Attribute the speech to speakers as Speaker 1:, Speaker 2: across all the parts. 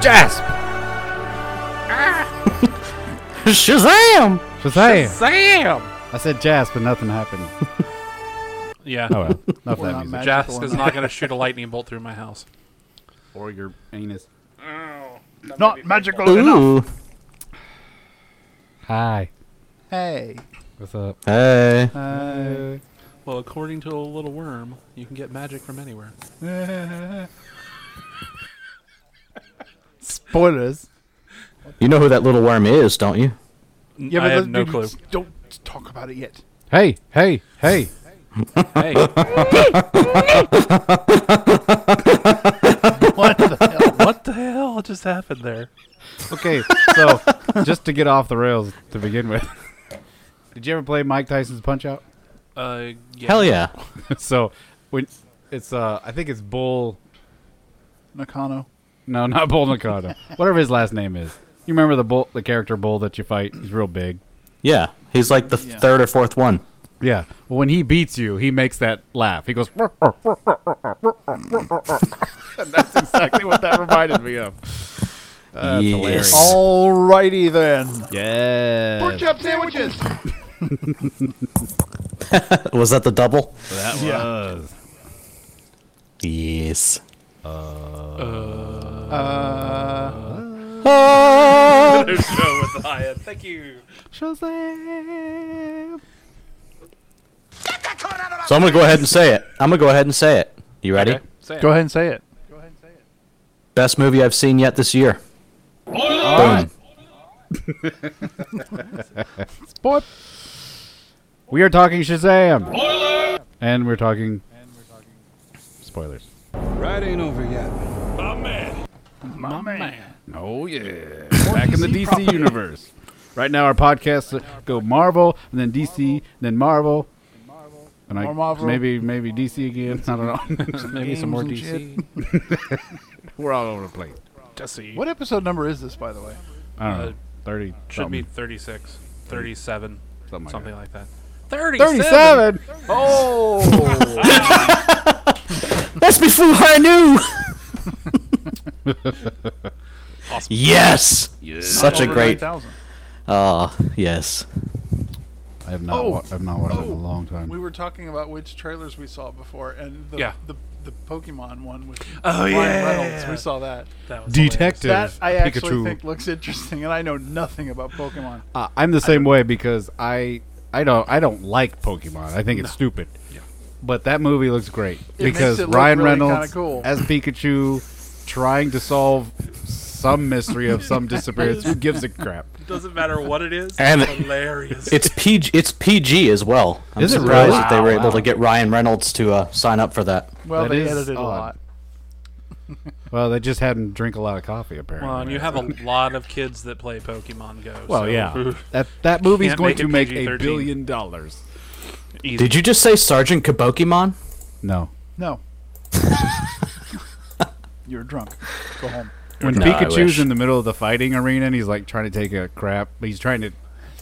Speaker 1: Gasp!
Speaker 2: Shazam!
Speaker 1: Shazam!
Speaker 3: Sam.
Speaker 1: I said jazz, but nothing happened.
Speaker 3: Yeah.
Speaker 1: Oh well, enough of
Speaker 4: We're
Speaker 1: that
Speaker 4: not
Speaker 1: music.
Speaker 4: mad.
Speaker 3: Jask is not going to shoot a lightning bolt through my house.
Speaker 1: Or your anus.
Speaker 4: Not magical enough.
Speaker 2: Ooh.
Speaker 1: Hi.
Speaker 4: Hey.
Speaker 1: What's up?
Speaker 2: Hey.
Speaker 4: Hey.
Speaker 3: Well, according to a little worm, you can get magic from anywhere.
Speaker 4: Spoilers.
Speaker 2: You know who that little worm is, don't you?
Speaker 4: Yeah,
Speaker 3: I
Speaker 4: but
Speaker 3: have
Speaker 4: let's
Speaker 3: no
Speaker 4: do-
Speaker 3: clue.
Speaker 4: Don't talk about it yet.
Speaker 1: Hey, hey, hey.
Speaker 3: hey,
Speaker 4: What the hell?
Speaker 3: what the hell just happened there?
Speaker 1: Okay, so just to get off the rails to begin with, did you ever play Mike Tyson's Punch Out?
Speaker 3: Uh, yeah.
Speaker 2: Hell yeah.
Speaker 1: so when it's uh, I think it's Bull.
Speaker 4: Nakano.
Speaker 1: No, not Bull Nakano. whatever his last name is. You remember the bull, the character Bull that you fight? He's real big.
Speaker 2: Yeah. He's like the
Speaker 4: Yeah.
Speaker 2: third or fourth one.
Speaker 1: Yeah. Well, when he beats you, he makes that laugh. He goes. "Ruh, ruh, ruh, ruh, ruh, ruh, ruh, ruh, ruh, ruh, ruh." And that's exactly what that reminded me of. That's
Speaker 2: Yes. Oh.
Speaker 1: hilarious.
Speaker 4: Alrighty then.
Speaker 1: Yeah.
Speaker 4: chop sandwiches.
Speaker 2: Was that the double?
Speaker 1: That
Speaker 4: Yeah.
Speaker 1: was.
Speaker 2: Yes.
Speaker 3: There's no with the high end. Thank you.
Speaker 1: Shazam.
Speaker 2: So I'm going to go ahead and say it. I'm going to go ahead and say it. You ready?
Speaker 3: Sam.
Speaker 4: Go ahead and say it.
Speaker 2: Best movie I've seen yet this year. Boom.
Speaker 1: Boop. We are talking Shazam. And we're talking. Spoilers.
Speaker 5: Ride ain't over yet.
Speaker 4: My man.
Speaker 1: Oh yeah. Back in the DC universe. Right now, our podcasts go Marvel, and then DC, then Marvel, and I
Speaker 4: More Marvel.
Speaker 1: maybe maybe DC again. I don't know.
Speaker 3: Maybe some more
Speaker 4: Games and
Speaker 3: DC.
Speaker 1: We're all over the place.
Speaker 3: Jesse.
Speaker 4: What episode number is this, by the way?
Speaker 1: I don't
Speaker 3: Uh,
Speaker 1: know. Thirty.
Speaker 3: Should be
Speaker 1: something,
Speaker 3: 36, 37,
Speaker 1: something like
Speaker 3: something
Speaker 1: that.
Speaker 3: like that. 37.
Speaker 1: Thirty-seven.
Speaker 4: Oh,
Speaker 2: That's before I knew. yes. Such a great. Oh, yes.
Speaker 1: I have not.
Speaker 4: Oh.
Speaker 1: Wa- I've not watched it in a
Speaker 4: Oh.
Speaker 1: long time.
Speaker 4: We were talking about which trailers we saw before, and the
Speaker 3: Yeah.
Speaker 4: the, the Pokemon one with
Speaker 3: Oh,
Speaker 4: Ryan
Speaker 3: yeah.
Speaker 4: Reynolds. We saw that.
Speaker 3: That was
Speaker 1: Detective
Speaker 4: That I actually
Speaker 1: Pikachu.
Speaker 4: think looks interesting, and I know nothing about Pokemon.
Speaker 1: Uh, I'm the same way because I I don't I don't like Pokemon. I think it's stupid.
Speaker 3: Yeah.
Speaker 1: But that movie looks great
Speaker 4: It makes
Speaker 1: because
Speaker 4: it look
Speaker 1: Ryan
Speaker 4: really
Speaker 1: Reynolds
Speaker 4: kinda cool.
Speaker 1: as Pikachu trying to solve some mystery of some disappearance. Who gives a crap?
Speaker 3: Doesn't matter what it is.
Speaker 2: And-
Speaker 3: it's hilarious.
Speaker 2: It's PG. It's PG as well. I'm
Speaker 1: Is it
Speaker 2: surprised
Speaker 1: really?
Speaker 2: that they were
Speaker 1: Wow,
Speaker 2: able
Speaker 1: wow.
Speaker 2: to get Ryan Reynolds to uh, sign up for that.
Speaker 4: Well,
Speaker 1: That
Speaker 4: they
Speaker 1: is
Speaker 4: edited a
Speaker 1: odd.
Speaker 4: lot.
Speaker 1: Well, they just had him drink a lot of coffee apparently.
Speaker 3: Well, and you have a lot of kids that play Pokemon Go. so-
Speaker 1: well, yeah. that that movie's
Speaker 3: Can't
Speaker 1: going
Speaker 3: make
Speaker 1: to
Speaker 3: it
Speaker 1: make a
Speaker 3: PG-13.
Speaker 1: billion dollars.
Speaker 3: Easy.
Speaker 2: Did you just say Sergeant Kabokimon?
Speaker 1: No.
Speaker 4: No, you're drunk. Go home.
Speaker 1: When
Speaker 2: No, I
Speaker 1: Pikachu's
Speaker 2: wish.
Speaker 1: in the middle of the fighting arena and he's like trying to take a crap, but he's trying to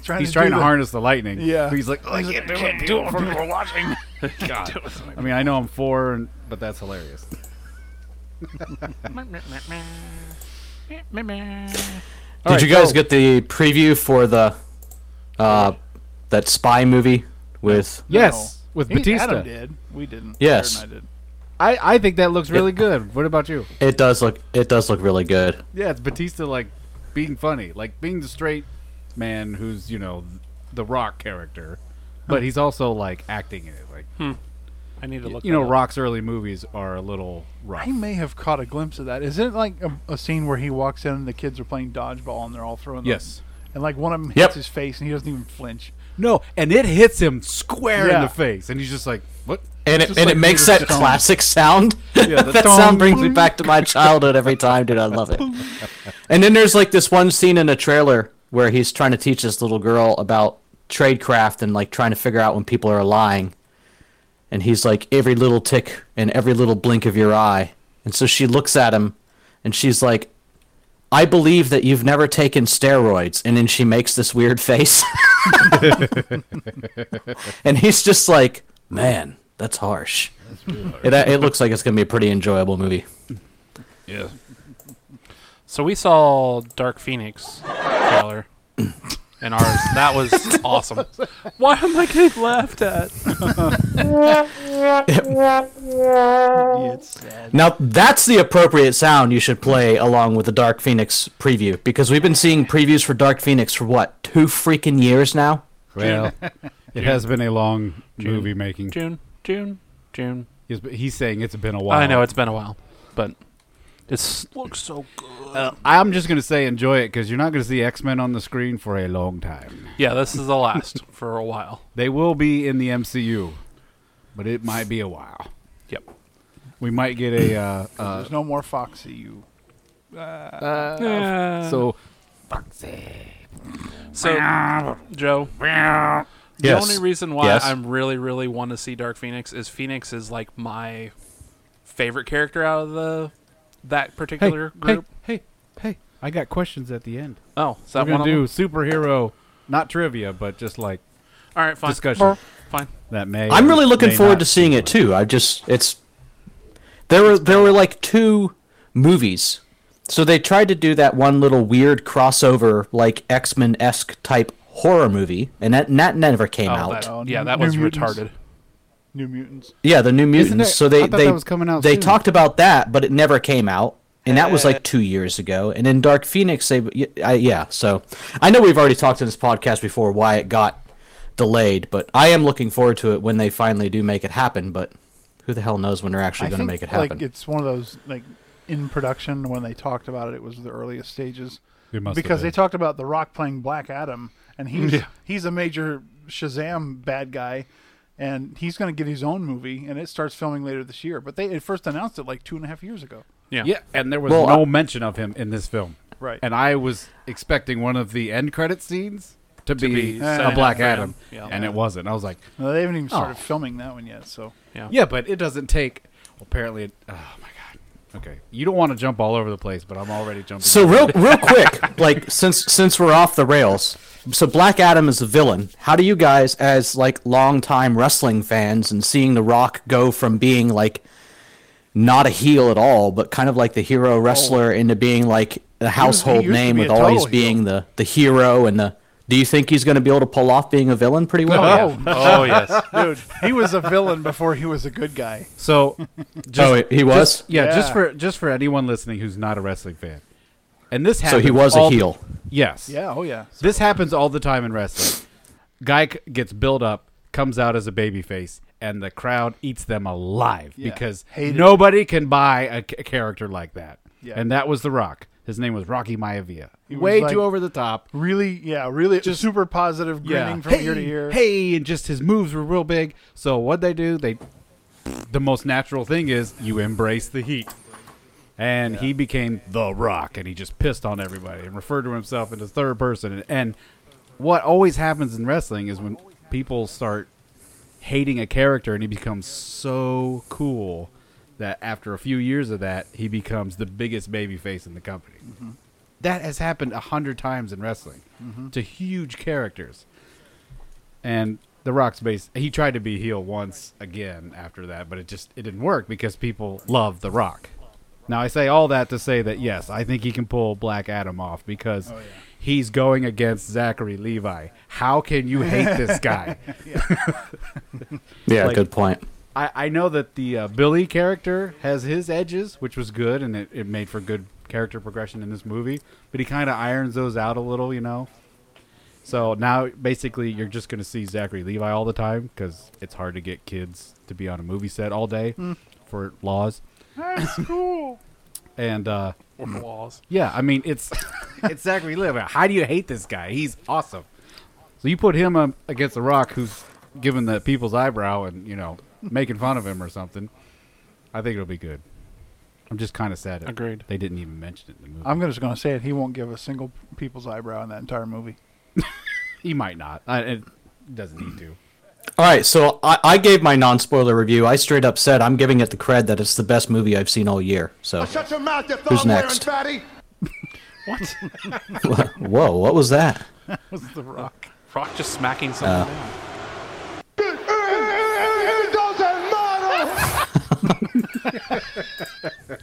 Speaker 4: Trying
Speaker 1: he's
Speaker 4: to
Speaker 1: trying
Speaker 4: do
Speaker 1: to
Speaker 4: the-
Speaker 1: harness the lightning.
Speaker 4: Yeah.
Speaker 1: He's like, "Oh, I can't do it.
Speaker 4: do it for people watching.
Speaker 1: I mean, I know I'm four, and, but that's hilarious.
Speaker 2: Did you guys get the preview for the uh, that spy movie with?
Speaker 1: Yes, with
Speaker 4: He-
Speaker 1: Batista.
Speaker 4: Adam did. We didn't.
Speaker 2: Yes.
Speaker 4: Jared and I did.
Speaker 1: I, I think that looks really good. What about you?
Speaker 2: It does look. It does look really good.
Speaker 1: Yeah, it's Batista like being funny, like being the straight man who's you know the Rock character, but he's also like acting in it. Like
Speaker 3: I need to look.
Speaker 1: you know,
Speaker 3: that up.
Speaker 1: Rock's early movies are a little rough.
Speaker 4: I may have caught a glimpse of that. Is it like a, a scene where he walks in and the kids are playing dodgeball and they're all throwing? the-
Speaker 1: Yes.
Speaker 4: and like one of them hits
Speaker 2: Yep.
Speaker 4: his face and he doesn't even flinch.
Speaker 1: No, and it hits him square in
Speaker 4: Yeah.
Speaker 1: the face, and he's just like, "What?"
Speaker 2: And it,
Speaker 4: Just
Speaker 2: and
Speaker 4: like
Speaker 2: it makes
Speaker 4: Peter
Speaker 2: that
Speaker 4: Stone.
Speaker 2: classic sound.
Speaker 1: the
Speaker 2: that sound brings me back to my childhood every time, dude. I love it. And then there's like this one scene in a trailer where he's trying to teach this little girl about tradecraft and like trying to figure out when people are lying. And he's like, every little tick and every little blink of your eye. And so she looks at him and she's like, I believe that you've never taken steroids. And then she makes this weird face. and he's just like, man, that's harsh. It, it looks like it's going to be a pretty enjoyable movie.
Speaker 3: So we saw Dark Phoenix trailer and ours. That was awesome. Why am I getting laughed at?
Speaker 2: Now that's the appropriate sound you should play along with the Dark Phoenix preview because we've been seeing previews for Dark Phoenix for what two freaking years now.
Speaker 1: Well, it has been a long movie making.
Speaker 3: June, June, June.
Speaker 1: He's, he's saying it's been a while.
Speaker 3: I know it's been a while, but it looks so good.
Speaker 1: Uh, I'm just gonna say enjoy it because you're not gonna see X Men on the screen for a long time.
Speaker 3: Yeah, this is the last for a while.
Speaker 1: They will be in the MCU, but it might be a while.
Speaker 3: Yep.
Speaker 1: We might get a uh, uh,
Speaker 4: There's no more Foxy. You.
Speaker 3: Yeah.
Speaker 1: so
Speaker 3: So, Joe, the
Speaker 2: Yes.
Speaker 3: only reason why
Speaker 2: Yes.
Speaker 3: I'm really, really want to see Dark Phoenix is Phoenix is like my favorite character out of the that particular group.
Speaker 1: Hey, hey, hey! I got questions at the end.
Speaker 3: Oh, is
Speaker 1: We're
Speaker 3: that
Speaker 1: gonna
Speaker 3: one of
Speaker 1: do
Speaker 3: them?
Speaker 1: superhero, not trivia, but just like
Speaker 3: All right, fine.
Speaker 1: discussion
Speaker 3: Fine.
Speaker 1: that may.
Speaker 2: I'm
Speaker 1: or
Speaker 2: really looking
Speaker 1: may
Speaker 2: forward
Speaker 1: not
Speaker 2: to seeing it too. I just it's there were there were like two movies. So they tried to do that one little weird crossover like X-Men esque type horror movie and that, and that never came
Speaker 3: Oh,
Speaker 2: out.
Speaker 3: that,
Speaker 4: Oh,
Speaker 3: yeah,
Speaker 4: New-
Speaker 3: that was
Speaker 4: New Mutants.
Speaker 3: retarded.
Speaker 4: New Mutants.
Speaker 2: Yeah, the New Mutants.
Speaker 1: there-
Speaker 2: so they
Speaker 1: I thought
Speaker 2: they
Speaker 1: that was coming out
Speaker 2: they
Speaker 1: soon.
Speaker 2: talked about that, but it never came out, and that was like two years ago. And then Dark Phoenix, they y- I, yeah. So I know we've already talked in this podcast before why it got delayed, but I am looking forward to it when they finally do make it happen. But who the hell knows when they're actually going to make it happen?
Speaker 4: Like it's one of those like in production when they talked about it, it was the earliest stages.
Speaker 1: It must have
Speaker 4: because
Speaker 1: been.
Speaker 4: they talked about The Rock playing Black Adam, and he's he's a major Shazam bad guy, and he's going to get his own movie, and it starts filming later this year. But they at first announced it like two and a half years ago.
Speaker 3: Yeah.
Speaker 1: Yeah, and there was
Speaker 2: Well,
Speaker 1: no
Speaker 2: I-
Speaker 1: mention of him in this film.
Speaker 4: Right.
Speaker 1: And I was expecting one of the end credit scenes to, be, eh,
Speaker 3: be setting
Speaker 1: a
Speaker 3: up
Speaker 1: Black
Speaker 3: for him.
Speaker 1: Adam,
Speaker 3: Yeah.
Speaker 1: and it wasn't. I was like,
Speaker 4: No, they haven't even started
Speaker 1: Oh.
Speaker 4: filming that one yet. So
Speaker 3: Yeah.
Speaker 1: yeah, but it doesn't take. Apparently, it, oh my god. Okay, you don't want to jump all over the place, but I'm already jumping.
Speaker 2: So real real quick, like since since we're off the rails, so Black Adam is the villain. How do you guys as like longtime wrestling fans and seeing The Rock go from being like not a heel at all, but kind of like the
Speaker 4: Oh.
Speaker 2: hero wrestler into being like a household
Speaker 4: used to
Speaker 2: name
Speaker 4: be
Speaker 2: with
Speaker 4: a
Speaker 2: always
Speaker 4: total heel.
Speaker 2: being the the hero and the do you think he's going to be able to pull off being a villain pretty well?
Speaker 4: oh,
Speaker 3: Oh yes.
Speaker 4: dude, he was a villain before he was a good guy.
Speaker 1: So, just,
Speaker 2: Oh, he- he was?
Speaker 1: just- yeah, Just
Speaker 4: Yeah.
Speaker 1: for just for anyone listening who's not a wrestling fan, and this
Speaker 2: So
Speaker 1: happens
Speaker 2: he was a
Speaker 1: all the-
Speaker 2: heel.
Speaker 1: yes.
Speaker 4: Yeah, oh yeah.
Speaker 1: This happens all the time in wrestling. Guy c- gets built up, comes out as a babyface, and the crowd eats them alive
Speaker 4: Yeah.
Speaker 1: because
Speaker 4: Hate it.
Speaker 1: nobody can buy a, c- a character like that.
Speaker 4: Yeah.
Speaker 1: And that was The Rock. His name was Rocky Maivia.
Speaker 4: He was
Speaker 1: Way
Speaker 4: like-
Speaker 1: too over the top.
Speaker 4: Really, yeah, really, just super positive, grinning from
Speaker 1: hey,
Speaker 4: ear to ear.
Speaker 1: Hey, and just his moves were real big. So what they do, they the most natural thing is you embrace the heat. And he became the Rock, and he just pissed on everybody and referred to himself in the third person. And, and what always happens in wrestling is when people start hating a character, and he becomes so cool that after a few years of that, he becomes the biggest babyface in the company
Speaker 4: Mm-hmm.
Speaker 1: that has happened a hundred times in wrestling to huge characters. And The Rock's base, he tried to be heel once again after that, but it just it didn't work because people love The Rock. Now I say all that to say that yes, I think he can pull Black Adam off because he's going against Zachary Levi. How can you hate this guy?
Speaker 2: Yeah,
Speaker 1: Like-
Speaker 2: good point.
Speaker 1: I, I know that the uh, Billy character has his edges, which was good, and it, it made for good character progression in this movie. But he kind of irons those out a little, you know. So now, basically, you're just going to see Zachary Levi all the time because it's hard to get kids to be on a movie set all day for laws. And uh,
Speaker 3: Or walls.
Speaker 1: yeah, I mean, it's it's Zachary Levi. How do you hate this guy? He's awesome. So you put him um, against The Rock, who's giving the people's eyebrow and you know making fun of him or something. I think it'll be good. I'm just kind of sad. It,
Speaker 3: Agreed.
Speaker 1: They didn't even mention it in the movie.
Speaker 4: I'm just going to say it. He won't give a single people's eyebrow in that entire movie.
Speaker 1: he might not. I, it doesn't need to.
Speaker 2: All right, so I, I gave my non-spoiler review. I straight up said I'm giving it the cred that it's the best movie I've seen all year. So
Speaker 6: Shut your mouth, you
Speaker 2: Who's
Speaker 6: thumb wearing
Speaker 2: next?
Speaker 6: fatty!
Speaker 2: Whoa, what was that?
Speaker 3: Rock just
Speaker 1: Uh.
Speaker 3: smacking something. down.
Speaker 6: It doesn't matter!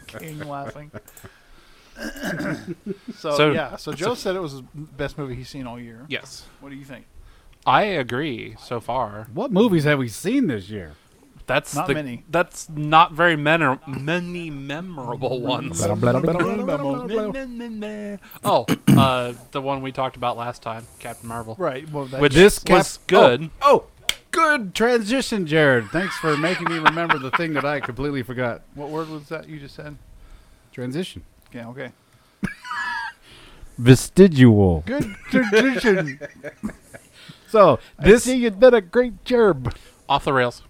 Speaker 4: King laughing. So,
Speaker 3: So-
Speaker 4: yeah, so Joe said it was the best movie he's seen all year.
Speaker 3: Yes,
Speaker 4: What do you think?
Speaker 3: I agree so far.
Speaker 1: What movies have we seen this year?
Speaker 3: That's
Speaker 4: Not
Speaker 3: the-
Speaker 4: many.
Speaker 3: That's not very men- many memorable ones. oh, uh, the one we talked about last time, Captain Marvel,
Speaker 4: Right. Well, that
Speaker 3: which
Speaker 1: This
Speaker 3: was
Speaker 1: Cap-
Speaker 3: good.
Speaker 1: Oh, good transition, Jared. Thanks for making me remember the thing that I completely forgot.
Speaker 4: what word was that you just said?
Speaker 1: Transition.
Speaker 4: Yeah. Okay.
Speaker 1: Vestigial.
Speaker 4: Good tradition.
Speaker 1: So this you did a great job.
Speaker 3: Off the rails.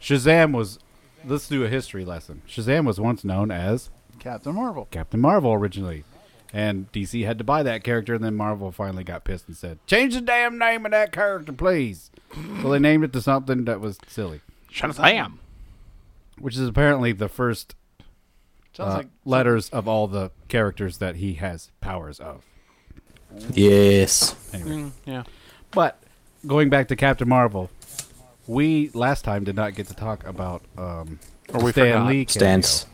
Speaker 1: Shazam was. Let's do a history lesson. Shazam was once known as
Speaker 4: Captain Marvel.
Speaker 1: Captain Marvel originally, and DC had to buy that character, and then Marvel finally got pissed and said, "Change the damn name of that character, please." so they named it to something that was silly,
Speaker 3: Shazam.
Speaker 1: which is apparently the first
Speaker 4: Sounds
Speaker 1: uh,
Speaker 4: like
Speaker 1: letters of all the characters that he has powers of.
Speaker 2: Yes.
Speaker 3: Mm, yeah.
Speaker 1: But going back to Captain Marvel, we last time did not get to talk about um,
Speaker 3: Or we
Speaker 1: Stan
Speaker 3: forgot.
Speaker 1: Lee. cameo.
Speaker 2: Stan's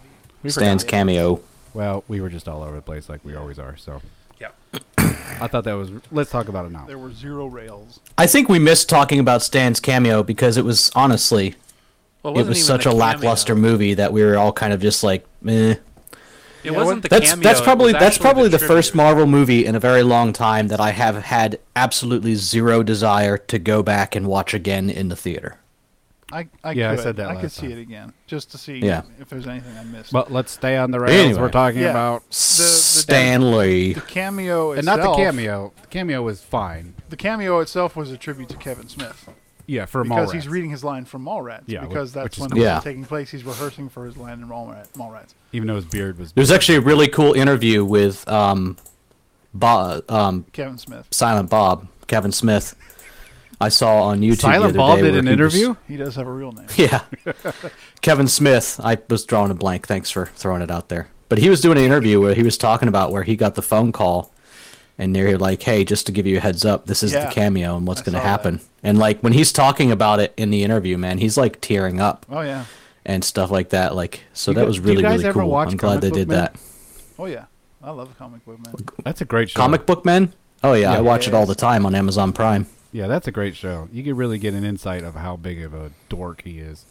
Speaker 2: Stan's cameo.
Speaker 1: Well, we were just all over the place like we always are. So
Speaker 3: Yeah.
Speaker 1: I thought that was. Let's talk about it now.
Speaker 4: there were zero rails.
Speaker 2: I think we missed talking about Stan's cameo because it was honestly
Speaker 3: Well,
Speaker 2: it,
Speaker 3: wasn't
Speaker 2: was
Speaker 3: even
Speaker 2: such
Speaker 3: the
Speaker 2: a lackluster
Speaker 3: cameo.
Speaker 2: movie that we were all kind of just like, eh.
Speaker 3: It wasn't the
Speaker 2: That's
Speaker 3: cameo.
Speaker 2: that's
Speaker 3: it was
Speaker 2: probably that's
Speaker 3: actually
Speaker 2: probably the,
Speaker 3: tribute.
Speaker 2: first Marvel movie in a very long time that I have had absolutely zero desire to go back and watch again in the theater.
Speaker 4: I, I
Speaker 1: Yeah, I
Speaker 4: could.
Speaker 1: said that
Speaker 4: I
Speaker 1: last
Speaker 4: could see
Speaker 1: time.
Speaker 4: it again just to see
Speaker 2: Yeah.
Speaker 4: if there's anything I missed.
Speaker 1: But let's stay on the rails.
Speaker 2: Anyway.
Speaker 1: We're talking
Speaker 4: Yeah.
Speaker 1: about
Speaker 2: Stanley.
Speaker 4: cameo
Speaker 1: and not the
Speaker 4: itself-
Speaker 1: cameo. The cameo was fine.
Speaker 4: The cameo itself was a tribute to Kevin Smith
Speaker 1: Yeah, for
Speaker 4: because
Speaker 1: Mallrats.
Speaker 4: he's reading his line from Mallrats.
Speaker 1: Yeah, whi-
Speaker 4: because
Speaker 1: which
Speaker 4: that's
Speaker 1: is
Speaker 4: when
Speaker 1: cool.
Speaker 4: it's
Speaker 2: Yeah.
Speaker 4: taking place. He's rehearsing for his line in Mallrat, Mallrats.
Speaker 1: even though his beard was.
Speaker 2: There's actually a really cool interview with um, Bo- um,
Speaker 4: Kevin Smith.
Speaker 2: Silent Bob, Kevin Smith. I saw on YouTube. the
Speaker 1: Silent
Speaker 2: other
Speaker 1: Bob
Speaker 2: day
Speaker 1: did
Speaker 2: where
Speaker 1: an
Speaker 2: he was-
Speaker 1: interview.
Speaker 4: He does have a real name.
Speaker 2: Yeah. Kevin Smith. I was drawing a blank. Thanks for throwing it out there. But he was doing an interview where he was talking about where he got the phone call and they're like, hey, just to give you a heads up, this is
Speaker 4: Yeah.
Speaker 2: the cameo and what's
Speaker 4: I
Speaker 2: going to
Speaker 4: saw that.
Speaker 2: happen. And like when he's talking about it in the interview, man, he's like tearing up
Speaker 4: Oh yeah.
Speaker 2: and stuff like that. Like, so
Speaker 1: You
Speaker 2: that
Speaker 1: gu-
Speaker 2: was
Speaker 1: do you
Speaker 2: really,
Speaker 1: guys
Speaker 2: really
Speaker 1: ever
Speaker 2: cool.
Speaker 1: watch
Speaker 2: I'm glad
Speaker 1: Comic
Speaker 2: they
Speaker 1: Book
Speaker 2: did
Speaker 1: Man?
Speaker 2: that.
Speaker 4: Oh yeah. I love comic book man.
Speaker 1: That's a great show.
Speaker 2: Comic Book Men? Oh, yeah. I watch it all
Speaker 4: Yes.
Speaker 2: the time on Amazon Prime.
Speaker 1: Yeah, that's a great show. You can really get an insight of how big of a dork he is.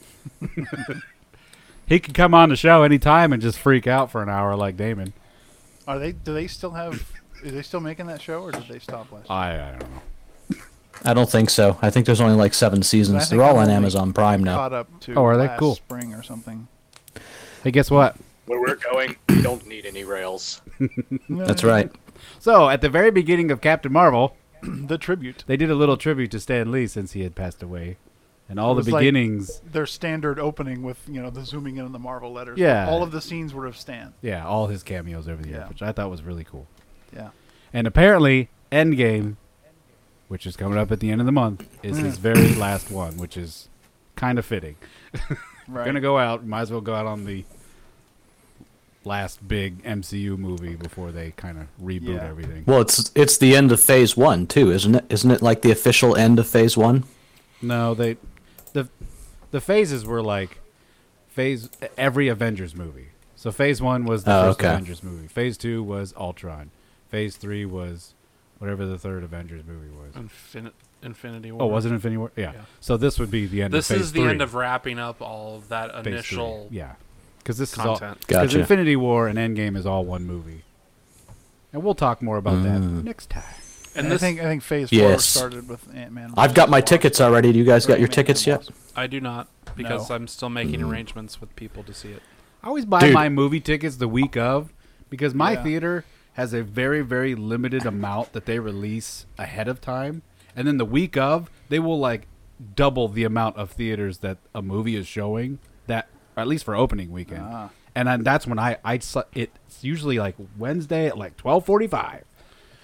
Speaker 1: he could come on the show anytime and just freak out for an hour like Damon.
Speaker 4: Are they? Do they still have? Are they still making that show, or did they stop last?
Speaker 2: Uh,
Speaker 4: year?
Speaker 1: I, I don't know.
Speaker 2: I don't think so. I think there's only like seven
Speaker 4: I
Speaker 2: seasons.
Speaker 4: think
Speaker 2: They're all on
Speaker 4: I'm only
Speaker 2: Amazon Prime now.
Speaker 4: Caught up to.
Speaker 1: Oh, are they?
Speaker 4: last
Speaker 1: Cool.
Speaker 4: Spring or something.
Speaker 1: Hey, guess what?
Speaker 7: Where we're going, we don't need any rails.
Speaker 2: That's right.
Speaker 1: So, at the very beginning of Captain Marvel,
Speaker 4: The tribute.
Speaker 1: they did a little tribute to Stan Lee since he had passed away. And all
Speaker 4: It
Speaker 1: the
Speaker 4: was like-
Speaker 1: beginnings,
Speaker 4: Their standard opening with you know the zooming in on the Marvel letters.
Speaker 1: Yeah.
Speaker 4: All of the scenes were of Stan.
Speaker 1: yeah, all his cameos over the years,
Speaker 4: Yeah.
Speaker 1: which I thought was really cool.
Speaker 4: Yeah.
Speaker 1: And apparently, Endgame, which is coming up at the end of the month, is
Speaker 4: Mm.
Speaker 1: his very last one, which is kind of fitting.
Speaker 4: Right.
Speaker 1: gonna go out, might as well go out on the last big MCU movie before they kind of reboot
Speaker 4: Yeah.
Speaker 1: everything.
Speaker 2: Well, it's it's the end of phase one too, isn't it? Isn't it like the official end of phase one?
Speaker 1: No, they the the phases were like phase every Avengers movie. So phase one was the
Speaker 2: Oh,
Speaker 1: first
Speaker 2: okay.
Speaker 1: Avengers movie. Phase two was Ultron. Phase three was whatever the third Avengers movie was.
Speaker 3: Infin- Infinity War.
Speaker 1: Oh, was it Infinity War? Yeah.
Speaker 3: Yeah.
Speaker 1: So this would be the end.
Speaker 3: This
Speaker 1: of phase
Speaker 3: is the
Speaker 1: three.
Speaker 3: end of wrapping up all of that
Speaker 1: Phase three.
Speaker 3: initial.
Speaker 1: Yeah, because this is all
Speaker 3: content.
Speaker 1: because
Speaker 2: Gotcha.
Speaker 1: Infinity War and Endgame is all one movie. And we'll talk more about
Speaker 2: Mm.
Speaker 1: that next time.
Speaker 3: And
Speaker 4: And
Speaker 3: this,
Speaker 4: I think I think Phase Four
Speaker 2: Yes.
Speaker 4: started with Ant Man.
Speaker 2: I've got my tickets already. Do you guys got your
Speaker 4: Ant-Man
Speaker 2: tickets yet?
Speaker 4: Wasp.
Speaker 3: I do not because
Speaker 4: No.
Speaker 3: I'm still making
Speaker 2: Mm-hmm.
Speaker 3: arrangements with people to see it.
Speaker 1: I always buy
Speaker 2: Dude.
Speaker 1: my movie tickets the week of because my
Speaker 4: Yeah.
Speaker 1: theater has a very, very limited amount that they release ahead of time. And then the week of, they will like double the amount of theaters that a movie is showing that, or at least for opening weekend.
Speaker 4: Ah.
Speaker 1: And then that's when I, I, su- it's usually like Wednesday at like 1245.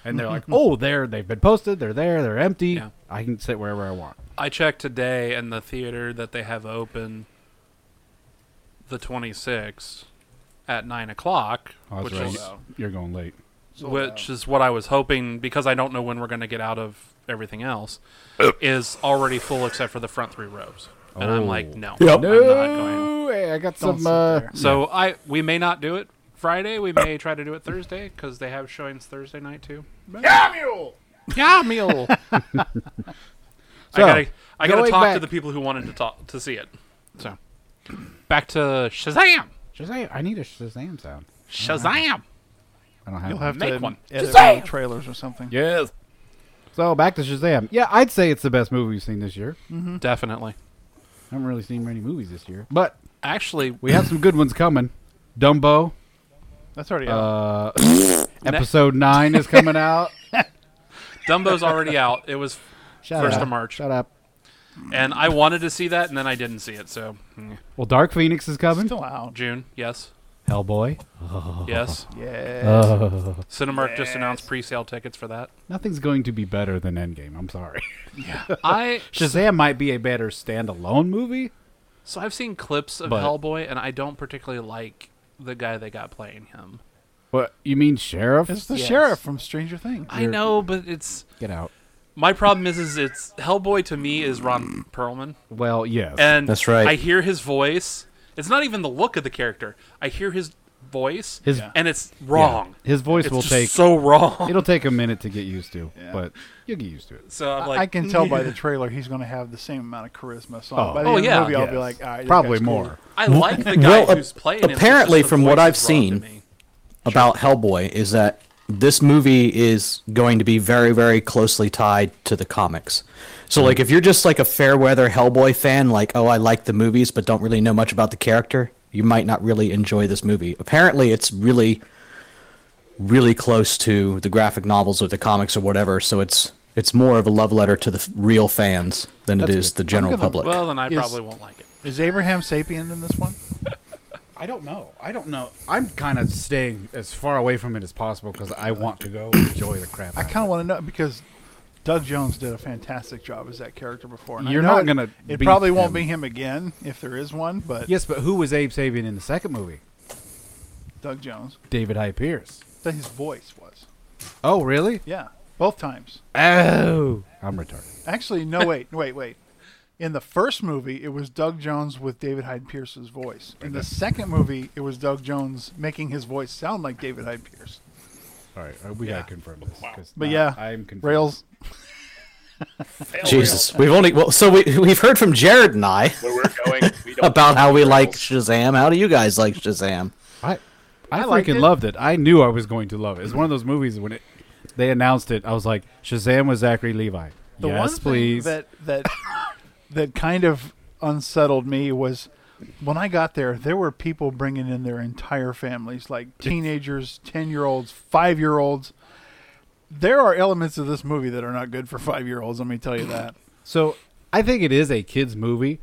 Speaker 1: And they're like, oh, they're, they've been posted. They're there. They're empty.
Speaker 3: Yeah.
Speaker 1: I can sit wherever I want.
Speaker 3: I checked today, and the theater that they have open the 26th at nine o'clock,
Speaker 1: Oh,
Speaker 3: which
Speaker 1: that's right.
Speaker 3: is
Speaker 1: You're going late.
Speaker 3: which is what I was hoping because I don't know when we're going to get out of everything else, is already full except for the front three rows. And I'm like,
Speaker 1: Oh.
Speaker 3: no,
Speaker 2: Yep.
Speaker 3: I'm not going.
Speaker 1: Ooh, hey, I got some.
Speaker 4: Don't sit
Speaker 1: Uh,
Speaker 4: there.
Speaker 3: So I we may not do it
Speaker 8: Friday. We may try to do it Thursday because they have showings Thursday night too.
Speaker 4: Samuel!
Speaker 8: Yeah, meal. I
Speaker 1: So,
Speaker 8: gotta, I gotta
Speaker 1: going
Speaker 8: talk
Speaker 1: back-
Speaker 8: to the people who wanted to talk to see it. So, back to Shazam!
Speaker 1: Shazam! I need a Shazam sound.
Speaker 8: Shazam!
Speaker 1: I don't have.
Speaker 4: You'll
Speaker 1: one.
Speaker 4: have to
Speaker 8: Make one.
Speaker 4: edit one of the trailers or something.
Speaker 1: Yes. So back to Shazam. Yeah, I'd say it's the best movie we've seen this year.
Speaker 8: Mm-hmm. Definitely.
Speaker 1: I haven't really seen many movies this year, but
Speaker 8: Actually,
Speaker 1: we have some good ones coming. Dumbo,
Speaker 4: That's already out.
Speaker 1: uh, episode nine is coming out.
Speaker 8: Dumbo's already out. It was,
Speaker 1: Shut
Speaker 8: First
Speaker 1: up.
Speaker 8: of March.
Speaker 1: Shut up.
Speaker 8: and I wanted to see that, and then I didn't see it. So, mm.
Speaker 1: Well, Dark Phoenix is coming.
Speaker 4: Still out.
Speaker 8: June, yes,
Speaker 1: Hellboy.
Speaker 8: yes.
Speaker 1: uh,
Speaker 4: Yeah.
Speaker 8: Cinemark just announced pre-sale tickets for that.
Speaker 1: Nothing's going to be better than Endgame. I'm sorry.
Speaker 8: I
Speaker 1: Shazam might be a better standalone movie.
Speaker 8: so I've seen clips of
Speaker 1: But-
Speaker 8: Hellboy, and I don't particularly like the guy they got playing him.
Speaker 1: What you mean, Sheriff?
Speaker 4: it's the
Speaker 8: Yes.
Speaker 4: sheriff from Stranger Things.
Speaker 8: I know, but it's
Speaker 1: Get out.
Speaker 8: my problem is is it's Hellboy to me is Ron Perlman,
Speaker 1: Well, yes.
Speaker 8: and
Speaker 2: That's right.
Speaker 8: I hear his voice. It's not even the look of the character. I hear his voice,
Speaker 1: His-
Speaker 8: and it's wrong.
Speaker 1: His voice
Speaker 8: It's
Speaker 1: will
Speaker 8: just
Speaker 1: take.
Speaker 8: so wrong.
Speaker 1: it'll take a minute to get used to, but you'll get used to it.
Speaker 8: So I'm like, "Mm,
Speaker 4: I can tell by the trailer he's going to have the same amount of charisma. So
Speaker 1: Oh.
Speaker 4: by the
Speaker 8: Oh,
Speaker 4: end
Speaker 8: yeah.
Speaker 4: of the movie, I'll be
Speaker 1: Yes.
Speaker 4: like, all right, this
Speaker 1: Probably
Speaker 4: guy's cool.
Speaker 1: more.
Speaker 8: I like the guy
Speaker 2: Well, ap-
Speaker 8: who's playing. him, it's
Speaker 2: apparently
Speaker 8: just the
Speaker 2: from what
Speaker 8: voice
Speaker 2: I've
Speaker 8: is wrong to
Speaker 2: seen-
Speaker 8: me.
Speaker 2: about Hellboy is that this movie is going to be very, very closely tied to the comics. So, like, if you're just like a fair weather Hellboy fan, like, oh, I like the movies, but don't really know much about the character, you might not really enjoy this movie. Apparently, it's really, really close to the graphic novels or the comics or whatever. So it's it's more of a love letter to the f- real fans than it is the general
Speaker 4: gonna-
Speaker 2: public.
Speaker 8: well, then I
Speaker 4: Is-
Speaker 8: probably won't like it.
Speaker 4: Is Abraham Sapien in this one?
Speaker 1: I don't know. I don't know. I'm kind of staying as far away from it as possible because I want to go enjoy the crap.
Speaker 4: I kind of want to know because Doug Jones did a fantastic job as that character before. and I
Speaker 1: You're
Speaker 4: know
Speaker 1: not
Speaker 4: it-
Speaker 1: gonna
Speaker 4: It
Speaker 1: beat
Speaker 4: probably won't
Speaker 1: him.
Speaker 4: be him again if there is one, but
Speaker 1: Yes, but who was Abe Sabian in the second movie?
Speaker 4: Doug Jones.
Speaker 1: David Hyde Pierce.
Speaker 4: That his voice was.
Speaker 1: Oh, really?
Speaker 4: Yeah, both times.
Speaker 1: Oh, I'm retarded.
Speaker 4: Actually, no, wait, wait, wait. In the first movie, it was Doug Jones with David Hyde Pierce's voice. In the second movie, it was Doug Jones making his voice sound like David Hyde Pierce.
Speaker 1: All right, uh, we gotta confirm this. 'cause
Speaker 4: But
Speaker 1: now
Speaker 4: yeah,
Speaker 1: I'm confused.
Speaker 4: Rails.
Speaker 2: Jesus, we've only well, so we we've heard from Jared and I
Speaker 9: Where we're going, we don't
Speaker 2: about how we like
Speaker 9: Rails.
Speaker 2: Shazam. How do you guys like Shazam?
Speaker 1: I, I,
Speaker 4: liked
Speaker 1: freaking
Speaker 4: it.
Speaker 1: loved it. I knew I was going to love it. It's one of those movies when it they announced it, I was like, Shazam was Zachary Levi.
Speaker 4: The
Speaker 1: yes,
Speaker 4: one thing
Speaker 1: please.
Speaker 4: that that that kind of unsettled me was when I got there, there were people bringing in their entire families, like teenagers, ten-year-olds, five-year-olds. There are elements of this movie that are not good for five-year-olds. Let me tell you that.
Speaker 1: so I think it is a kids movie,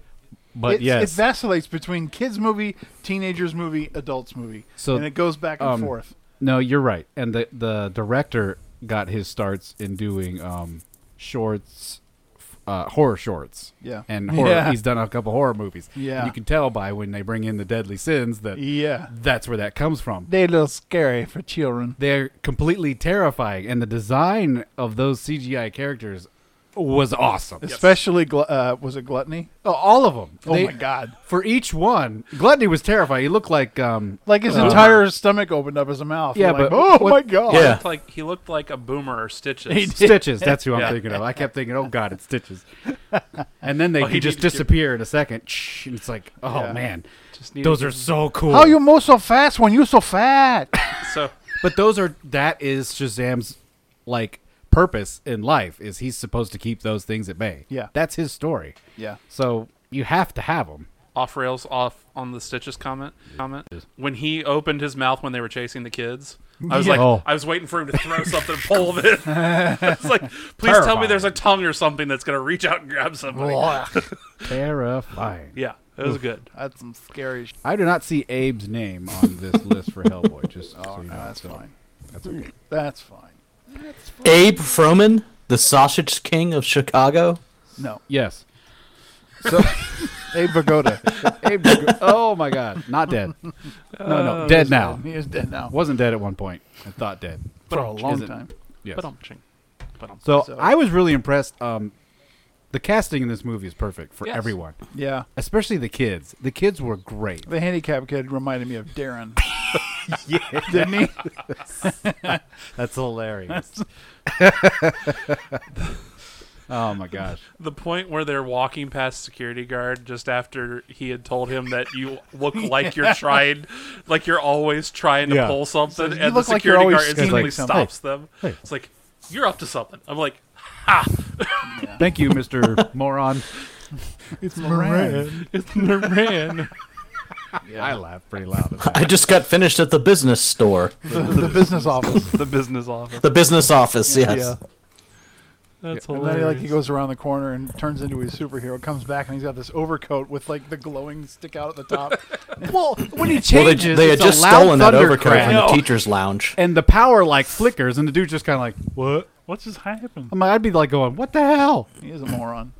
Speaker 1: but
Speaker 4: It's-
Speaker 1: yes,
Speaker 4: it vacillates between kids' movie, teenagers' movie, adults' movie,
Speaker 1: So,
Speaker 4: and it goes back and
Speaker 1: um,
Speaker 4: forth.
Speaker 1: no, you're right. And the the director got his starts in doing um, shorts, f- uh, horror shorts.
Speaker 4: Yeah.
Speaker 1: and horror,
Speaker 4: Yeah.
Speaker 1: he's done a couple horror movies. And
Speaker 4: Yeah.
Speaker 1: you can tell by when they bring in the Deadly Sins that
Speaker 4: Yeah,
Speaker 1: that's where that comes from.
Speaker 4: they're a little scary for children.
Speaker 1: they're completely terrifying and the design of those cgi characters was awesome
Speaker 4: Especially, gl- uh, was it gluttony?
Speaker 1: Oh, all of them
Speaker 4: Oh my god!
Speaker 1: for each one gluttony was terrifying he looked like um
Speaker 4: Like his
Speaker 1: Uh,
Speaker 4: entire stomach opened up as a mouth.
Speaker 1: Yeah,
Speaker 4: You're like,
Speaker 1: but
Speaker 4: oh
Speaker 1: what-
Speaker 4: my god.
Speaker 2: Yeah.
Speaker 8: looked like he looked like a boomer or stitches.
Speaker 1: stitches that's who i'm
Speaker 8: Yeah.
Speaker 1: thinking of i kept thinking oh god it's stitches and then they
Speaker 8: Oh, he
Speaker 1: could just
Speaker 8: needed to-
Speaker 1: disappear in a second and it's like oh
Speaker 4: Yeah.
Speaker 1: man
Speaker 8: Just needed
Speaker 1: those
Speaker 8: to-
Speaker 1: are so cool
Speaker 4: How you move so fast when you so fat?
Speaker 8: so.
Speaker 1: but those are that is shazam's like purpose in life is he's supposed to keep those things at bay
Speaker 4: Yeah.
Speaker 1: that's his story
Speaker 4: yeah.
Speaker 1: so you have to have them
Speaker 8: Off rails, off on the stitches comment. Comment when he opened his mouth when they were chasing the kids. I was
Speaker 1: Yeah.
Speaker 8: like,
Speaker 1: Oh.
Speaker 8: I was waiting for him to throw something, pull it. It's like, please tell me
Speaker 1: Terrifying.
Speaker 8: there's a tongue or something that's gonna reach out and grab somebody.
Speaker 1: Terrifying.
Speaker 8: Yeah, it was good.
Speaker 4: That's some scary shit.
Speaker 1: I do not see Abe's name on this list for Hellboy. Just
Speaker 8: Oh,
Speaker 1: so you know,
Speaker 4: That's
Speaker 1: so-
Speaker 4: fine. That's fine.
Speaker 2: Abe Froman, the Sausage King of Chicago.
Speaker 4: No.
Speaker 1: Yes. So
Speaker 4: Abe Vigoda.
Speaker 1: Abe, oh my God, not dead. No, no, dead now.
Speaker 4: he is dead now.
Speaker 1: Wasn't dead at one point. I thought dead.
Speaker 4: For a long
Speaker 1: Isn't-
Speaker 4: time.
Speaker 1: Yes.
Speaker 8: But I'm ching. But I'm
Speaker 1: um, So,
Speaker 4: So-
Speaker 1: I was really impressed. Um, the casting in this movie is perfect for
Speaker 8: Yes.
Speaker 1: everyone,
Speaker 4: Yeah.
Speaker 1: especially the kids. The kids were great.
Speaker 4: The handicap kid reminded me of Darren. didn't he?
Speaker 1: That's hilarious. oh my gosh.
Speaker 3: The point where they're walking past security guard just after he had told him that you look like you're trying, like you're always trying to
Speaker 1: Yeah.
Speaker 3: pull something, and the
Speaker 4: look like you're
Speaker 3: security
Speaker 4: always
Speaker 3: guard instantly
Speaker 1: scheming something.
Speaker 3: stops them. It's like you're up to something. I'm like,
Speaker 1: Thank you, Mr. Moron.
Speaker 4: It's Moran.
Speaker 3: it's Moran.
Speaker 1: I laughed pretty loud at that.
Speaker 2: I just got finished at the business store,
Speaker 4: The, the business office.
Speaker 3: the business office.
Speaker 2: the business office. Yes.
Speaker 4: Yeah.
Speaker 3: That's
Speaker 4: And then he,
Speaker 3: hilarious.
Speaker 4: like he goes around the corner and turns into his superhero, comes back and he's got this overcoat with like the glowing stick out at the top.
Speaker 1: Well, when he changes,
Speaker 2: Well, they, they had
Speaker 1: it's a
Speaker 2: just
Speaker 1: loud
Speaker 2: stolen that
Speaker 1: thunder
Speaker 2: overcoat
Speaker 1: crash.
Speaker 2: from the teacher's lounge.
Speaker 1: and the power like flickers, and the dude's just kind of like, "What?"
Speaker 4: What's just happened?
Speaker 1: I'm like, I'd be like going, "What the hell,
Speaker 4: He is a moron.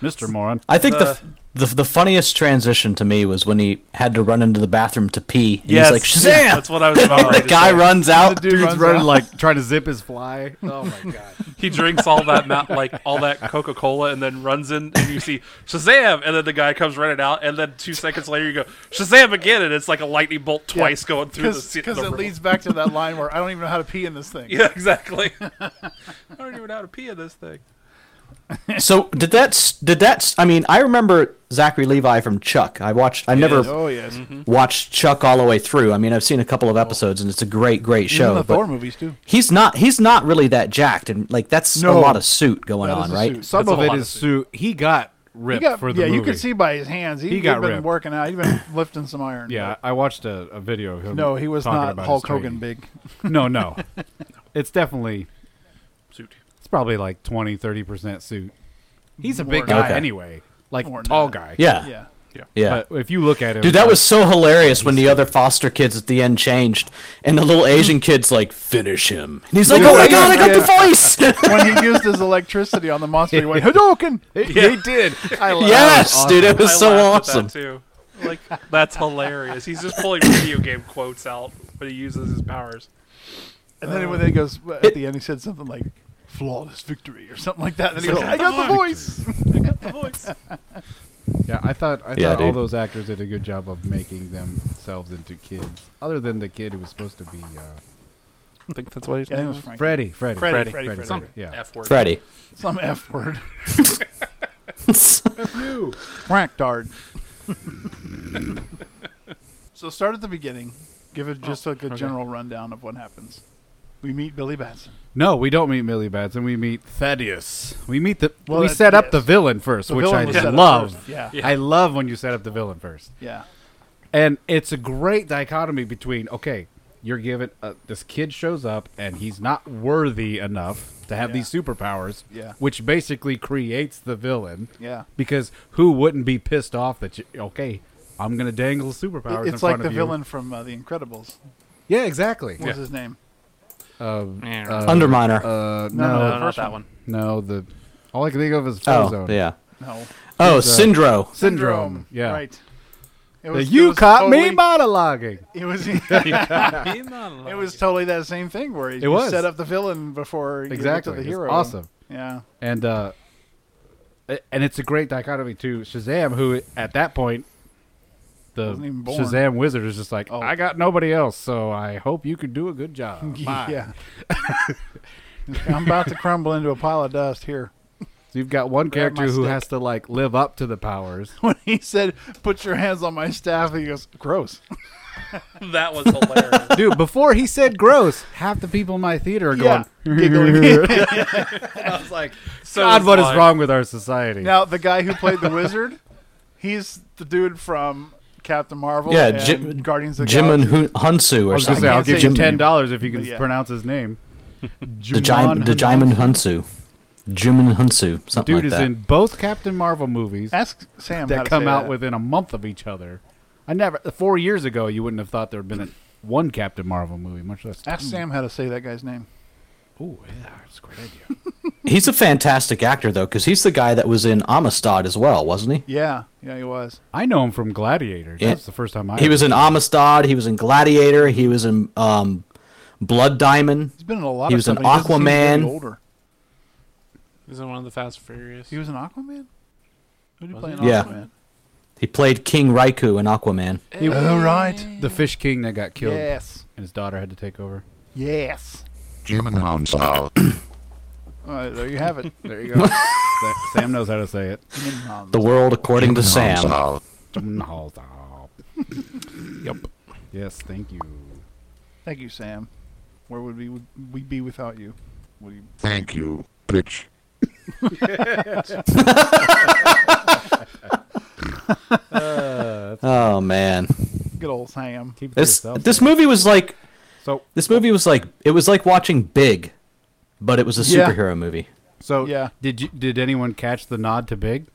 Speaker 1: Mister Moron?"
Speaker 2: I think the, the the funniest transition to me was when he had to run into the bathroom to pee. And He's like, Shazam!
Speaker 3: That's what I was about
Speaker 2: the
Speaker 3: to
Speaker 2: guy
Speaker 3: say.
Speaker 2: runs out.
Speaker 1: Dude's
Speaker 4: runs
Speaker 1: running
Speaker 4: out.
Speaker 1: like trying to zip his fly. Oh my god!
Speaker 3: He drinks all that ma- like all that Coca Cola and then runs in and you see Shazam and then the guy comes running out and then two seconds later you go Shazam again and it's like a lightning bolt twice going through the
Speaker 4: Because
Speaker 3: se-
Speaker 4: it
Speaker 3: the room.
Speaker 4: leads back to that line where I don't even know how to pee in this thing.
Speaker 3: Yeah, exactly. I don't even know how to pee in this thing.
Speaker 2: So did that? s- Did that? s- I mean, I remember Zachary Levi from Chuck. I watched. I never
Speaker 4: Oh yes.
Speaker 1: Mm-hmm.
Speaker 4: Even
Speaker 2: watched Chuck all the way through. I mean, I've seen a couple of episodes, and it's a great, great show.
Speaker 4: the
Speaker 2: but
Speaker 4: Thor movies too.
Speaker 2: he's not. He's not really that jacked, and like that's a
Speaker 4: No.
Speaker 2: lot of suit going
Speaker 4: That is
Speaker 2: on,
Speaker 4: a
Speaker 2: right?
Speaker 4: suit.
Speaker 1: Some
Speaker 3: That's a
Speaker 1: of it
Speaker 3: lot
Speaker 1: is
Speaker 3: of
Speaker 1: suit. He got
Speaker 4: He
Speaker 1: ripped
Speaker 4: got-
Speaker 1: for the
Speaker 4: yeah,
Speaker 1: movie.
Speaker 4: you can see by his hands. He, he
Speaker 1: got
Speaker 4: had been
Speaker 1: ripped.
Speaker 4: working out. He'd been lifting some iron.
Speaker 1: Yeah, I watched a, a video of him.
Speaker 4: No, he was
Speaker 1: talking
Speaker 4: not
Speaker 1: about
Speaker 4: Hulk
Speaker 1: his
Speaker 4: Hogan
Speaker 1: training.
Speaker 4: big.
Speaker 1: No, no, it's definitely
Speaker 3: Suit.
Speaker 1: it's probably like 20 30 percent suit. He's a
Speaker 4: More
Speaker 1: big guy
Speaker 2: Okay.
Speaker 1: anyway, like
Speaker 4: More than
Speaker 1: tall
Speaker 4: that.
Speaker 1: guy.
Speaker 2: Yeah, yeah.
Speaker 4: Yeah.
Speaker 1: But if you look at him,
Speaker 2: Dude, that
Speaker 1: like,
Speaker 2: was so hilarious when the other foster kids at the end changed, and the little Asian kid's like, "Finish him!" And he's like, "Oh my god, I got the voice!"
Speaker 4: when he used his electricity on the monster, he went Hadouken.
Speaker 1: He, he did. I love
Speaker 2: yes, dude, it was
Speaker 3: I
Speaker 2: so
Speaker 3: laughed at
Speaker 2: awesome.
Speaker 3: that too. Like that's hilarious. He's just pulling video game quotes out when he uses his powers.
Speaker 4: And
Speaker 1: Oh.
Speaker 4: then when he goes at the end, he said something like "flawless victory" or something like that. And he goes, "I got the voice."
Speaker 3: The voice.
Speaker 1: Yeah, I thought I
Speaker 2: Yeah,
Speaker 1: thought all
Speaker 2: dude.
Speaker 1: those actors did a good job of making themselves into kids. Other than the kid who was supposed to be uh,
Speaker 3: I think that's what he's
Speaker 4: Yeah, it was Frank.
Speaker 1: Freddy, Freddy,
Speaker 3: Freddy,
Speaker 4: Freddy, Freddy, Freddy.
Speaker 1: Freddy, yeah.
Speaker 3: F word.
Speaker 2: Freddy.
Speaker 4: Some F word.
Speaker 2: That's
Speaker 4: Frank Dard. so start at the beginning. Give it just
Speaker 1: Oh,
Speaker 4: like a general rundown of what happens. We meet Billy Batson.
Speaker 1: No, we don't meet Millie Batson. We meet Thaddeus. We meet the.
Speaker 4: Well,
Speaker 1: we
Speaker 4: that-
Speaker 1: set up
Speaker 4: yes.
Speaker 1: the villain first,
Speaker 4: The
Speaker 1: which
Speaker 4: villain
Speaker 1: I
Speaker 4: was set up
Speaker 1: love.
Speaker 4: first, yeah. Yeah.
Speaker 1: I love when you set up the villain first,
Speaker 4: Yeah.
Speaker 1: and it's a great dichotomy between okay, you're given uh, this kid shows up and he's not worthy enough to have
Speaker 4: Yeah.
Speaker 1: these superpowers,
Speaker 4: Yeah.
Speaker 1: which basically creates the villain.
Speaker 4: Yeah.
Speaker 1: because who wouldn't be pissed off that you, okay i'm gonna dangle superpowers in
Speaker 4: It's
Speaker 1: front
Speaker 4: like the
Speaker 1: of you.
Speaker 4: villain from uh, The Incredibles.
Speaker 1: yeah exactly
Speaker 4: What was his name?
Speaker 2: Underminer.
Speaker 1: uh
Speaker 4: No, no,
Speaker 1: no
Speaker 4: no.
Speaker 1: no,
Speaker 3: no, not that one.
Speaker 1: the all i can think of is
Speaker 2: oh,
Speaker 1: Frozone.
Speaker 2: yeah.
Speaker 4: No.
Speaker 2: Oh, Syndro.
Speaker 1: syndrome yeah
Speaker 4: Right. It
Speaker 1: The
Speaker 4: it
Speaker 1: you caught
Speaker 4: totally-
Speaker 1: me monologuing
Speaker 4: It was. it was totally that same thing where you
Speaker 1: was.
Speaker 4: set up the villain before you
Speaker 1: exactly
Speaker 4: get to
Speaker 1: It's
Speaker 4: the hero.
Speaker 1: awesome
Speaker 4: Yeah.
Speaker 1: and uh a- and it's a great dichotomy to shazam who at that point the
Speaker 4: Wasn't even born.
Speaker 1: Shazam wizard is just like,
Speaker 4: Oh.
Speaker 1: I got nobody else, so I hope you can do a good job. Bye."
Speaker 4: Yeah. I'm about to crumble into a pile of dust here.
Speaker 1: So you've got one
Speaker 4: Grab my
Speaker 1: character who
Speaker 4: stick.
Speaker 1: has to like live up to the powers,
Speaker 4: When he said, "Put your hands on my staff," he goes, "Gross."
Speaker 3: That was hilarious.
Speaker 1: Dude, before he said gross, half the people in my theater are
Speaker 4: Yeah,
Speaker 1: going.
Speaker 4: giggling.
Speaker 3: I was like, so
Speaker 1: God,
Speaker 3: was
Speaker 1: what is
Speaker 3: mine.
Speaker 1: wrong with our society?
Speaker 4: now the guy who played the wizard, he's the dude from Captain Marvel.
Speaker 2: Yeah,
Speaker 4: and
Speaker 2: Jim-
Speaker 4: Guardians of the
Speaker 2: Jim and
Speaker 4: Galaxy.
Speaker 2: Hun- Hunsu or
Speaker 1: I was gonna
Speaker 2: something.
Speaker 1: say I'll give you
Speaker 4: Jim-
Speaker 1: ten dollars if you can
Speaker 4: Yeah.
Speaker 1: pronounce his name.
Speaker 2: The Jim- the Jimon Hunsu. Jimon Hunsu. Something like
Speaker 1: dude is
Speaker 2: that.
Speaker 1: in both Captain Marvel movies
Speaker 4: Ask Sam how
Speaker 1: that
Speaker 4: to
Speaker 1: come
Speaker 4: say
Speaker 1: out
Speaker 4: that.
Speaker 1: within a month of each other. I never four years ago you wouldn't have thought there had been a, one Captain Marvel movie, much less.
Speaker 2: Hmm.
Speaker 4: Ask Sam how to say that guy's name.
Speaker 1: Oh yeah, that's a great idea.
Speaker 2: He's a fantastic actor, though, because he's the guy that was in Amistad as well, wasn't he?
Speaker 4: Yeah, yeah, he was.
Speaker 1: I know him from Gladiator.
Speaker 2: Yeah.
Speaker 1: That's the first time I.
Speaker 2: He was in Amistad. He was in Gladiator. He was in um, Blood Diamond.
Speaker 4: He's been in a lot.
Speaker 2: He
Speaker 4: of
Speaker 2: was
Speaker 4: stuff,
Speaker 2: an
Speaker 4: and doesn't seem really
Speaker 2: Aquaman.
Speaker 4: Older.
Speaker 3: He's in one of the Fast and Furious.
Speaker 4: He was an Aquaman. Who did he play in
Speaker 2: he? Yeah.
Speaker 4: Aquaman?
Speaker 2: He played King Raikou in Aquaman.
Speaker 1: He-
Speaker 4: All right.
Speaker 1: the fish king that got killed
Speaker 4: Yes.
Speaker 1: and his daughter had to take over.
Speaker 4: Yes.
Speaker 10: Jim and Hansel.
Speaker 4: All right, there you have it.
Speaker 1: There you go. Sa- Sam knows how to say it.
Speaker 2: The world according to Sam.
Speaker 10: Hansel.
Speaker 1: Mm, Hold up. yep. Yes, thank you.
Speaker 4: Thank you, Sam. Where would we would we be without you? Would you
Speaker 10: Thank you, bitch.
Speaker 2: Oh man,
Speaker 4: good old Sam?
Speaker 1: Keep it to
Speaker 2: this
Speaker 1: yourself.
Speaker 2: this movie was like
Speaker 1: so
Speaker 2: this movie was like it was like watching Big, but it was a
Speaker 4: Yeah.
Speaker 2: superhero movie.
Speaker 1: so
Speaker 4: Yeah.
Speaker 1: Did you did anyone catch the nod to Big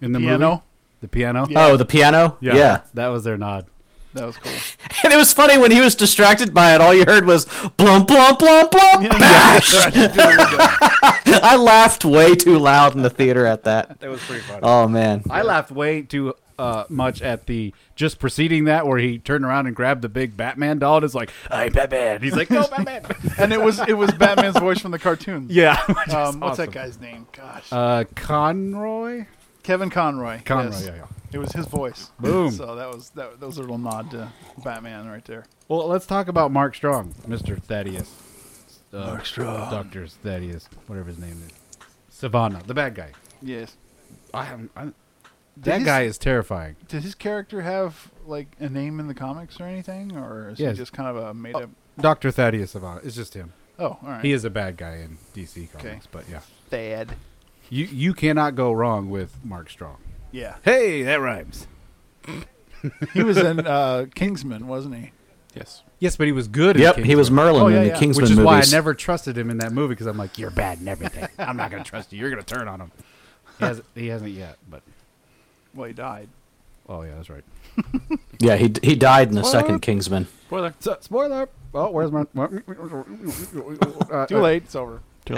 Speaker 1: in the movie?
Speaker 4: Piano?
Speaker 1: The piano.
Speaker 4: Yeah.
Speaker 2: Oh, the piano. yeah.
Speaker 1: that was their nod.
Speaker 4: That was cool.
Speaker 2: And it was funny when he was distracted by it, all you heard was blump, blump, blump, blump, bash. I laughed way too loud in the theater at that.
Speaker 1: That was pretty funny.
Speaker 2: Oh, man.
Speaker 1: I laughed way too uh, much at the just preceding that where he turned around and grabbed the big Batman doll and is like, "I'm Batman." He's like, "No, Batman."
Speaker 4: And it was it was Batman's voice from the cartoon.
Speaker 1: yeah.
Speaker 4: Um, what's that
Speaker 1: awesome.
Speaker 4: guy's name? Gosh,
Speaker 1: Uh, Conroy.
Speaker 4: Kevin Conroy.
Speaker 1: Conroy.
Speaker 4: yes.
Speaker 1: Yeah, yeah.
Speaker 4: It was his voice.
Speaker 1: Boom.
Speaker 4: So that was that, that was a little nod to Batman right there.
Speaker 1: Well, let's talk about Mark Strong, Mr. Thaddeus. Uh,
Speaker 4: Mark Strong.
Speaker 1: Doctor Thaddeus, whatever his name is. Savannah, the bad guy.
Speaker 4: Yes.
Speaker 1: I haven't. I,
Speaker 4: Did
Speaker 1: that
Speaker 4: his-
Speaker 1: guy is terrifying.
Speaker 4: Did his character have like a name in the comics or anything, or is
Speaker 1: Yes.
Speaker 4: he just kind of a made up?
Speaker 1: Doctor Thaddeus Savannah. It's just him.
Speaker 4: Oh, all right.
Speaker 1: He is a bad guy in DC comics, but yeah,
Speaker 4: Thad.
Speaker 1: you you cannot go wrong with Mark Strong.
Speaker 4: Yeah.
Speaker 1: Hey, that rhymes.
Speaker 4: He was in uh, Kingsman, wasn't he?
Speaker 3: Yes.
Speaker 1: Yes, but he was good.
Speaker 2: Yep,
Speaker 1: in
Speaker 2: he was
Speaker 1: Kingsman,
Speaker 2: Merlin
Speaker 4: Oh, yeah,
Speaker 2: in the
Speaker 4: yeah.
Speaker 2: Kingsman
Speaker 1: which is
Speaker 2: movies.
Speaker 1: why I never trusted him in that movie because I'm like, you're bad in everything. I'm not gonna trust you. You're gonna turn on him. He hasn't, he hasn't yet, but
Speaker 4: Well, he died.
Speaker 1: oh yeah, that's right.
Speaker 2: Yeah, he, he died in the second Kingsman.
Speaker 3: Spoiler.
Speaker 1: So, spoiler. Oh, where's my? uh,
Speaker 4: Too late. It's over.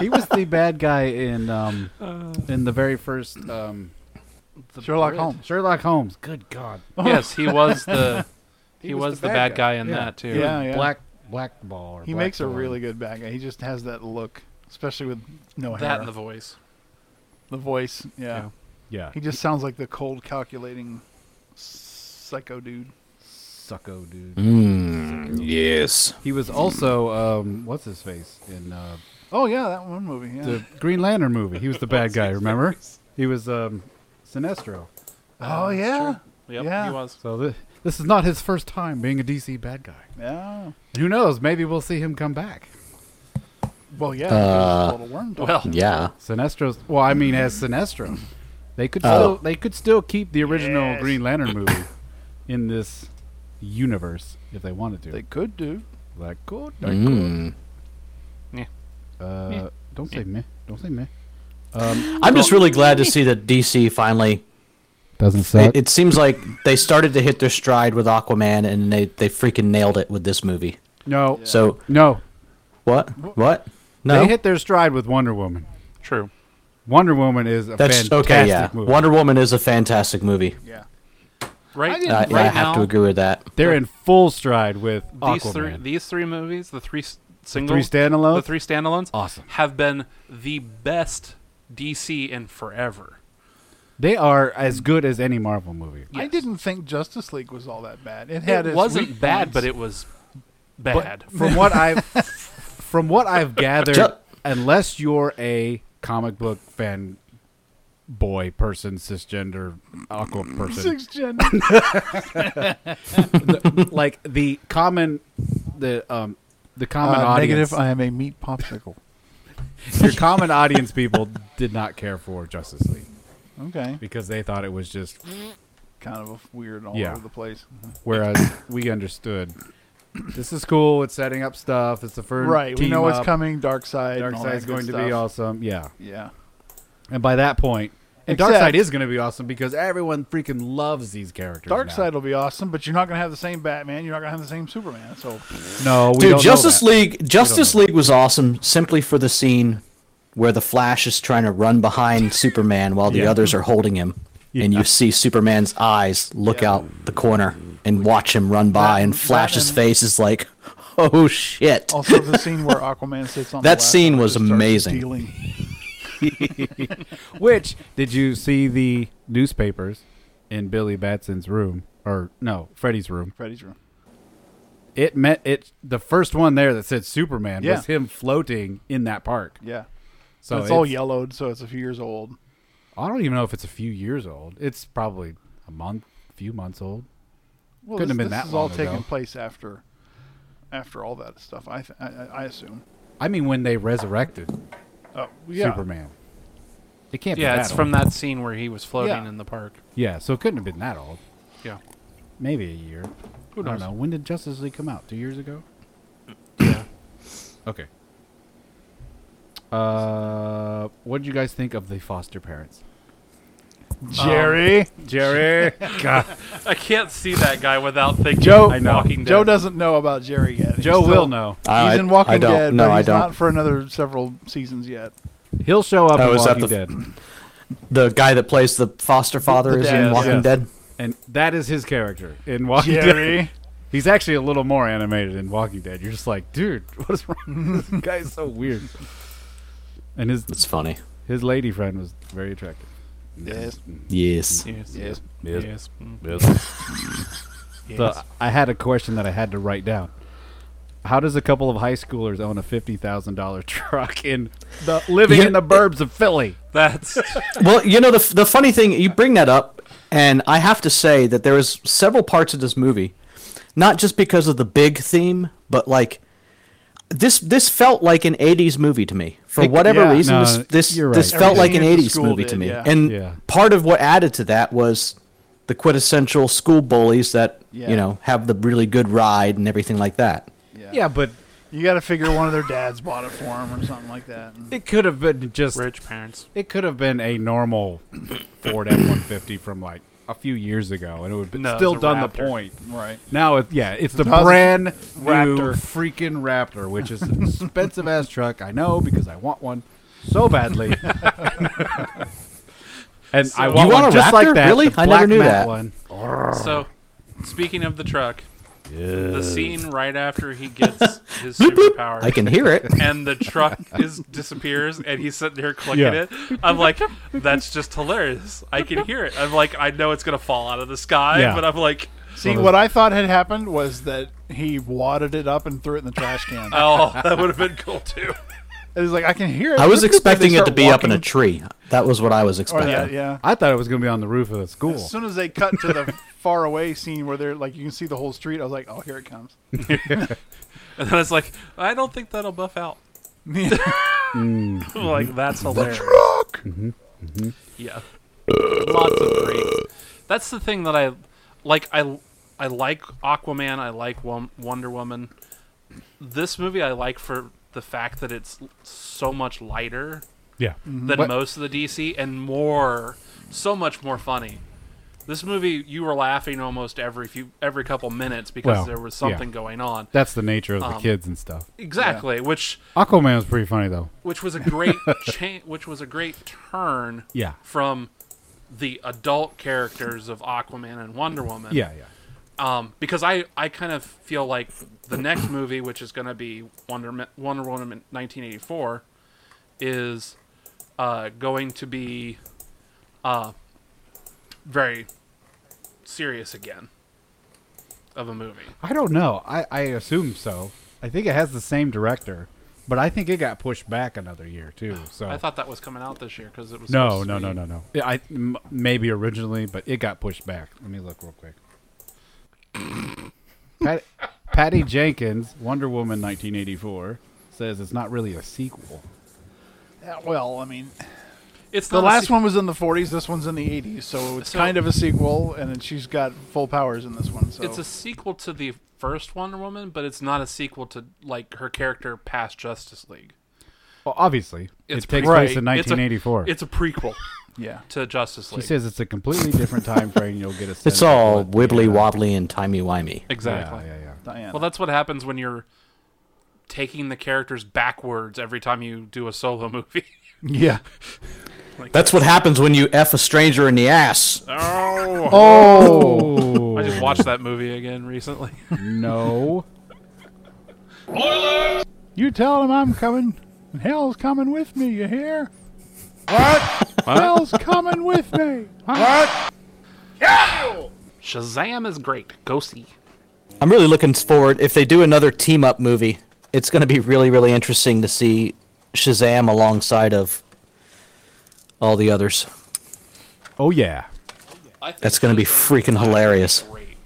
Speaker 1: he was the bad guy in um in the very first um
Speaker 4: Sherlock Holmes.
Speaker 1: Sherlock Holmes. Good God.
Speaker 8: yes, he was the he, was, the bad, guy, in
Speaker 1: Yeah.
Speaker 8: that too.
Speaker 4: Yeah, yeah.
Speaker 1: Black Black Ball. Or
Speaker 4: He
Speaker 1: Black
Speaker 4: makes a
Speaker 1: Ball.
Speaker 4: really good bad guy. He just has that look, especially with no hair.
Speaker 8: That and the voice.
Speaker 4: The voice. Yeah.
Speaker 8: Yeah.
Speaker 1: yeah
Speaker 4: He just sounds like the cold, calculating psycho dude.
Speaker 1: sucko dude.
Speaker 2: Mm. Yes.
Speaker 1: He was also um what's his face in uh,
Speaker 4: Oh yeah, that one movie. Yeah.
Speaker 1: the Green Lantern movie. He was the bad guy. Remember? He was um Sinestro.
Speaker 4: oh yeah.
Speaker 3: Yep,
Speaker 4: Yeah.
Speaker 3: he was.
Speaker 1: So th- this is not his first time being a DC bad guy.
Speaker 4: Yeah.
Speaker 1: Who knows? Maybe we'll see him come back.
Speaker 4: Well yeah. Uh, little worm dog.
Speaker 3: Well,
Speaker 2: Yeah.
Speaker 1: Sinestro's. Well, I mean, as Sinestro, they could
Speaker 2: Oh.
Speaker 1: still they could still keep the original
Speaker 4: Yes.
Speaker 1: Green Lantern movie in this universe if they wanted to.
Speaker 4: They could do.
Speaker 1: like cool,
Speaker 2: Mm.
Speaker 1: Uh, Don't say meh. Don't say meh.
Speaker 2: I'm just really glad to see that DC finally.
Speaker 1: Doesn't
Speaker 2: It, it seems like they started to hit their stride with Aquaman, and they, they freaking nailed it with this movie.
Speaker 1: no,
Speaker 2: So
Speaker 1: no.
Speaker 2: what? What? No.
Speaker 1: They hit their stride with Wonder Woman.
Speaker 3: True.
Speaker 1: Wonder Woman is a
Speaker 2: That's
Speaker 1: fantastic
Speaker 2: okay. Yeah,
Speaker 1: movie.
Speaker 2: Wonder Woman is a fantastic movie.
Speaker 4: Yeah.
Speaker 8: Right,
Speaker 2: I,
Speaker 8: right
Speaker 2: I
Speaker 8: now,
Speaker 2: have to agree with that.
Speaker 1: They're in full stride with
Speaker 8: these
Speaker 1: Aquaman.
Speaker 8: three these three movies, the three s-
Speaker 1: three
Speaker 8: singles,
Speaker 1: standalones?
Speaker 8: the three standalones,
Speaker 1: Awesome.
Speaker 8: have been the best DC in forever.
Speaker 1: They are as good as any Marvel movie.
Speaker 4: I
Speaker 8: Yes.
Speaker 4: didn't think Justice League was all that bad. It had
Speaker 8: It
Speaker 4: its
Speaker 8: wasn't
Speaker 4: weak
Speaker 8: bad,
Speaker 4: points.
Speaker 8: but it was bad.
Speaker 1: From what I from what I've gathered,
Speaker 2: Ju-
Speaker 1: unless you're a comic book fan boy person, cisgender aqua person,
Speaker 4: six gen.
Speaker 1: like the common the um the common
Speaker 4: Uh,
Speaker 1: audience
Speaker 4: negative. I am a meat popsicle.
Speaker 1: your common audience people did not care for Justice League
Speaker 4: Okay.
Speaker 1: because they thought it was just
Speaker 4: Kind of a f- weird all
Speaker 1: Yeah.
Speaker 4: over the place.
Speaker 1: whereas we understood this is cool, it's setting up stuff, it's the first
Speaker 4: Right. We
Speaker 1: team
Speaker 4: know
Speaker 1: up,
Speaker 4: it's coming. Dark side.
Speaker 1: Dark Side's going to be awesome. Yeah.
Speaker 4: Yeah.
Speaker 1: And by that point, and
Speaker 4: Except-
Speaker 1: Darkseid is going to be awesome because everyone freaking loves these characters.
Speaker 4: Dark
Speaker 1: now.
Speaker 4: side will be awesome, but you're not going to have the same Batman. You're not going to have the same Superman. So
Speaker 1: no, we
Speaker 2: Dude,
Speaker 1: don't
Speaker 2: Justice
Speaker 1: know that.
Speaker 2: League Justice League was awesome simply for the scene where the Flash is trying to run behind Superman while the
Speaker 1: Yeah.
Speaker 2: others are holding him. And you see Superman's eyes look out the corner and watch him run by, and Flash's
Speaker 4: and-
Speaker 2: face is like, "Oh shit!"
Speaker 4: also the scene where Aquaman sits on the
Speaker 2: That
Speaker 4: laptop
Speaker 2: scene was
Speaker 4: just starts
Speaker 2: amazing.
Speaker 4: dealing.
Speaker 1: Which did you see the newspapers in Billy Batson's room or no Freddy's room?
Speaker 4: Freddy's room.
Speaker 1: It meant it. The first one there that said Superman
Speaker 4: Yeah.
Speaker 1: was him floating in that park.
Speaker 4: Yeah.
Speaker 1: So
Speaker 4: it's, all yellowed, so it's a few years old.
Speaker 1: I don't even know if it's a few years old. It's probably a month, few months old.
Speaker 4: Well,
Speaker 1: Couldn't have
Speaker 4: this,
Speaker 1: been
Speaker 4: this
Speaker 1: that
Speaker 4: is all
Speaker 1: long
Speaker 4: taking
Speaker 1: ago.
Speaker 4: place after, after all that stuff. I th- I, I I assume.
Speaker 1: I mean, when they resurrected
Speaker 4: Oh yeah.
Speaker 1: Superman, it can't. be
Speaker 8: Yeah,
Speaker 1: that
Speaker 8: it's
Speaker 1: old.
Speaker 8: from that scene where he was floating
Speaker 4: Yeah.
Speaker 8: in the park.
Speaker 1: Yeah, so it couldn't have been that old.
Speaker 8: Yeah.
Speaker 1: Maybe a year. Who knows? I don't know. When did Justice League come out? Two years ago? yeah. Okay. Uh, what did you guys think of the foster parents?
Speaker 4: Jerry.
Speaker 2: Um,
Speaker 1: Jerry.
Speaker 3: I can't see that guy without thinking
Speaker 4: Joe.
Speaker 3: I know. Walking
Speaker 4: Joe
Speaker 3: Dead.
Speaker 4: doesn't know about Jerry yet. He's
Speaker 1: Joe
Speaker 4: still-
Speaker 1: will know.
Speaker 2: I-
Speaker 4: He's in Walking
Speaker 2: I don't.
Speaker 4: Dead,
Speaker 2: No,
Speaker 4: but
Speaker 2: I
Speaker 4: he's
Speaker 2: don't.
Speaker 4: not for another several seasons yet.
Speaker 1: He'll show up
Speaker 2: I
Speaker 1: in
Speaker 2: was at
Speaker 1: Walking
Speaker 2: the-
Speaker 1: Dead,
Speaker 2: The guy that plays the foster father is
Speaker 4: dad,
Speaker 2: in Walking
Speaker 1: yes.
Speaker 2: Dead.
Speaker 1: and that is his character in Walking Dead.
Speaker 4: Jerry.
Speaker 1: He's actually a little more animated in Walking Dead. You're just like, dude, what is wrong? this guy's so weird. And his
Speaker 2: It's funny.
Speaker 1: his lady friend was very attractive.
Speaker 4: yes.
Speaker 2: Yes.
Speaker 8: Yes.
Speaker 4: Yes.
Speaker 8: Yes. Mm-hmm.
Speaker 1: So I had a question that I had to write down. How does a couple of high schoolers own a fifty thousand dollar truck in the living
Speaker 2: You-
Speaker 1: in the burbs of Philly?
Speaker 3: That's
Speaker 2: Well, you know the f- the funny thing you bring that up, and I have to say that there is several parts of this movie, not just because of the big theme, but like this this felt like an '80s movie to me for whatever
Speaker 4: yeah,
Speaker 2: reason.
Speaker 1: no,
Speaker 2: this this,
Speaker 1: you're
Speaker 2: this
Speaker 1: right.
Speaker 2: felt like an
Speaker 4: Everything at the
Speaker 2: '80s
Speaker 4: school
Speaker 2: movie
Speaker 4: did,
Speaker 2: to me,
Speaker 4: yeah.
Speaker 2: and
Speaker 1: Yeah.
Speaker 2: part of what added to that was the quintessential school bullies that
Speaker 4: Yeah.
Speaker 2: you know have the really good ride and everything like that.
Speaker 4: Yeah.
Speaker 1: Yeah, but
Speaker 4: You got to figure one of their dads bought it for him or something like that. And-
Speaker 1: it could have been just
Speaker 8: Rich parents.
Speaker 1: it could have been a normal Ford F one fifty from like a few years ago, and it would have been
Speaker 8: No, it's
Speaker 1: still
Speaker 8: a
Speaker 1: done the
Speaker 8: Raptor.
Speaker 1: point.
Speaker 4: right.
Speaker 1: Now, it, yeah, it's the
Speaker 4: Another
Speaker 1: brand new
Speaker 4: Raptor.
Speaker 1: freaking Raptor, which is an expensive ass truck. I know because I want one so badly. and I want,
Speaker 2: You want
Speaker 1: one
Speaker 2: a
Speaker 1: just like
Speaker 2: Raptor?
Speaker 1: that.
Speaker 2: Really?
Speaker 1: the
Speaker 2: I never
Speaker 1: black
Speaker 2: knew
Speaker 1: matte
Speaker 2: that.
Speaker 1: One.
Speaker 8: So, speaking of the truck, the scene right after he gets his superpower.
Speaker 2: I can hear it.
Speaker 8: and the truck is disappears and he's sitting there clicking
Speaker 1: Yeah.
Speaker 8: it. I'm like, that's just hilarious. I can hear it. I'm like, I know it's gonna fall out of the sky,
Speaker 1: Yeah.
Speaker 8: but I'm like,
Speaker 4: See, what I thought had happened was that he wadded it up and threw it in the trash can. it
Speaker 8: oh, that would have been cool too.
Speaker 4: was like I can hear it.
Speaker 2: I was
Speaker 4: They
Speaker 2: expecting it to
Speaker 4: start
Speaker 2: be up in a
Speaker 4: walking
Speaker 2: tree. That was what I was
Speaker 4: or
Speaker 2: expecting.
Speaker 4: that, yeah.
Speaker 1: I thought it was going to be on the roof of the school.
Speaker 4: As soon as they cut to the far away scene where they're like you can see the whole street, I was like, oh, here it comes.
Speaker 8: And then it's like, I don't think that'll buff out. I'm like that's hilarious. Yeah, lots of great. That's the thing that I like. I I like Aquaman. I like Wom- Wonder Woman. This movie I like for the fact that it's l- so much lighter
Speaker 1: yeah.
Speaker 8: than
Speaker 4: What-
Speaker 8: most of the DC and more, so much more funny. This movie, you were laughing almost every few, every couple minutes because
Speaker 1: Well,
Speaker 8: there was
Speaker 1: yeah.
Speaker 8: something going on.
Speaker 1: That's the nature of the
Speaker 8: Um,
Speaker 1: kids and stuff.
Speaker 8: Exactly, which
Speaker 1: Aquaman was pretty funny, though.
Speaker 8: which was a great cha- which was a great turn
Speaker 1: Yeah.
Speaker 8: from the adult characters of Aquaman and Wonder Woman.
Speaker 1: Yeah, yeah.
Speaker 8: Um, because I, I kind of feel like the next movie, which is going to be Wonder Ma- Wonder Woman 1984, is uh, going to be uh, very serious again of a movie.
Speaker 1: I don't know. I, I assume so. I think it has the same director, but I think it got pushed back another year, too. So
Speaker 8: I thought that was coming out this year because it
Speaker 1: Oh.
Speaker 8: was
Speaker 1: No,
Speaker 8: supposed to
Speaker 1: no, no,
Speaker 8: be-
Speaker 1: no, no. Yeah, I m- maybe originally, but it got pushed back. Let me look real quick. Pat, Patty Jenkins, Wonder Woman, 1984, says it's not really a sequel.
Speaker 4: Yeah, well, I mean,
Speaker 8: It's
Speaker 4: the
Speaker 8: not a
Speaker 4: last
Speaker 8: se-
Speaker 4: one was in the 40s. This one's in the 80s, so it's
Speaker 8: So-
Speaker 4: kind of a sequel. And then she's got full powers in this one. So
Speaker 8: It's a sequel to the first Wonder Woman, but it's not a sequel to like her character past Justice League.
Speaker 1: Well, obviously,
Speaker 8: It's
Speaker 1: it takes
Speaker 8: pre-
Speaker 1: place in
Speaker 8: right. It's a-
Speaker 1: 1984.
Speaker 8: It's a prequel
Speaker 4: yeah.
Speaker 8: to Justice League.
Speaker 1: she says it's a completely different time frame. You'll get a. sense
Speaker 2: It's
Speaker 1: of
Speaker 2: all
Speaker 1: what-
Speaker 2: wibbly wobbly and timey wimey.
Speaker 8: exactly.
Speaker 1: Yeah, yeah, yeah.
Speaker 4: Diana.
Speaker 8: Well, that's what happens when you're taking the characters backwards every time you do a solo movie.
Speaker 4: yeah.
Speaker 2: That's what happens when you f a stranger in the ass.
Speaker 8: oh,
Speaker 4: Oh,
Speaker 8: I just watched that movie again recently.
Speaker 1: no.
Speaker 4: you tell him I'm coming. And hell's coming with me. You hear? Hell's coming with me.
Speaker 8: Shazam is great. Go see.
Speaker 2: I'm really looking forward. If they do another team up movie, it's going to be really, really interesting to see Shazam alongside of all the others.
Speaker 1: Oh yeah,
Speaker 2: That's going to be freaking hilarious.
Speaker 8: Great.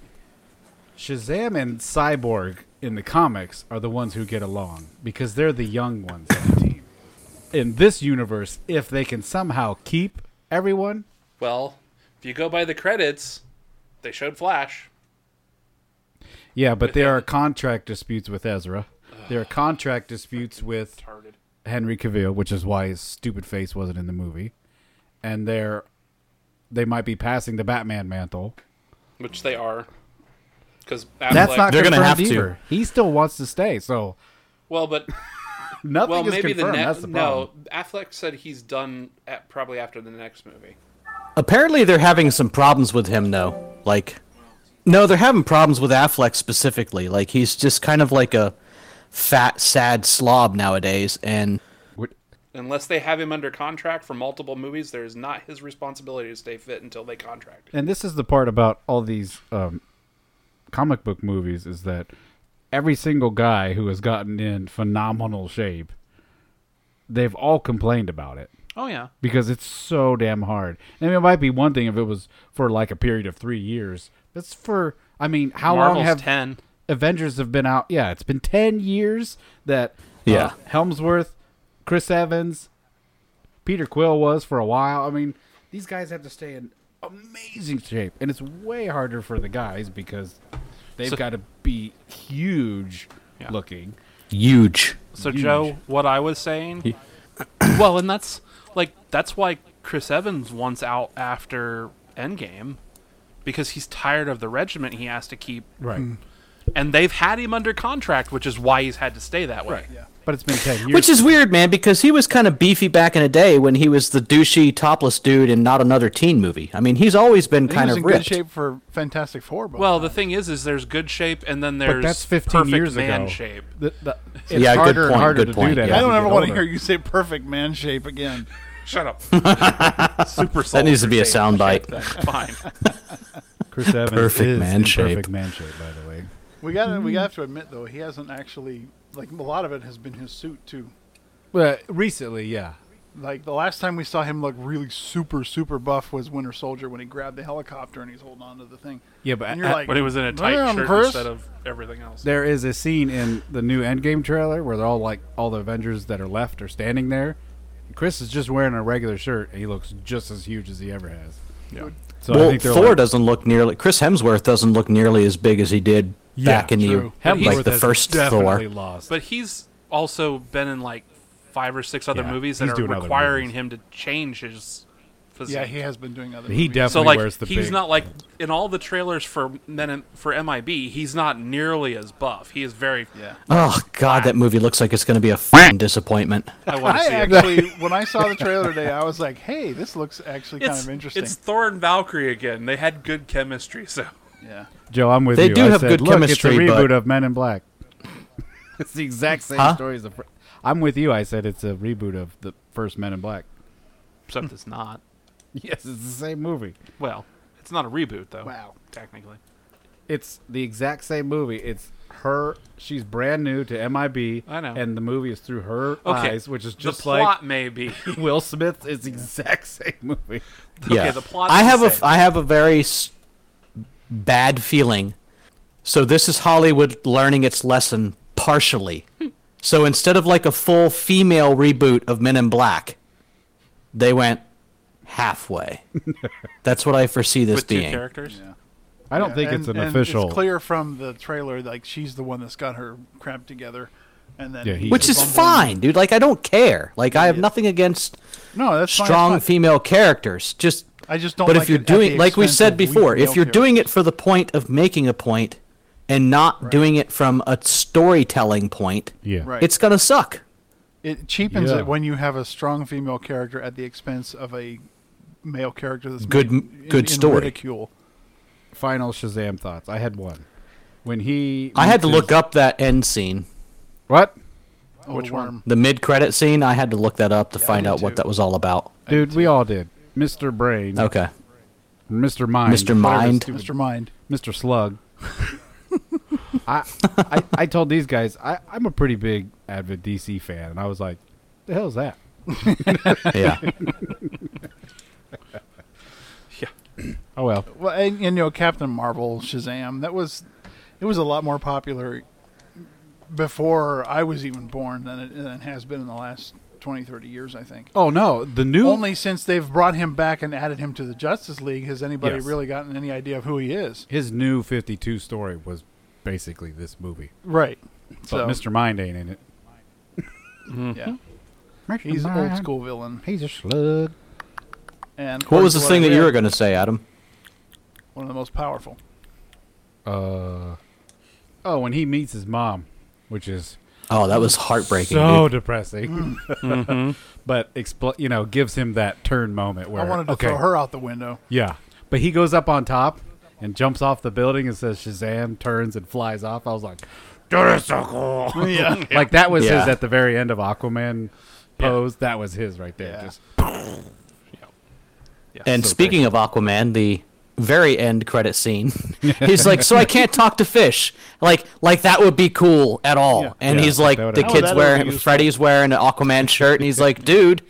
Speaker 1: Shazam and Cyborg in the comics are the ones who get along because they're the young ones on the team. In this universe, if they can somehow keep everyone,
Speaker 8: Well, if you go by the credits, they showed Flash.
Speaker 1: yeah, but there are contract disputes with Ezra. There are contract disputes with Henry Cavill, which is why his stupid face wasn't in the movie. And they're they might be passing the Batman mantle.
Speaker 8: Which they are. Because
Speaker 1: That's not
Speaker 2: They're gonna
Speaker 1: confirmed
Speaker 2: have to.
Speaker 1: either. He still wants to stay, so
Speaker 8: well, but
Speaker 1: nothing
Speaker 8: well,
Speaker 1: is
Speaker 8: maybe the
Speaker 1: confirmed. That's
Speaker 8: next.
Speaker 1: the problem.
Speaker 8: No, Affleck said he's done at, probably after the next movie.
Speaker 2: Apparently, they're having some problems with him, though. Like, no, they're having problems with Affleck specifically. Like, he's just kind of like a fat, sad slob nowadays. And
Speaker 8: Unless they have him under contract for multiple movies, there is not his responsibility to stay fit until they contract.
Speaker 1: and this is the part about all these um, comic book movies is that every single guy who has gotten in phenomenal shape, they've all complained about it
Speaker 8: Oh yeah,
Speaker 1: because it's so damn hard. I mean, it might be one thing if it was for like a period of three years. That's for I mean, how long
Speaker 8: Marvel's
Speaker 1: have
Speaker 8: ten.
Speaker 1: Avengers have been out? Yeah, it's been ten years that uh,
Speaker 2: Yeah.
Speaker 1: Helmsworth, Chris Evans, Peter Quill was for a while. I mean, these guys have to stay in amazing shape, and it's way harder for the guys because they've
Speaker 8: So-
Speaker 1: got to be huge looking.
Speaker 2: huge.
Speaker 8: So Joe, what I was saying, well, and that's like that's why Chris Evans wants out after Endgame because he's tired of the regiment he has to keep,
Speaker 1: Right,
Speaker 8: and they've had him under contract, which is why he's had to stay that way.
Speaker 1: but it's been ten years.
Speaker 2: Which is weird, man, because he was kind of beefy back in the day when he was the douchey, topless dude in not another teen movie. I mean, he's always been
Speaker 4: He
Speaker 2: kind
Speaker 4: was
Speaker 2: of
Speaker 4: in
Speaker 2: ripped.
Speaker 4: good shape for Fantastic Four, but
Speaker 8: Well, the thing is, is there's good shape, and then there's
Speaker 1: but that's fifteen
Speaker 8: perfect
Speaker 1: years
Speaker 8: man
Speaker 1: ago.
Speaker 8: shape.
Speaker 1: The- the- it's
Speaker 2: Yeah, good
Speaker 1: harder and
Speaker 2: point,
Speaker 1: harder
Speaker 2: good
Speaker 1: to do
Speaker 2: point,
Speaker 1: that.
Speaker 2: yeah.
Speaker 1: as
Speaker 4: I don't
Speaker 1: you
Speaker 4: ever
Speaker 1: get
Speaker 4: want to
Speaker 1: older.
Speaker 4: hear you say perfect man shape again.
Speaker 8: Shut up.
Speaker 3: Super
Speaker 2: That needs to be a soundbite.
Speaker 8: Fine.
Speaker 1: Chris Evans
Speaker 2: Perfect
Speaker 1: is
Speaker 2: man
Speaker 1: in
Speaker 2: shape.
Speaker 1: Perfect man shape, by the way.
Speaker 4: We got to we have to admit though, he hasn't actually like a lot of it has been his suit too.
Speaker 1: But recently, yeah,
Speaker 4: Like the last time we saw him look really super super buff was Winter Soldier when he grabbed the helicopter and he's holding on to the thing.
Speaker 1: yeah, but
Speaker 4: And you're
Speaker 1: I-
Speaker 4: like,
Speaker 8: But it was in a tight
Speaker 4: "Damn,
Speaker 8: shirt
Speaker 4: Chris."
Speaker 8: instead of everything else.
Speaker 1: there is a scene in the new Endgame trailer where they're all like all the Avengers that are left are standing there. Chris is just wearing a regular shirt and he looks just as huge as he ever has. Yeah. So I
Speaker 2: Well,
Speaker 1: think they're
Speaker 2: Thor
Speaker 1: like,
Speaker 2: doesn't look nearly. Chris Hemsworth doesn't look nearly as big as he did
Speaker 1: Yeah,
Speaker 2: back in
Speaker 1: true.
Speaker 2: the
Speaker 1: Hemsworth
Speaker 2: like the
Speaker 1: has
Speaker 2: first
Speaker 1: definitely
Speaker 2: Thor.
Speaker 1: Lost.
Speaker 8: But he's also been in like five or six other
Speaker 1: Yeah,
Speaker 8: movies
Speaker 1: he's
Speaker 8: that are
Speaker 1: doing other
Speaker 8: requiring
Speaker 1: movies.
Speaker 8: him to change his physique.
Speaker 4: Yeah, he has been doing other.
Speaker 1: he
Speaker 4: movies.
Speaker 1: definitely
Speaker 8: so like
Speaker 1: wears the
Speaker 8: he's
Speaker 1: big.
Speaker 8: not like in all the trailers for men in, for MIB, he's not nearly as buff. He is very.
Speaker 4: Yeah.
Speaker 2: Oh god, that movie looks like it's going to be a fucking disappointment.
Speaker 8: I want to
Speaker 4: I
Speaker 8: see it.
Speaker 4: actually, when I saw the trailer today, I was like, "Hey, this looks actually kind
Speaker 8: It's,
Speaker 4: of interesting."
Speaker 8: it's Thor and Valkyrie again. They had good chemistry, so
Speaker 4: yeah,
Speaker 1: Joe, I'm with
Speaker 2: They
Speaker 1: you.
Speaker 2: do
Speaker 1: I
Speaker 2: have
Speaker 1: said,
Speaker 2: good
Speaker 1: Look, It's a
Speaker 2: chemistry,
Speaker 1: reboot
Speaker 2: but-
Speaker 1: of Men in Black. it's the exact same
Speaker 2: Huh?
Speaker 1: story as the. Fir- I'm with you. I said it's a reboot of the first Men in Black.
Speaker 8: except it's not.
Speaker 1: Yes, it's the same movie.
Speaker 8: Well, it's not a reboot though.
Speaker 4: Wow.
Speaker 8: technically.
Speaker 1: It's the exact same movie. It's her. She's brand new to MIB.
Speaker 8: I know.
Speaker 1: And the movie is through her
Speaker 8: Okay,
Speaker 1: eyes, which is just
Speaker 8: the
Speaker 1: like
Speaker 8: plot maybe.
Speaker 1: Will Smith is the exact same movie.
Speaker 8: Okay, the plot's
Speaker 2: I
Speaker 8: the
Speaker 2: have a
Speaker 8: same.
Speaker 2: I have a very s- bad feeling. So this is Hollywood learning its lesson partially. so instead of like a full female reboot of Men in Black, they went halfway. That's what I foresee this
Speaker 8: with two
Speaker 2: being.
Speaker 8: characters.
Speaker 1: I don't think
Speaker 4: And-
Speaker 1: it's an
Speaker 4: and
Speaker 1: official.
Speaker 4: It's clear from the trailer, like she's the one that's got her cramped together, and then
Speaker 1: Yeah, he-
Speaker 4: he's
Speaker 2: Which
Speaker 4: the
Speaker 2: is
Speaker 4: bumbling-
Speaker 2: fine, dude. Like I don't care. Like I have nothing against
Speaker 4: No, that's fine,
Speaker 2: strong
Speaker 4: it's fine.
Speaker 2: female characters. Just
Speaker 4: I just don't
Speaker 2: But
Speaker 4: like
Speaker 2: if you're
Speaker 4: it at the
Speaker 2: doing, like we
Speaker 4: expense
Speaker 2: said
Speaker 4: of weak
Speaker 2: before, if
Speaker 4: male
Speaker 2: you're doing it for the point of making a point, and not doing it from a storytelling point,
Speaker 1: yeah.
Speaker 4: Right.
Speaker 2: it's gonna suck.
Speaker 4: It cheapens
Speaker 1: Yeah.
Speaker 4: it when you have a strong female character at the expense of a male character that's
Speaker 2: Good-
Speaker 4: made in-
Speaker 2: good
Speaker 4: in
Speaker 2: story.
Speaker 4: Ridicule.
Speaker 1: Final Shazam thoughts. I had one. When he.
Speaker 2: I had to
Speaker 1: meets
Speaker 2: look
Speaker 1: his-
Speaker 2: up that end scene.
Speaker 1: What?
Speaker 4: Oh, Which worm.
Speaker 2: The mid credit scene, I had to look that up to find
Speaker 4: did
Speaker 2: out
Speaker 4: too.
Speaker 2: what that was all about.
Speaker 1: Dude, we all did. Mr. Brain,
Speaker 2: Okay.
Speaker 1: Mr. Mind,
Speaker 2: Mr.
Speaker 1: whatever
Speaker 2: Mind.
Speaker 1: stupid-
Speaker 4: Mr. Mind.
Speaker 1: Mr. Slug. I, I I told these guys I, I'm a pretty big avid DC fan, and I was like, "The hell's that?"
Speaker 2: Yeah.
Speaker 1: Oh well,
Speaker 4: Well, and, and you know, Captain Marvel, Shazam. That was, it was a lot more popular before I was even born than it, than it has been in the last 20, 30 years. I think.
Speaker 1: Oh no, the new
Speaker 4: Only since they've brought him back and added him to the Justice League has anybody
Speaker 1: Yes.
Speaker 4: really gotten any idea of who he is.
Speaker 1: his new 52 story was basically this movie,
Speaker 4: Right.
Speaker 1: but
Speaker 4: So
Speaker 1: Mr. Mind ain't in it.
Speaker 4: yeah, Hmm? he's an old school villain.
Speaker 1: He's a slug.
Speaker 4: And
Speaker 2: what was the
Speaker 4: according to
Speaker 2: thing
Speaker 4: I
Speaker 2: that you
Speaker 4: read,
Speaker 2: were going to say, Adam?
Speaker 4: One of the most powerful.
Speaker 1: Uh, oh, when he meets his mom, which is
Speaker 2: Oh, that was heartbreaking.
Speaker 1: so
Speaker 2: dude.
Speaker 1: depressing, but expl- you know gives him that turn moment where
Speaker 4: Mm. I wanted to
Speaker 1: okay,
Speaker 4: throw her out the window.
Speaker 1: Yeah. But he goes up on top and jumps off the building and says Shazam, turns and flies off. I was like, that is so cool.
Speaker 4: Yeah.
Speaker 1: like that was his
Speaker 2: Yeah.
Speaker 1: at the very end of Aquaman pose. That was his right there.
Speaker 4: Yeah.
Speaker 1: Just
Speaker 2: And
Speaker 1: so
Speaker 2: speaking of Aquaman, the very end credit scene, he's like, "So I can't talk to fish, like, like that would be cool at all."
Speaker 1: Yeah.
Speaker 2: And
Speaker 1: Yeah,
Speaker 2: he's like,
Speaker 1: that would
Speaker 2: "The
Speaker 1: have-
Speaker 4: Oh,
Speaker 2: kid's
Speaker 4: that would be
Speaker 2: wearing,
Speaker 4: useful.
Speaker 2: Freddy's wearing an Aquaman shirt," and he's like, "Dude,"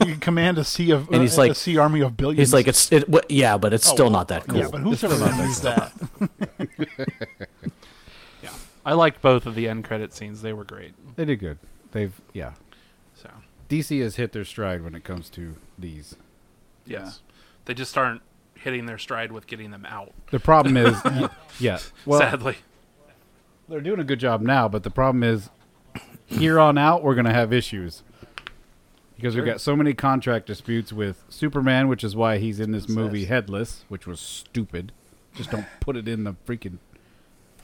Speaker 4: You can command a sea of
Speaker 2: And he's
Speaker 4: uh, a
Speaker 2: like-
Speaker 4: sea army of billions.
Speaker 2: he's like, "It's, it, w- yeah, but
Speaker 1: Oh,
Speaker 2: it's still not that cool."
Speaker 4: Yeah, but who's ever used that?
Speaker 8: I liked both of the end credit scenes. They were great.
Speaker 1: they did good. They've yeah.
Speaker 8: So
Speaker 1: DC has hit their stride when it comes to these.
Speaker 8: yes, they just aren't hitting their stride with getting them out.
Speaker 1: The problem is yeah. Well,
Speaker 8: sadly,
Speaker 1: they're doing a good job now, but the problem is here on out we're going to have issues. Because we've got so many contract disputes with Superman, which is why he's in this movie headless, which was stupid. Just don't put it in the freaking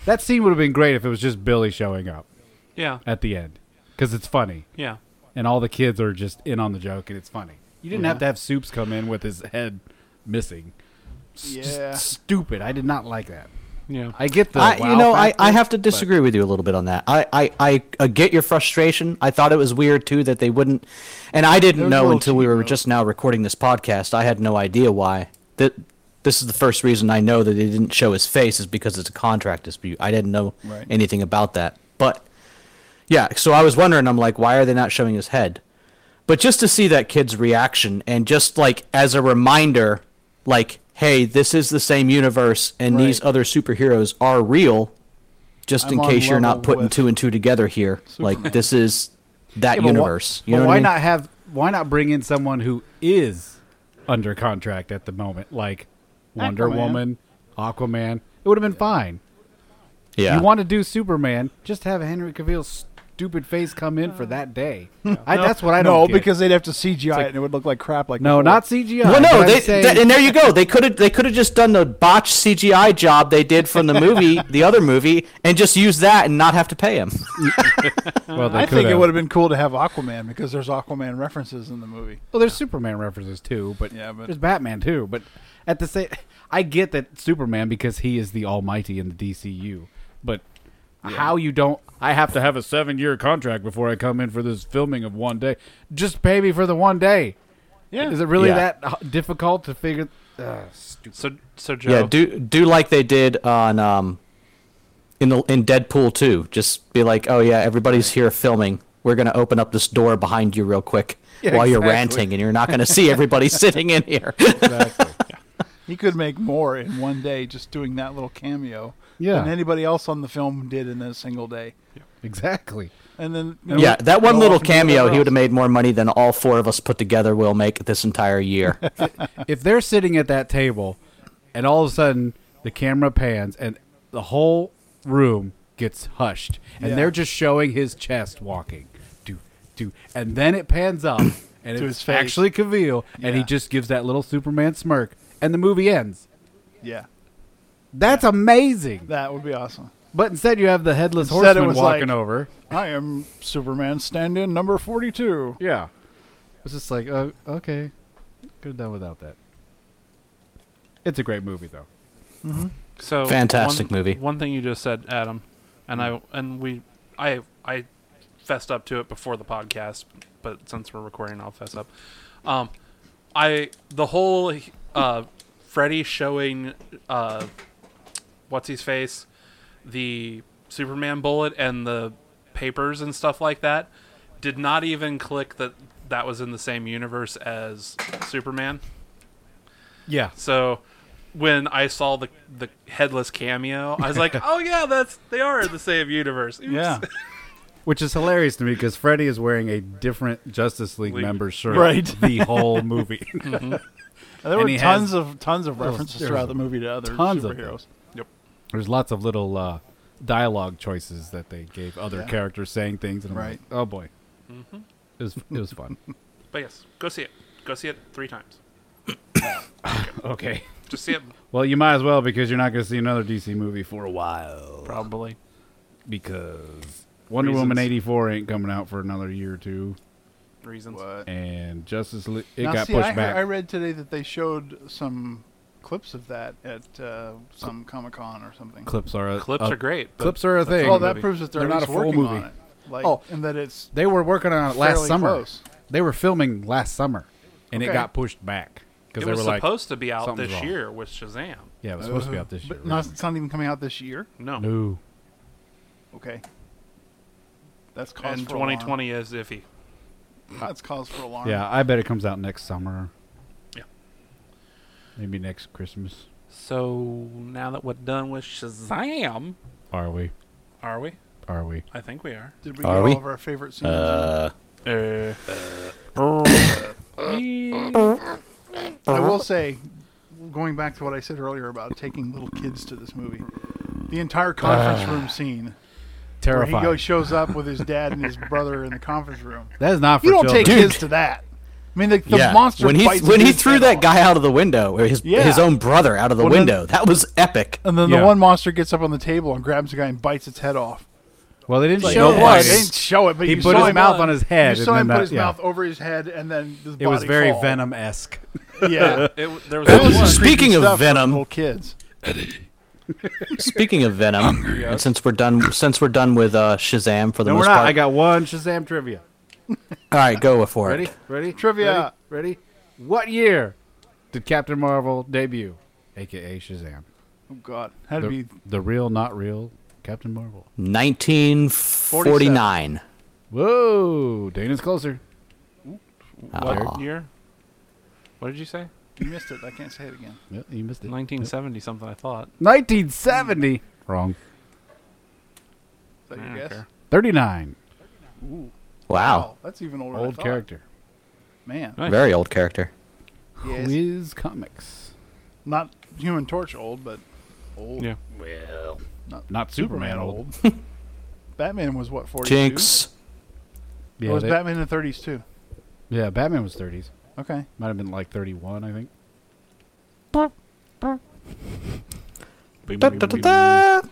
Speaker 1: That scene would have been great if it was just Billy showing up
Speaker 8: yeah,
Speaker 1: at the end cuz it's funny
Speaker 8: yeah.
Speaker 1: and all the kids are just in on the joke and it's funny. You didn't have to have Soups come in with his head missing. S- just
Speaker 4: Yeah.
Speaker 1: stupid. I did not like that.
Speaker 8: Yeah.
Speaker 1: I get the
Speaker 2: I,
Speaker 1: wow
Speaker 2: you know, I,
Speaker 1: factor,
Speaker 2: I have to
Speaker 1: but-
Speaker 2: disagree with you a little bit on that. I, I, I uh, get your frustration. I thought it was weird too that they wouldn't, and I
Speaker 4: They're
Speaker 2: didn't
Speaker 4: a
Speaker 2: know
Speaker 4: little
Speaker 2: until we
Speaker 4: cheap,
Speaker 2: were
Speaker 4: though.
Speaker 2: just now recording this podcast. I had no idea why that. This is the first reason I know that they didn't show his face is because it's a contract dispute. I didn't know
Speaker 4: Right.
Speaker 2: anything about that, but yeah. So I was wondering. I'm like, why are they not showing his head? But just to see that kid's reaction and just like as a reminder, like, hey, this is the same universe and these
Speaker 4: Right.
Speaker 2: other superheroes are real, just
Speaker 4: I'm
Speaker 2: in
Speaker 4: on
Speaker 2: case you're
Speaker 4: level
Speaker 2: not putting
Speaker 4: with
Speaker 2: two and two together here. Like, this is that
Speaker 1: Yeah, but wh-
Speaker 2: universe. you
Speaker 1: but
Speaker 2: know
Speaker 1: why
Speaker 2: what I mean?
Speaker 1: not have? Why not bring in someone who is under contract at the moment, like Wonder
Speaker 4: Aquaman.
Speaker 1: Woman, Aquaman? It would have been fine.
Speaker 2: Yeah.
Speaker 1: You want to do Superman? Just have Henry Cavill's stupid face come in for that day. I, that's what I don't.
Speaker 4: no,
Speaker 1: get.
Speaker 4: because they'd have to CGI it and it would look like crap. Like
Speaker 1: no,
Speaker 4: before.
Speaker 1: not CGI.
Speaker 2: well,
Speaker 1: but
Speaker 2: no,
Speaker 1: I'm
Speaker 2: they,
Speaker 1: saying-
Speaker 2: that- and there you go. They could have they could have just done the botch CGI job they did from the movie, the other movie, and just use that and not have to pay him.
Speaker 1: well, they
Speaker 4: I think it
Speaker 1: could've.
Speaker 4: would have been cool to have Aquaman because there's Aquaman references in the movie.
Speaker 1: Well, there's Superman references too, but,
Speaker 4: Yeah, but-
Speaker 1: there's Batman too. But at the same, I get that Superman because he is the Almighty in the DCU. But how you don't? I have to have a seven-year contract before I come in for this filming of one day. Just pay me for the one day. Yeah, is it really
Speaker 2: Yeah.
Speaker 1: that h- difficult to figure? Uh, stupid.
Speaker 8: So so Joe.
Speaker 2: Yeah, do do like they did on um in the in Deadpool 2. Just be like, "Oh yeah, everybody's here filming. We're going to open up this door behind you real quick
Speaker 1: Yeah,
Speaker 2: while you're
Speaker 1: exactly.
Speaker 2: ranting and you're not going to see everybody sitting in here."
Speaker 4: He could make more in one day just doing that little cameo
Speaker 1: Yeah.
Speaker 4: than anybody else on the film did in a single day.
Speaker 1: exactly.
Speaker 4: And then you know,
Speaker 2: yeah, that one
Speaker 4: go
Speaker 2: little
Speaker 4: off and do whatever
Speaker 2: cameo, he would
Speaker 4: else.
Speaker 2: have made more money than all four of us put together will make this entire year.
Speaker 1: if they're sitting at that table and all of a sudden the camera pans and the whole room gets hushed and
Speaker 4: Yeah.
Speaker 1: they're just showing his chest walking do do and then it pans up and
Speaker 4: To
Speaker 1: it's
Speaker 4: his face.
Speaker 1: actually Cavill and he
Speaker 4: Yeah.
Speaker 1: just gives that little superman smirk and the movie ends
Speaker 4: Yeah,
Speaker 1: that's amazing
Speaker 4: that would be awesome.
Speaker 1: but instead you have the headless
Speaker 4: Instead it
Speaker 1: horseman
Speaker 4: was
Speaker 1: walking
Speaker 4: like-
Speaker 1: over
Speaker 4: I am Superman stand-in number forty-two.
Speaker 1: yeah it's just like uh, okay could have done without that it's a great movie though
Speaker 8: So
Speaker 2: Fantastic
Speaker 8: one-
Speaker 2: movie.
Speaker 8: One thing you just said, Adam, and I and we, I I fessed up to it before the podcast, but since we're recording, I'll fess up. Um, I the whole uh, Freddy showing uh, what's his face, the Superman bullet and the papers and stuff like that, did not even click that that was in the same universe as Superman.
Speaker 1: Yeah.
Speaker 8: So when I saw the the headless cameo, I was like, "Oh yeah, that's they are in the same universe." Oops.
Speaker 4: Yeah.
Speaker 1: Which is hilarious to me because Freddy is wearing a different Justice League,
Speaker 8: League.
Speaker 1: member shirt
Speaker 4: Right.
Speaker 1: the whole movie.
Speaker 4: There
Speaker 1: And
Speaker 4: were
Speaker 1: he
Speaker 4: tons
Speaker 1: has-
Speaker 4: of tons of
Speaker 1: There was-
Speaker 4: references
Speaker 1: there was
Speaker 4: throughout the movie to other
Speaker 1: tons of
Speaker 4: superheroes.
Speaker 1: There's lots of little uh, dialogue choices that they gave other
Speaker 4: Yeah.
Speaker 1: characters saying things, and I'm
Speaker 4: Right.
Speaker 1: like, oh boy,
Speaker 8: Mm-hmm.
Speaker 1: it was it was fun.
Speaker 8: But yes, go see it. Go see it three times.
Speaker 1: okay.
Speaker 8: Just see it
Speaker 1: Well, you might as well because you're not going to see another DC movie for a while.
Speaker 8: probably.
Speaker 1: Because Wonder Woman
Speaker 8: Reasons.
Speaker 1: 84 ain't coming out for another year or two,
Speaker 8: Reasons.
Speaker 1: and Justice League it
Speaker 4: now,
Speaker 1: got
Speaker 4: see,
Speaker 1: pushed
Speaker 4: I, heard-
Speaker 1: back.
Speaker 4: I read today that they showed some clips of that at uh, some Comic Con or something.
Speaker 1: clips are a,
Speaker 8: Clips
Speaker 1: a-
Speaker 8: are great. but
Speaker 1: Uh, Clips are a thing.
Speaker 4: Well, that proves that they're,
Speaker 1: They're not
Speaker 4: at least
Speaker 1: a full
Speaker 4: working on
Speaker 1: movie.
Speaker 4: it. Like,
Speaker 2: Oh.
Speaker 4: and that it's
Speaker 1: They were working on it last
Speaker 4: fairly
Speaker 1: summer.
Speaker 4: close.
Speaker 1: They were filming last summer, and it
Speaker 4: Okay.
Speaker 1: got pushed back because
Speaker 8: It
Speaker 1: they
Speaker 8: was
Speaker 1: were like,
Speaker 8: supposed to be out
Speaker 1: something's
Speaker 8: this
Speaker 1: wrong.
Speaker 8: year with Shazam.
Speaker 1: yeah, it was supposed to be out this year.
Speaker 4: but not,
Speaker 1: originally.
Speaker 4: it's not even coming out this year.
Speaker 8: No.
Speaker 1: no,
Speaker 4: Okay, that's cause
Speaker 8: And
Speaker 4: for alarm.
Speaker 8: 2020 is iffy.
Speaker 4: That's cause for alarm.
Speaker 1: yeah, I bet it comes out next summer.
Speaker 8: Yeah.
Speaker 1: maybe next Christmas.
Speaker 8: So now that we're done with Shazam,
Speaker 1: Are we?
Speaker 8: are we?
Speaker 1: Are we?
Speaker 8: I think we are.
Speaker 4: Did we
Speaker 2: Are
Speaker 4: get
Speaker 2: we? Uh,
Speaker 4: all of our favorite scenes?
Speaker 1: Uh,
Speaker 4: I will say, going back to what I said earlier about taking little kids to this movie, the entire
Speaker 2: Uh,
Speaker 4: conference room scene where he
Speaker 1: Terrifying.
Speaker 4: goes shows up with his dad and his brother in the conference room.
Speaker 1: that is not for
Speaker 4: You don't
Speaker 1: children.
Speaker 4: take kids to that. I mean, the, the monster
Speaker 2: when he
Speaker 4: bites
Speaker 2: when he
Speaker 4: his
Speaker 2: threw
Speaker 4: head
Speaker 2: that
Speaker 4: off.
Speaker 2: guy out of the window, or his
Speaker 4: Yeah.
Speaker 2: his own brother out of the
Speaker 4: Well, then-
Speaker 2: window, that was epic.
Speaker 4: and then
Speaker 1: Yeah.
Speaker 4: the one monster gets up on the table and grabs the guy and bites its head off.
Speaker 1: well, they didn't
Speaker 4: Like,
Speaker 1: show
Speaker 4: yeah,
Speaker 1: blood.
Speaker 4: They didn't show it, but
Speaker 1: He
Speaker 4: you
Speaker 1: put
Speaker 4: saw
Speaker 1: his
Speaker 4: him
Speaker 1: mouth on his head
Speaker 4: You saw
Speaker 1: and
Speaker 4: him
Speaker 1: then
Speaker 4: put
Speaker 1: that-
Speaker 4: his
Speaker 1: yeah.
Speaker 4: mouth over his head, and then his
Speaker 1: It was
Speaker 4: body
Speaker 1: very
Speaker 4: fall.
Speaker 1: Venom esque.
Speaker 4: Yeah.
Speaker 8: It, w- there was
Speaker 4: That was
Speaker 8: one-
Speaker 4: some creepy
Speaker 2: Speaking of
Speaker 4: stuff for
Speaker 2: Venom-
Speaker 4: little kids.
Speaker 2: Speaking of Venom, and since we're done since we're done with uh, Shazam for the
Speaker 1: No, we're
Speaker 2: most
Speaker 1: not.
Speaker 2: part,
Speaker 1: I got one Shazam trivia.
Speaker 2: all right, go for
Speaker 1: Ready?
Speaker 2: it.
Speaker 1: Ready?
Speaker 4: Trivia.
Speaker 1: Ready? Ready? What year did Captain Marvel debut, aka Shazam?
Speaker 4: Oh God, had to
Speaker 1: The,
Speaker 4: be
Speaker 1: the real, not real Captain Marvel.
Speaker 2: Nineteen forty nine.
Speaker 1: Whoa, Dana's closer. Oh.
Speaker 8: what year? What did you say?
Speaker 4: you missed it. I can't say it again.
Speaker 1: Yeah, you missed it.
Speaker 8: 1970 something. I thought.
Speaker 1: 1970. Wrong.
Speaker 4: Is that your guess?
Speaker 1: 39.
Speaker 2: Wow,
Speaker 4: Oh, that's even older. than I
Speaker 1: Old
Speaker 4: thought.
Speaker 1: character.
Speaker 4: man.
Speaker 8: Nice.
Speaker 2: very old character.
Speaker 4: Yes.
Speaker 1: Wiz Comics.
Speaker 4: Not Human Torch old, but old.
Speaker 8: Yeah.
Speaker 7: Well,
Speaker 1: Not Superman, old.
Speaker 4: Batman was what forty?
Speaker 2: Jinx.
Speaker 1: Yeah,
Speaker 4: was
Speaker 1: they-
Speaker 4: Batman in the thirties too?
Speaker 1: yeah, Batman was 30s.
Speaker 4: Okay.
Speaker 1: Might have been like 31, I think.
Speaker 2: Da, da, da, da.
Speaker 8: Doop,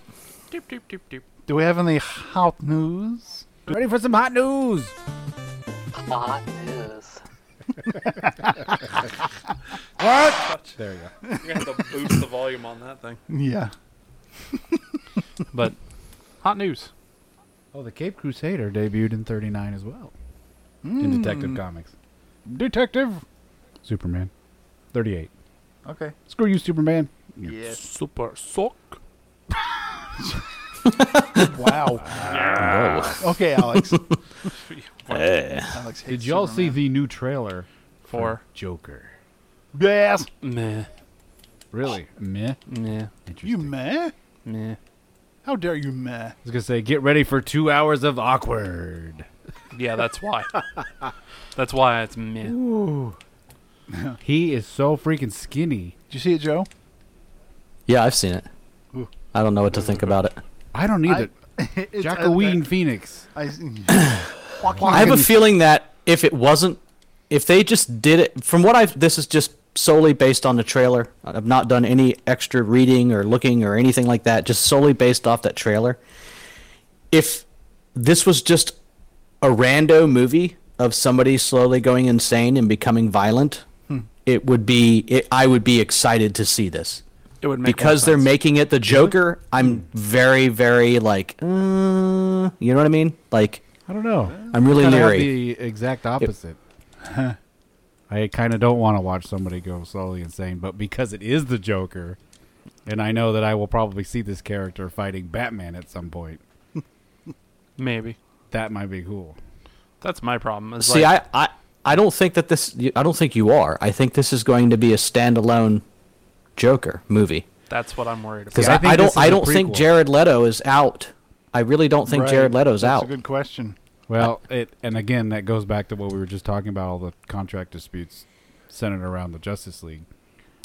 Speaker 8: doop, doop, doop.
Speaker 4: Do we have any hot news?
Speaker 1: Ready for some hot news? There you go.
Speaker 8: You're gonna have to boost the volume on that thing.
Speaker 4: Yeah.
Speaker 8: But hot news.
Speaker 1: Oh, the Cape Crusader debuted in 39 as well. In Detective Comics.
Speaker 4: Detective.
Speaker 1: Superman. 38.
Speaker 4: Okay.
Speaker 1: Screw you, Superman.
Speaker 4: Yes.
Speaker 8: Super sock.
Speaker 4: Wow. okay, Alex. Alex hates
Speaker 1: Did y'all see the new trailer
Speaker 8: For
Speaker 1: Joker?
Speaker 4: Yes.
Speaker 8: meh,
Speaker 1: Really? Meh.
Speaker 8: meh,
Speaker 1: Interesting.
Speaker 4: You meh?
Speaker 8: meh.
Speaker 4: How dare you meh?
Speaker 1: I was gonna say, get ready for two hours of awkward.
Speaker 8: Yeah, that's why. that's why it's meh.
Speaker 1: He is so freaking skinny.
Speaker 4: Did you see it, Joe?
Speaker 2: Yeah, I've seen it. I don't know what to think about it.
Speaker 1: I don't either.
Speaker 4: It's-
Speaker 1: Jacqueline Phoenix.
Speaker 4: I,
Speaker 2: I have a
Speaker 1: Fucking-
Speaker 2: feeling that if it wasn't, if they just did it, from what I've, this is just solely based on the trailer. I've not done any extra reading or looking or anything like that, just solely based off that trailer. If this was just a rando movie of somebody slowly going insane and becoming violent, it would be, it, I would be excited to see this.
Speaker 8: It would make
Speaker 2: Because they're making it the Joker, I'm very, very like, uh, you know what I mean? Like,
Speaker 1: I don't know.
Speaker 2: I'm really
Speaker 1: Kinda have
Speaker 2: leery.
Speaker 1: the exact opposite. I kind of don't want to watch somebody go slowly insane, but because it is the Joker, and I know that I will probably see this character fighting Batman at some point,
Speaker 8: Maybe
Speaker 1: that might be cool.
Speaker 8: that's my problem. Is
Speaker 2: See,
Speaker 8: like,
Speaker 2: I, I, I don't think that this. I don't think you are. I think this is going to be a standalone Joker movie
Speaker 8: that's what I'm worried about.
Speaker 2: because
Speaker 1: Yeah, I
Speaker 2: I,
Speaker 1: think
Speaker 2: I,
Speaker 1: this
Speaker 2: don't.
Speaker 1: is
Speaker 2: I
Speaker 1: a
Speaker 2: don't think
Speaker 1: prequel.
Speaker 2: Jared Leto is out. I really don't think
Speaker 4: Right.
Speaker 2: Jared Leto's
Speaker 4: That's
Speaker 2: out.
Speaker 4: a good question.
Speaker 1: Well, it and again that goes back to what we were just talking about all the contract disputes centered around the Justice League.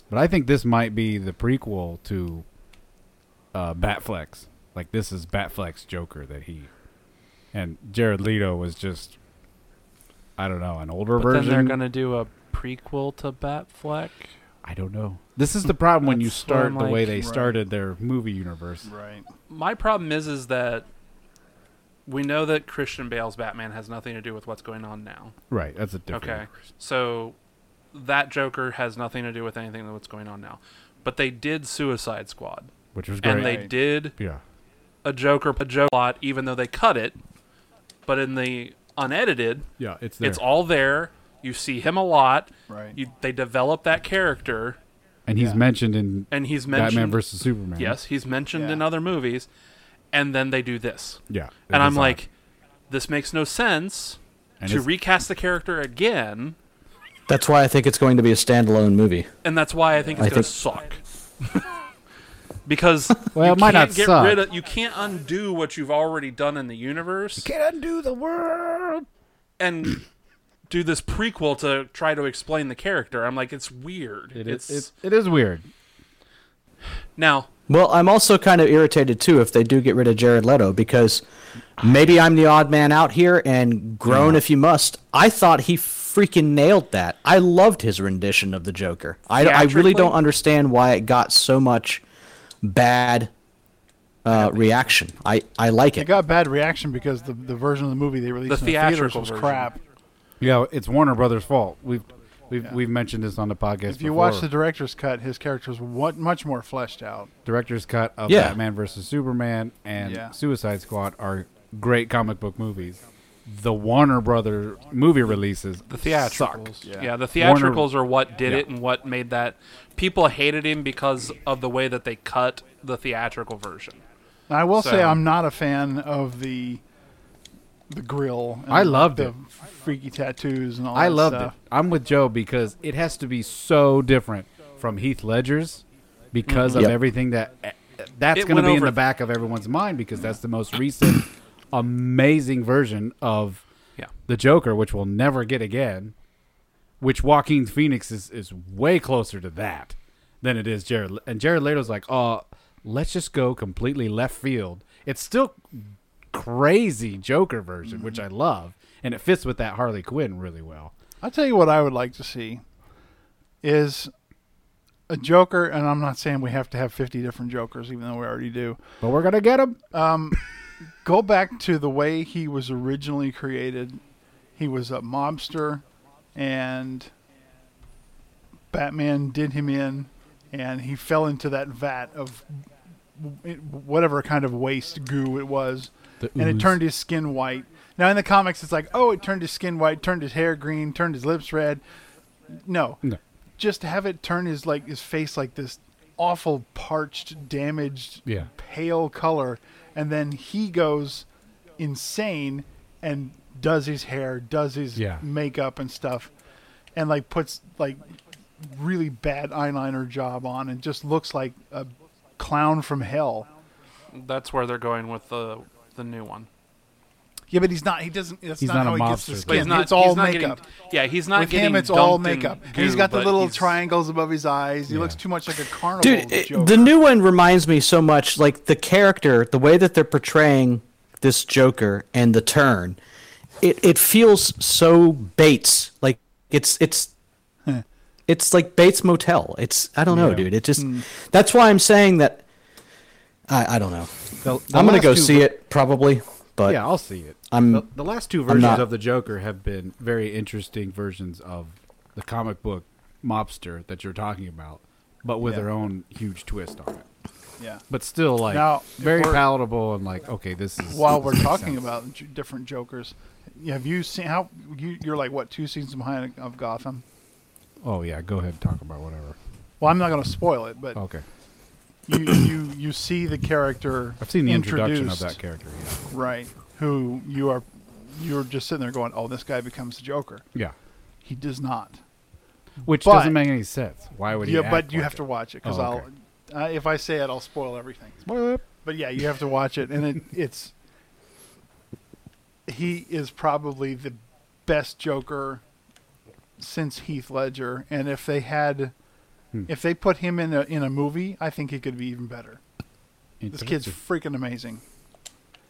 Speaker 1: But I think this might be the prequel to uh, Batflex. Like this is Batflex Joker that he and Jared Leto was just I don't know, an older
Speaker 8: But then
Speaker 1: version.
Speaker 8: they're gonna do a prequel to Batfleck.
Speaker 1: I don't know. This is the problem when you
Speaker 8: That's what
Speaker 1: start
Speaker 8: I'm
Speaker 1: the way
Speaker 8: like,
Speaker 1: they
Speaker 4: right.
Speaker 1: started their movie universe.
Speaker 4: Right.
Speaker 8: My problem is is that we know that Christian Bale's Batman has nothing to do with what's going on now.
Speaker 1: Right, that's a different
Speaker 8: Okay. So that Joker has nothing to do with anything that's what's going on now. But they did Suicide Squad.
Speaker 1: which was great.
Speaker 8: And they did
Speaker 1: yeah.
Speaker 8: a Joker a Joker plot, even though they cut it. But in the unedited,
Speaker 1: Yeah, it's there.
Speaker 8: it's all there. You see him a lot.
Speaker 4: Right.
Speaker 8: You, they develop that character,
Speaker 1: and he's
Speaker 4: yeah.
Speaker 1: mentioned in
Speaker 8: and he's mentioned.
Speaker 1: Batman versus Superman.
Speaker 8: Yes, he's mentioned in
Speaker 4: Yeah.
Speaker 8: other movies, and then they do this,
Speaker 1: Yeah. it
Speaker 8: and I'm
Speaker 1: was odd.
Speaker 8: like, this makes no sense
Speaker 1: And
Speaker 8: to
Speaker 1: it's-
Speaker 8: recast the character again,
Speaker 2: That's why I think it's going to be a standalone movie.
Speaker 8: and that's why I think it's
Speaker 2: I
Speaker 8: gonna
Speaker 2: think-
Speaker 8: suck. because
Speaker 1: Well,
Speaker 8: you
Speaker 1: it might
Speaker 8: can't
Speaker 1: not
Speaker 8: get
Speaker 1: suck.
Speaker 8: rid of, you can't undo what you've already done in the universe.
Speaker 1: Can't undo the world.
Speaker 8: and do this prequel to try to explain the character. I'm like, it's weird.
Speaker 1: It
Speaker 8: it's
Speaker 1: is. It, it is weird.
Speaker 8: now
Speaker 2: Well, I'm also kind of irritated too if they do get rid of Jared Leto because maybe I'm the odd man out here and groan if you must. I thought he freaking nailed that. I loved his rendition of the Joker. I, I really don't
Speaker 8: Theatrically?
Speaker 2: understand why it got so much bad uh, reaction. I, I like
Speaker 4: It
Speaker 2: it.
Speaker 4: got bad reaction because the, the version of the movie they released
Speaker 8: The
Speaker 4: in the theaters
Speaker 8: theatrical
Speaker 4: was
Speaker 8: version.
Speaker 4: crap.
Speaker 1: Yeah, it's Warner Brothers' fault. We've we've we've mentioned this on the podcast.
Speaker 4: If you
Speaker 1: before.
Speaker 4: watch the director's cut, his character was what, much more fleshed out.
Speaker 1: director's cut of
Speaker 2: Yeah.
Speaker 1: Batman versus Superman and
Speaker 4: Yeah.
Speaker 1: Suicide Squad, are great comic book movies. The Warner Brother movie releases
Speaker 8: the theatricals.
Speaker 4: Yeah.
Speaker 8: Yeah. the theatricals are what did it and what made that. People hated him because of the way that they cut the theatrical version.
Speaker 4: And I will say
Speaker 8: So-
Speaker 4: I'm not a fan of the the grill. and
Speaker 1: I loved
Speaker 4: the
Speaker 1: it.
Speaker 4: Freaky tattoos and all.
Speaker 1: I
Speaker 4: that
Speaker 1: loved
Speaker 4: stuff.
Speaker 1: it. I'm with Joe because it has to be so different from Heath Ledger's because of
Speaker 2: Yep.
Speaker 1: everything that eh, that's
Speaker 8: It
Speaker 1: going to
Speaker 8: went
Speaker 1: be in
Speaker 8: over-
Speaker 1: the back of everyone's mind because that's the most recent amazing version of
Speaker 8: Yeah.
Speaker 1: the Joker, which we'll never get again. Which Joaquin Phoenix is, is way closer to that than it is Jared. Le- And Jared Leto's like, oh, let's just go completely left field. It's still crazy Joker version, which I love, and it fits with that Harley Quinn really well.
Speaker 4: I'll tell you what I would like to see is a Joker, and I'm not saying we have to have 50 different Jokers, even though we already do.
Speaker 1: But we're gonna get him.
Speaker 4: Go back to the way he was originally created. He was a mobster, and Batman did him in, and he fell into that vat of w- whatever kind of waste goo it was, and it turned his skin white. Now in the comics, it's like, oh, it turned his skin white, turned his hair green, turned his lips red. No,
Speaker 1: No.
Speaker 4: just have it turn his like his face like this awful parched, damaged,
Speaker 1: Yeah.
Speaker 4: pale color, and then he goes insane and does his hair, does his
Speaker 1: Yeah.
Speaker 4: makeup and stuff, and like puts like really bad eyeliner job on and just looks like a clown from hell.
Speaker 8: That's where they're going with the the new one.
Speaker 4: Yeah, but he's not. He doesn't. That's
Speaker 1: He's not
Speaker 4: not,
Speaker 1: a
Speaker 4: how he gets
Speaker 1: mobster,
Speaker 4: the
Speaker 1: though.
Speaker 4: skin.
Speaker 8: But he's not.
Speaker 4: it's all
Speaker 8: he's not
Speaker 4: makeup.
Speaker 8: Getting, yeah, he's not
Speaker 4: With
Speaker 8: getting.
Speaker 4: him, it's all
Speaker 8: dunked in
Speaker 4: makeup. And
Speaker 8: goo,
Speaker 4: he's got the
Speaker 8: but
Speaker 4: little
Speaker 8: he's-
Speaker 4: triangles above his eyes. He looks too much like a carnival
Speaker 2: Dude, it-
Speaker 4: joker.
Speaker 2: the new one reminds me so much like the character, the way that they're portraying this Joker and the turn. It it feels so Bates. Like it's it's it's like Bates Motel. It's I don't know, dude. It just that's why I'm saying that I I don't know. I'm going to go see it probably, but
Speaker 1: Yeah, I'll see it.
Speaker 2: I'm-
Speaker 1: the, the last two versions
Speaker 2: not-
Speaker 1: of the Joker have been very interesting versions of the comic book mobster that you're talking about, but with their own huge twist on it.
Speaker 4: Yeah.
Speaker 1: but still like
Speaker 4: Now, if
Speaker 1: very
Speaker 4: we're-
Speaker 1: palatable and like okay, this is
Speaker 4: While we're
Speaker 1: this makes
Speaker 4: talking
Speaker 1: sense.
Speaker 4: about j- different Jokers, have you seen how you, you're like what two seasons behind of Gotham?
Speaker 1: Oh yeah, go ahead and talk about whatever.
Speaker 4: Well, I'm not going to spoil it, but
Speaker 1: Okay,
Speaker 4: you, you you see the character.
Speaker 1: I've seen the introduction of
Speaker 4: introduced,
Speaker 1: that character. Yeah,
Speaker 4: right? Who you are? You're just sitting there going, "Oh, this guy becomes the Joker."
Speaker 1: yeah.
Speaker 4: He does not.
Speaker 1: which
Speaker 4: But-
Speaker 1: doesn't make any sense. Why would he?
Speaker 4: yeah,
Speaker 1: act
Speaker 4: but you
Speaker 1: like
Speaker 4: have to
Speaker 1: it?
Speaker 4: watch it because
Speaker 1: Oh, okay.
Speaker 4: I'll. Uh, if I say it, I'll spoil everything.
Speaker 1: Spoiler.
Speaker 4: But yeah, you have to watch it, and it, it's he is probably the best Joker since Heath Ledger, and if they had,
Speaker 2: Hmm.
Speaker 4: if they put him in a in a movie, I think he could be even better. This kid's
Speaker 1: Interesting.
Speaker 4: freaking amazing.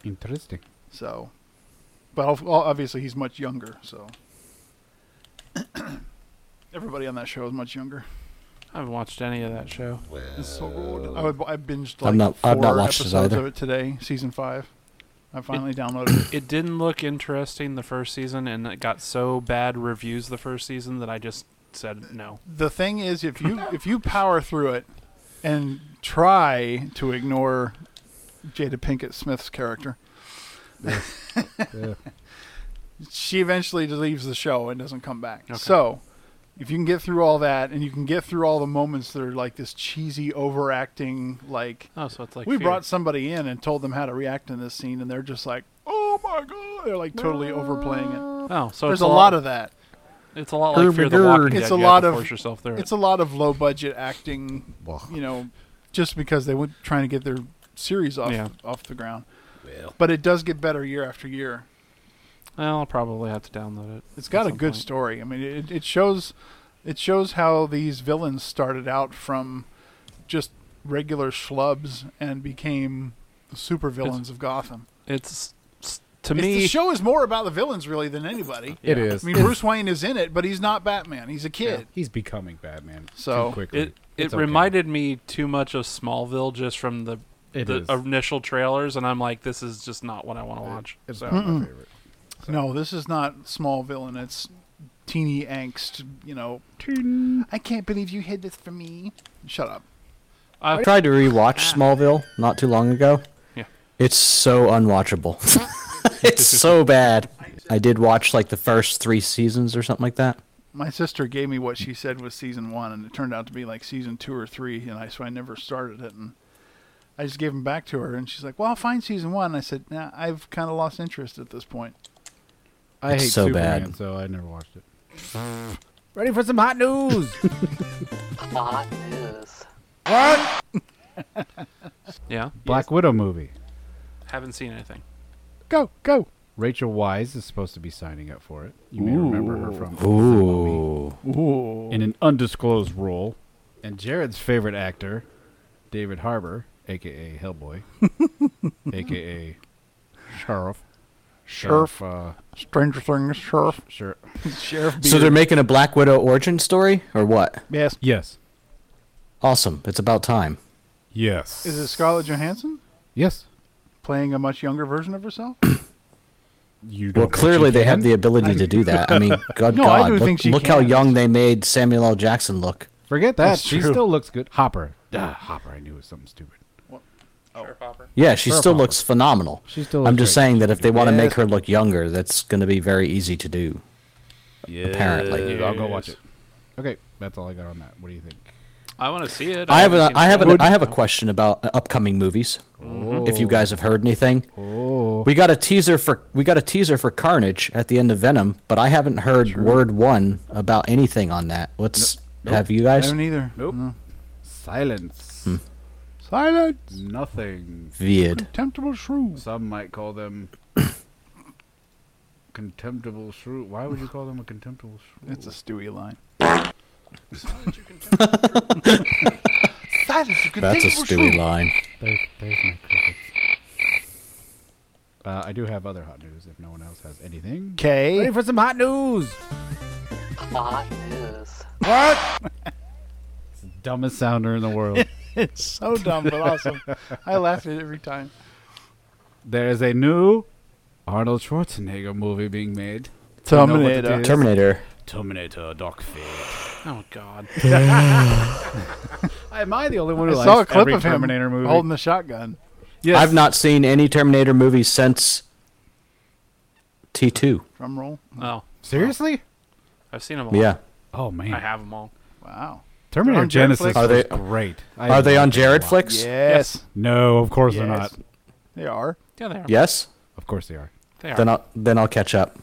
Speaker 1: interesting.
Speaker 4: So, but ob- well, obviously he's much younger. So everybody on that show is much younger.
Speaker 8: I haven't watched any of
Speaker 4: Mm.
Speaker 8: that show.
Speaker 4: It's so good. I, would- I binged like
Speaker 2: I've not-
Speaker 4: four
Speaker 2: I've not watched it
Speaker 4: episodes
Speaker 2: either.
Speaker 4: of it today, season five. I finally downloaded it.
Speaker 8: It didn't look interesting the first season, and it got so bad reviews the first season that I just said no.
Speaker 4: The thing is, if you if you power through it and try to ignore Jada Pinkett Smith's character,
Speaker 1: Yeah.
Speaker 4: she eventually leaves the show and doesn't come back.
Speaker 8: Okay.
Speaker 4: So, if you can get through all that and you can get through all the moments that are like this cheesy overacting, like
Speaker 8: Oh, so it's like
Speaker 4: we
Speaker 8: Fear.
Speaker 4: brought somebody in and told them how to react in this scene, and they're just like, "Oh my god!" They're like totally overplaying it.
Speaker 8: Oh, so
Speaker 4: There's
Speaker 8: it's
Speaker 4: a lot of that.
Speaker 8: It's a lot like Fear the
Speaker 2: Hermigerd.
Speaker 8: Walking Dead.
Speaker 4: It's a
Speaker 8: you have
Speaker 4: lot
Speaker 8: to
Speaker 4: of-
Speaker 8: force yourself through it.
Speaker 4: It's a lot of low budget acting,
Speaker 10: Wow.
Speaker 4: you know, just because they were trying to get their series off
Speaker 8: Yeah.
Speaker 4: off the ground. But it does get better year after year.
Speaker 8: Well, I'll probably have to download it.
Speaker 4: It's got
Speaker 8: at
Speaker 4: a
Speaker 8: some
Speaker 4: good
Speaker 8: point.
Speaker 4: story. I mean, it, it shows it shows how these villains started out from just regular schlubs and became the super villains of Gotham.
Speaker 8: It's s- to
Speaker 4: It's-
Speaker 8: me.
Speaker 4: the show is more about the villains really than anybody.
Speaker 1: It
Speaker 8: Yeah.
Speaker 1: is.
Speaker 4: I mean, Bruce Wayne is in it, but he's not Batman. He's a kid.
Speaker 1: He's becoming Batman
Speaker 4: So,
Speaker 1: too quickly.
Speaker 8: It it
Speaker 1: It's okay.
Speaker 8: reminded me too much of Smallville just from the
Speaker 1: It
Speaker 8: the
Speaker 1: is.
Speaker 8: initial trailers, and I'm like, this is just not what I want to watch.
Speaker 1: It's
Speaker 8: So
Speaker 1: not my favorite.
Speaker 4: No, this is not small villain. It's teeny angst. You know, I can't believe you hid this from me. Shut up.
Speaker 2: I tried to rewatch Smallville not too long ago.
Speaker 8: Yeah.
Speaker 2: It's so unwatchable. it's so bad. I did watch like the first three seasons or something like that.
Speaker 4: My sister gave me what she said was season one, and it turned out to be like season two or three, and I so I never started it, and I just gave them back to her, and she's like, "Well, I'll find season one." And I said, "Nah, I've kind of lost interest at this point."
Speaker 1: I
Speaker 2: It's
Speaker 1: hate
Speaker 2: so
Speaker 1: Superman,
Speaker 2: bad.
Speaker 1: so I never watched it. Ready for some hot news?
Speaker 8: yeah,
Speaker 1: Black Widow movie.
Speaker 8: haven't seen anything.
Speaker 1: Go go. Rachel Wise is supposed to be signing up for it. You may remember her from
Speaker 2: Ooh.
Speaker 1: in an undisclosed role. And Jared's favorite actor, David Harbour, aka Hellboy, aka Sheriff. Sheriff. Uh,
Speaker 4: Stranger Things, Sheriff,
Speaker 1: Sheriff.
Speaker 4: Sheriff.
Speaker 2: So they're making a Black Widow origin story or what?
Speaker 4: yes.
Speaker 1: Yes.
Speaker 2: Awesome. It's about time.
Speaker 1: Yes.
Speaker 4: Is it Scarlett Johansson
Speaker 1: Yes.
Speaker 4: playing a much younger version of herself?
Speaker 1: You
Speaker 2: Well,
Speaker 1: don't think
Speaker 2: clearly
Speaker 1: she
Speaker 2: they have
Speaker 1: can?
Speaker 2: the ability to do that. I mean, God,
Speaker 4: No, I
Speaker 2: God,
Speaker 4: do
Speaker 2: look,
Speaker 4: think she
Speaker 2: look how
Speaker 4: can.
Speaker 2: young they made Samuel L. Jackson look.
Speaker 1: Forget that.
Speaker 4: That's
Speaker 1: She
Speaker 4: true.
Speaker 1: still looks good. Hopper. Ah, Hopper. I knew it was something stupid. Oh.
Speaker 2: Yeah, she
Speaker 1: Sure,
Speaker 2: still
Speaker 1: Papa.
Speaker 2: looks phenomenal.
Speaker 1: She still
Speaker 2: I'm
Speaker 1: looks
Speaker 2: just
Speaker 1: great.
Speaker 2: saying that if they want to make
Speaker 4: Yes.
Speaker 2: her look younger, that's going to be very easy to do. Apparently,
Speaker 1: I'll go watch it. Okay, that's all I got on that. What do you think?
Speaker 8: I want to see it.
Speaker 2: I have a
Speaker 8: haven't
Speaker 2: I
Speaker 8: seen
Speaker 2: have
Speaker 8: it.
Speaker 2: a, I have a question about uh, upcoming movies.
Speaker 1: Oh.
Speaker 2: If you guys have heard anything, we got a teaser for we got a teaser for Carnage at the end of Venom, but I haven't heard word one about anything on that. What's have you
Speaker 4: I
Speaker 2: guys?
Speaker 1: e-
Speaker 4: haven't either.
Speaker 1: Nope. Silence.
Speaker 4: Silence.
Speaker 1: Nothing.
Speaker 2: Vied.
Speaker 4: Temptable shrew.
Speaker 1: Some might call them contemptible shrew. Why would you call them a contemptible shrew?
Speaker 4: It's a Stewie line.
Speaker 2: That's a Stewie line.
Speaker 1: There's, there's my crickets. Uh, I do have other hot news if no one else has anything.
Speaker 4: Okay.
Speaker 1: Ready for some hot news? It's the dumbest sounder in the world.
Speaker 4: It's so Oh, dumb, but awesome. I laugh at it every time.
Speaker 1: there is a new Arnold Schwarzenegger movie being made.
Speaker 4: Terminator.
Speaker 2: Terminator.
Speaker 1: Terminator Dark Fate.
Speaker 8: Oh God.
Speaker 1: Am I the only one
Speaker 4: I
Speaker 1: who
Speaker 4: saw a
Speaker 1: likes
Speaker 4: clip
Speaker 1: every
Speaker 4: of him
Speaker 1: Terminator movie?
Speaker 4: holding the shotgun.
Speaker 1: Yes.
Speaker 2: I've not seen any Terminator movie since T2.
Speaker 4: Drum roll.
Speaker 8: Oh,
Speaker 1: Seriously?
Speaker 8: I've seen them all.
Speaker 2: Yeah.
Speaker 1: Oh man,
Speaker 8: I have them all.
Speaker 4: Wow.
Speaker 1: Terminator
Speaker 4: On Jared
Speaker 1: Genesis
Speaker 4: Flicks?
Speaker 1: are
Speaker 2: Are
Speaker 1: they,
Speaker 2: they-
Speaker 1: great. I
Speaker 2: Are they
Speaker 1: love
Speaker 2: on
Speaker 1: it a
Speaker 2: Jared
Speaker 1: lot.
Speaker 2: Flicks?
Speaker 4: Yes.
Speaker 1: No, of course
Speaker 4: Yes.
Speaker 1: they're not.
Speaker 4: They are.
Speaker 8: Yeah, they are.
Speaker 2: Yes.
Speaker 1: Of course they are.
Speaker 8: They are.
Speaker 2: Then I'll then I'll catch up.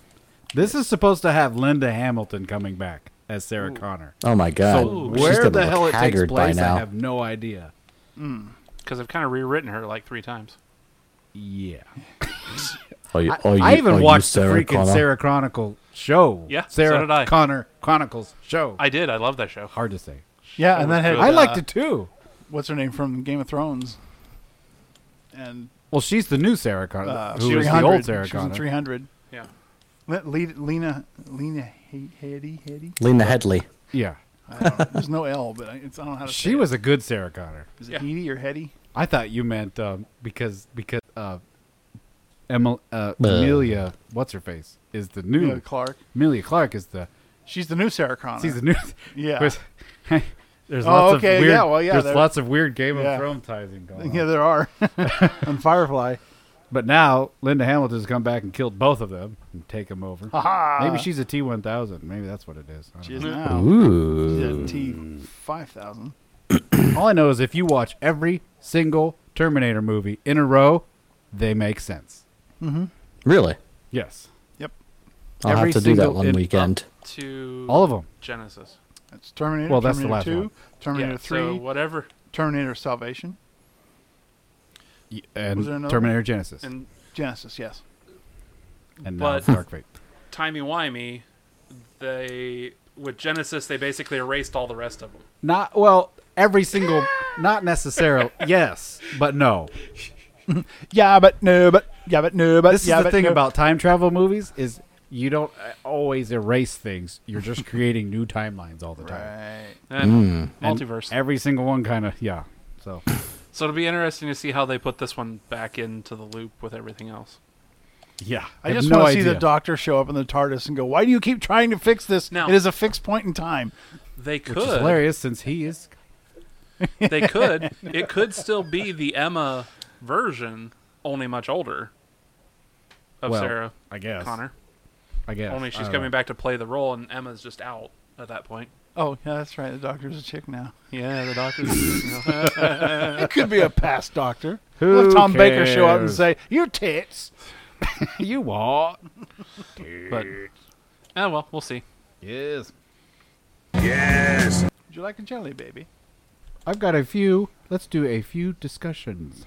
Speaker 1: This is supposed to have Linda Hamilton coming back as Sarah Connor.
Speaker 2: Oh my god.
Speaker 1: So
Speaker 2: She's
Speaker 1: where
Speaker 2: gonna
Speaker 1: the
Speaker 2: look
Speaker 1: hell it takes
Speaker 2: haggard
Speaker 1: place,
Speaker 2: by now.
Speaker 1: I have no idea.
Speaker 8: Because I've kind of rewritten her like three times.
Speaker 1: Yeah,
Speaker 2: Oh, you-
Speaker 1: I,
Speaker 2: oh, you-
Speaker 1: I even
Speaker 2: oh, you
Speaker 1: watched the
Speaker 2: Sarah
Speaker 1: freaking
Speaker 2: Connor.
Speaker 1: Sarah Chronicle show.
Speaker 8: Yeah, so
Speaker 1: Sarah
Speaker 8: did I.
Speaker 1: Connor Chronicles show.
Speaker 8: I did. I love that show.
Speaker 1: Hard to say.
Speaker 4: Yeah, and
Speaker 8: was
Speaker 4: that had
Speaker 8: good.
Speaker 1: I
Speaker 4: uh,
Speaker 1: liked it too.
Speaker 4: What's her name from Game of Thrones? And
Speaker 1: Well, she's the new Sarah Connor,
Speaker 4: uh,
Speaker 1: who was
Speaker 4: 300.
Speaker 1: the old Sarah
Speaker 4: she was in
Speaker 1: Connor.
Speaker 4: 300.
Speaker 8: Yeah.
Speaker 4: Le- Le- Lena, Lena He- Headey, Headey.
Speaker 2: Lena Headley.
Speaker 1: Yeah,
Speaker 4: I don't know. There's no L, but I, it's, I don't know how to. say
Speaker 1: she
Speaker 4: it.
Speaker 1: was a good Sarah Connor.
Speaker 4: Is
Speaker 8: Yeah.
Speaker 4: it Headey or Heady?
Speaker 1: I thought you meant um, because because uh, Emil, uh,
Speaker 2: Bleh.
Speaker 1: Amelia, what's her face, is the new
Speaker 4: Yeah, Clark.
Speaker 1: Amelia Clark is the
Speaker 4: She's the new Sarah Connor.
Speaker 1: she's the new.
Speaker 4: Uh, Yeah.
Speaker 1: With- there's
Speaker 4: Oh,
Speaker 1: lots
Speaker 4: okay,
Speaker 1: of weird.
Speaker 4: yeah, well, yeah,
Speaker 1: there's
Speaker 4: there-
Speaker 1: lots of weird Game
Speaker 4: yeah.
Speaker 1: of Thrones tithing going on.
Speaker 4: yeah, there are. and Firefly.
Speaker 1: But now Linda Hamilton's come back and killed both of them and take them over.
Speaker 4: Ha
Speaker 1: Maybe she's a T1000. Maybe that's what it is. I don't
Speaker 4: She is
Speaker 1: know.
Speaker 4: now. She's
Speaker 2: Ooh.
Speaker 4: at T five thousand.
Speaker 1: All I know is if you watch every single Terminator movie in a row, they make sense.
Speaker 2: Really?
Speaker 1: Yes.
Speaker 2: I'll
Speaker 1: Every
Speaker 2: have to do that
Speaker 1: single
Speaker 2: one
Speaker 1: in-
Speaker 2: weekend.
Speaker 8: To
Speaker 1: All of them.
Speaker 8: Genesis.
Speaker 4: That's Terminator.
Speaker 1: Well, that's the
Speaker 4: Terminator
Speaker 1: last
Speaker 4: two,
Speaker 1: one.
Speaker 4: Terminator
Speaker 8: yeah.
Speaker 4: three,
Speaker 8: So whatever.
Speaker 4: Terminator Salvation,
Speaker 1: And
Speaker 4: Was there another
Speaker 1: Terminator Genesis. And,
Speaker 8: And
Speaker 4: Genesis. Yes.
Speaker 1: now
Speaker 8: but-
Speaker 1: Dark Fate.
Speaker 8: timey wimey, they with Genesis they basically erased all the rest of them.
Speaker 1: Not, well, every single, not necessarily. Yes, but no.
Speaker 4: Yeah, but no, but yeah, but no, but
Speaker 1: This is
Speaker 4: yeah,
Speaker 1: the
Speaker 4: but
Speaker 1: thing
Speaker 4: no.
Speaker 1: about time travel movies is you don't uh, always erase things. You're just creating new timelines all the time.
Speaker 4: Right.
Speaker 1: Hmm.
Speaker 8: And Eh, multiverse.
Speaker 1: Every single one kind of, yeah. So
Speaker 8: so it'll be interesting to see how they put this one back into the loop with everything else.
Speaker 1: Yeah,
Speaker 4: I just
Speaker 1: no
Speaker 4: want to see the
Speaker 1: idea.
Speaker 4: doctor show up in the TARDIS and go, "Why do you keep trying to fix this?
Speaker 8: Now-
Speaker 4: it is a fixed point in time."
Speaker 8: They could.
Speaker 1: Which is hilarious since he is.
Speaker 8: They could. it could still be the Emma version, only much older. Of
Speaker 1: Well,
Speaker 8: Sarah
Speaker 1: I guess.
Speaker 8: Connor.
Speaker 1: I guess.
Speaker 8: Only she's coming back to play the role, and Emma's just out at that point.
Speaker 4: Oh, yeah, that's right. The doctor's a chick now.
Speaker 8: Yeah, the doctor's.
Speaker 4: It could be a past doctor.
Speaker 1: Who
Speaker 4: Let Tom Baker show up and
Speaker 1: cares?
Speaker 4: say, "Your tits."
Speaker 1: you what?
Speaker 8: but oh well, we'll see.
Speaker 1: Yes.
Speaker 4: Would you like a jelly, baby?
Speaker 1: I've got a few. Let's do a few discussions.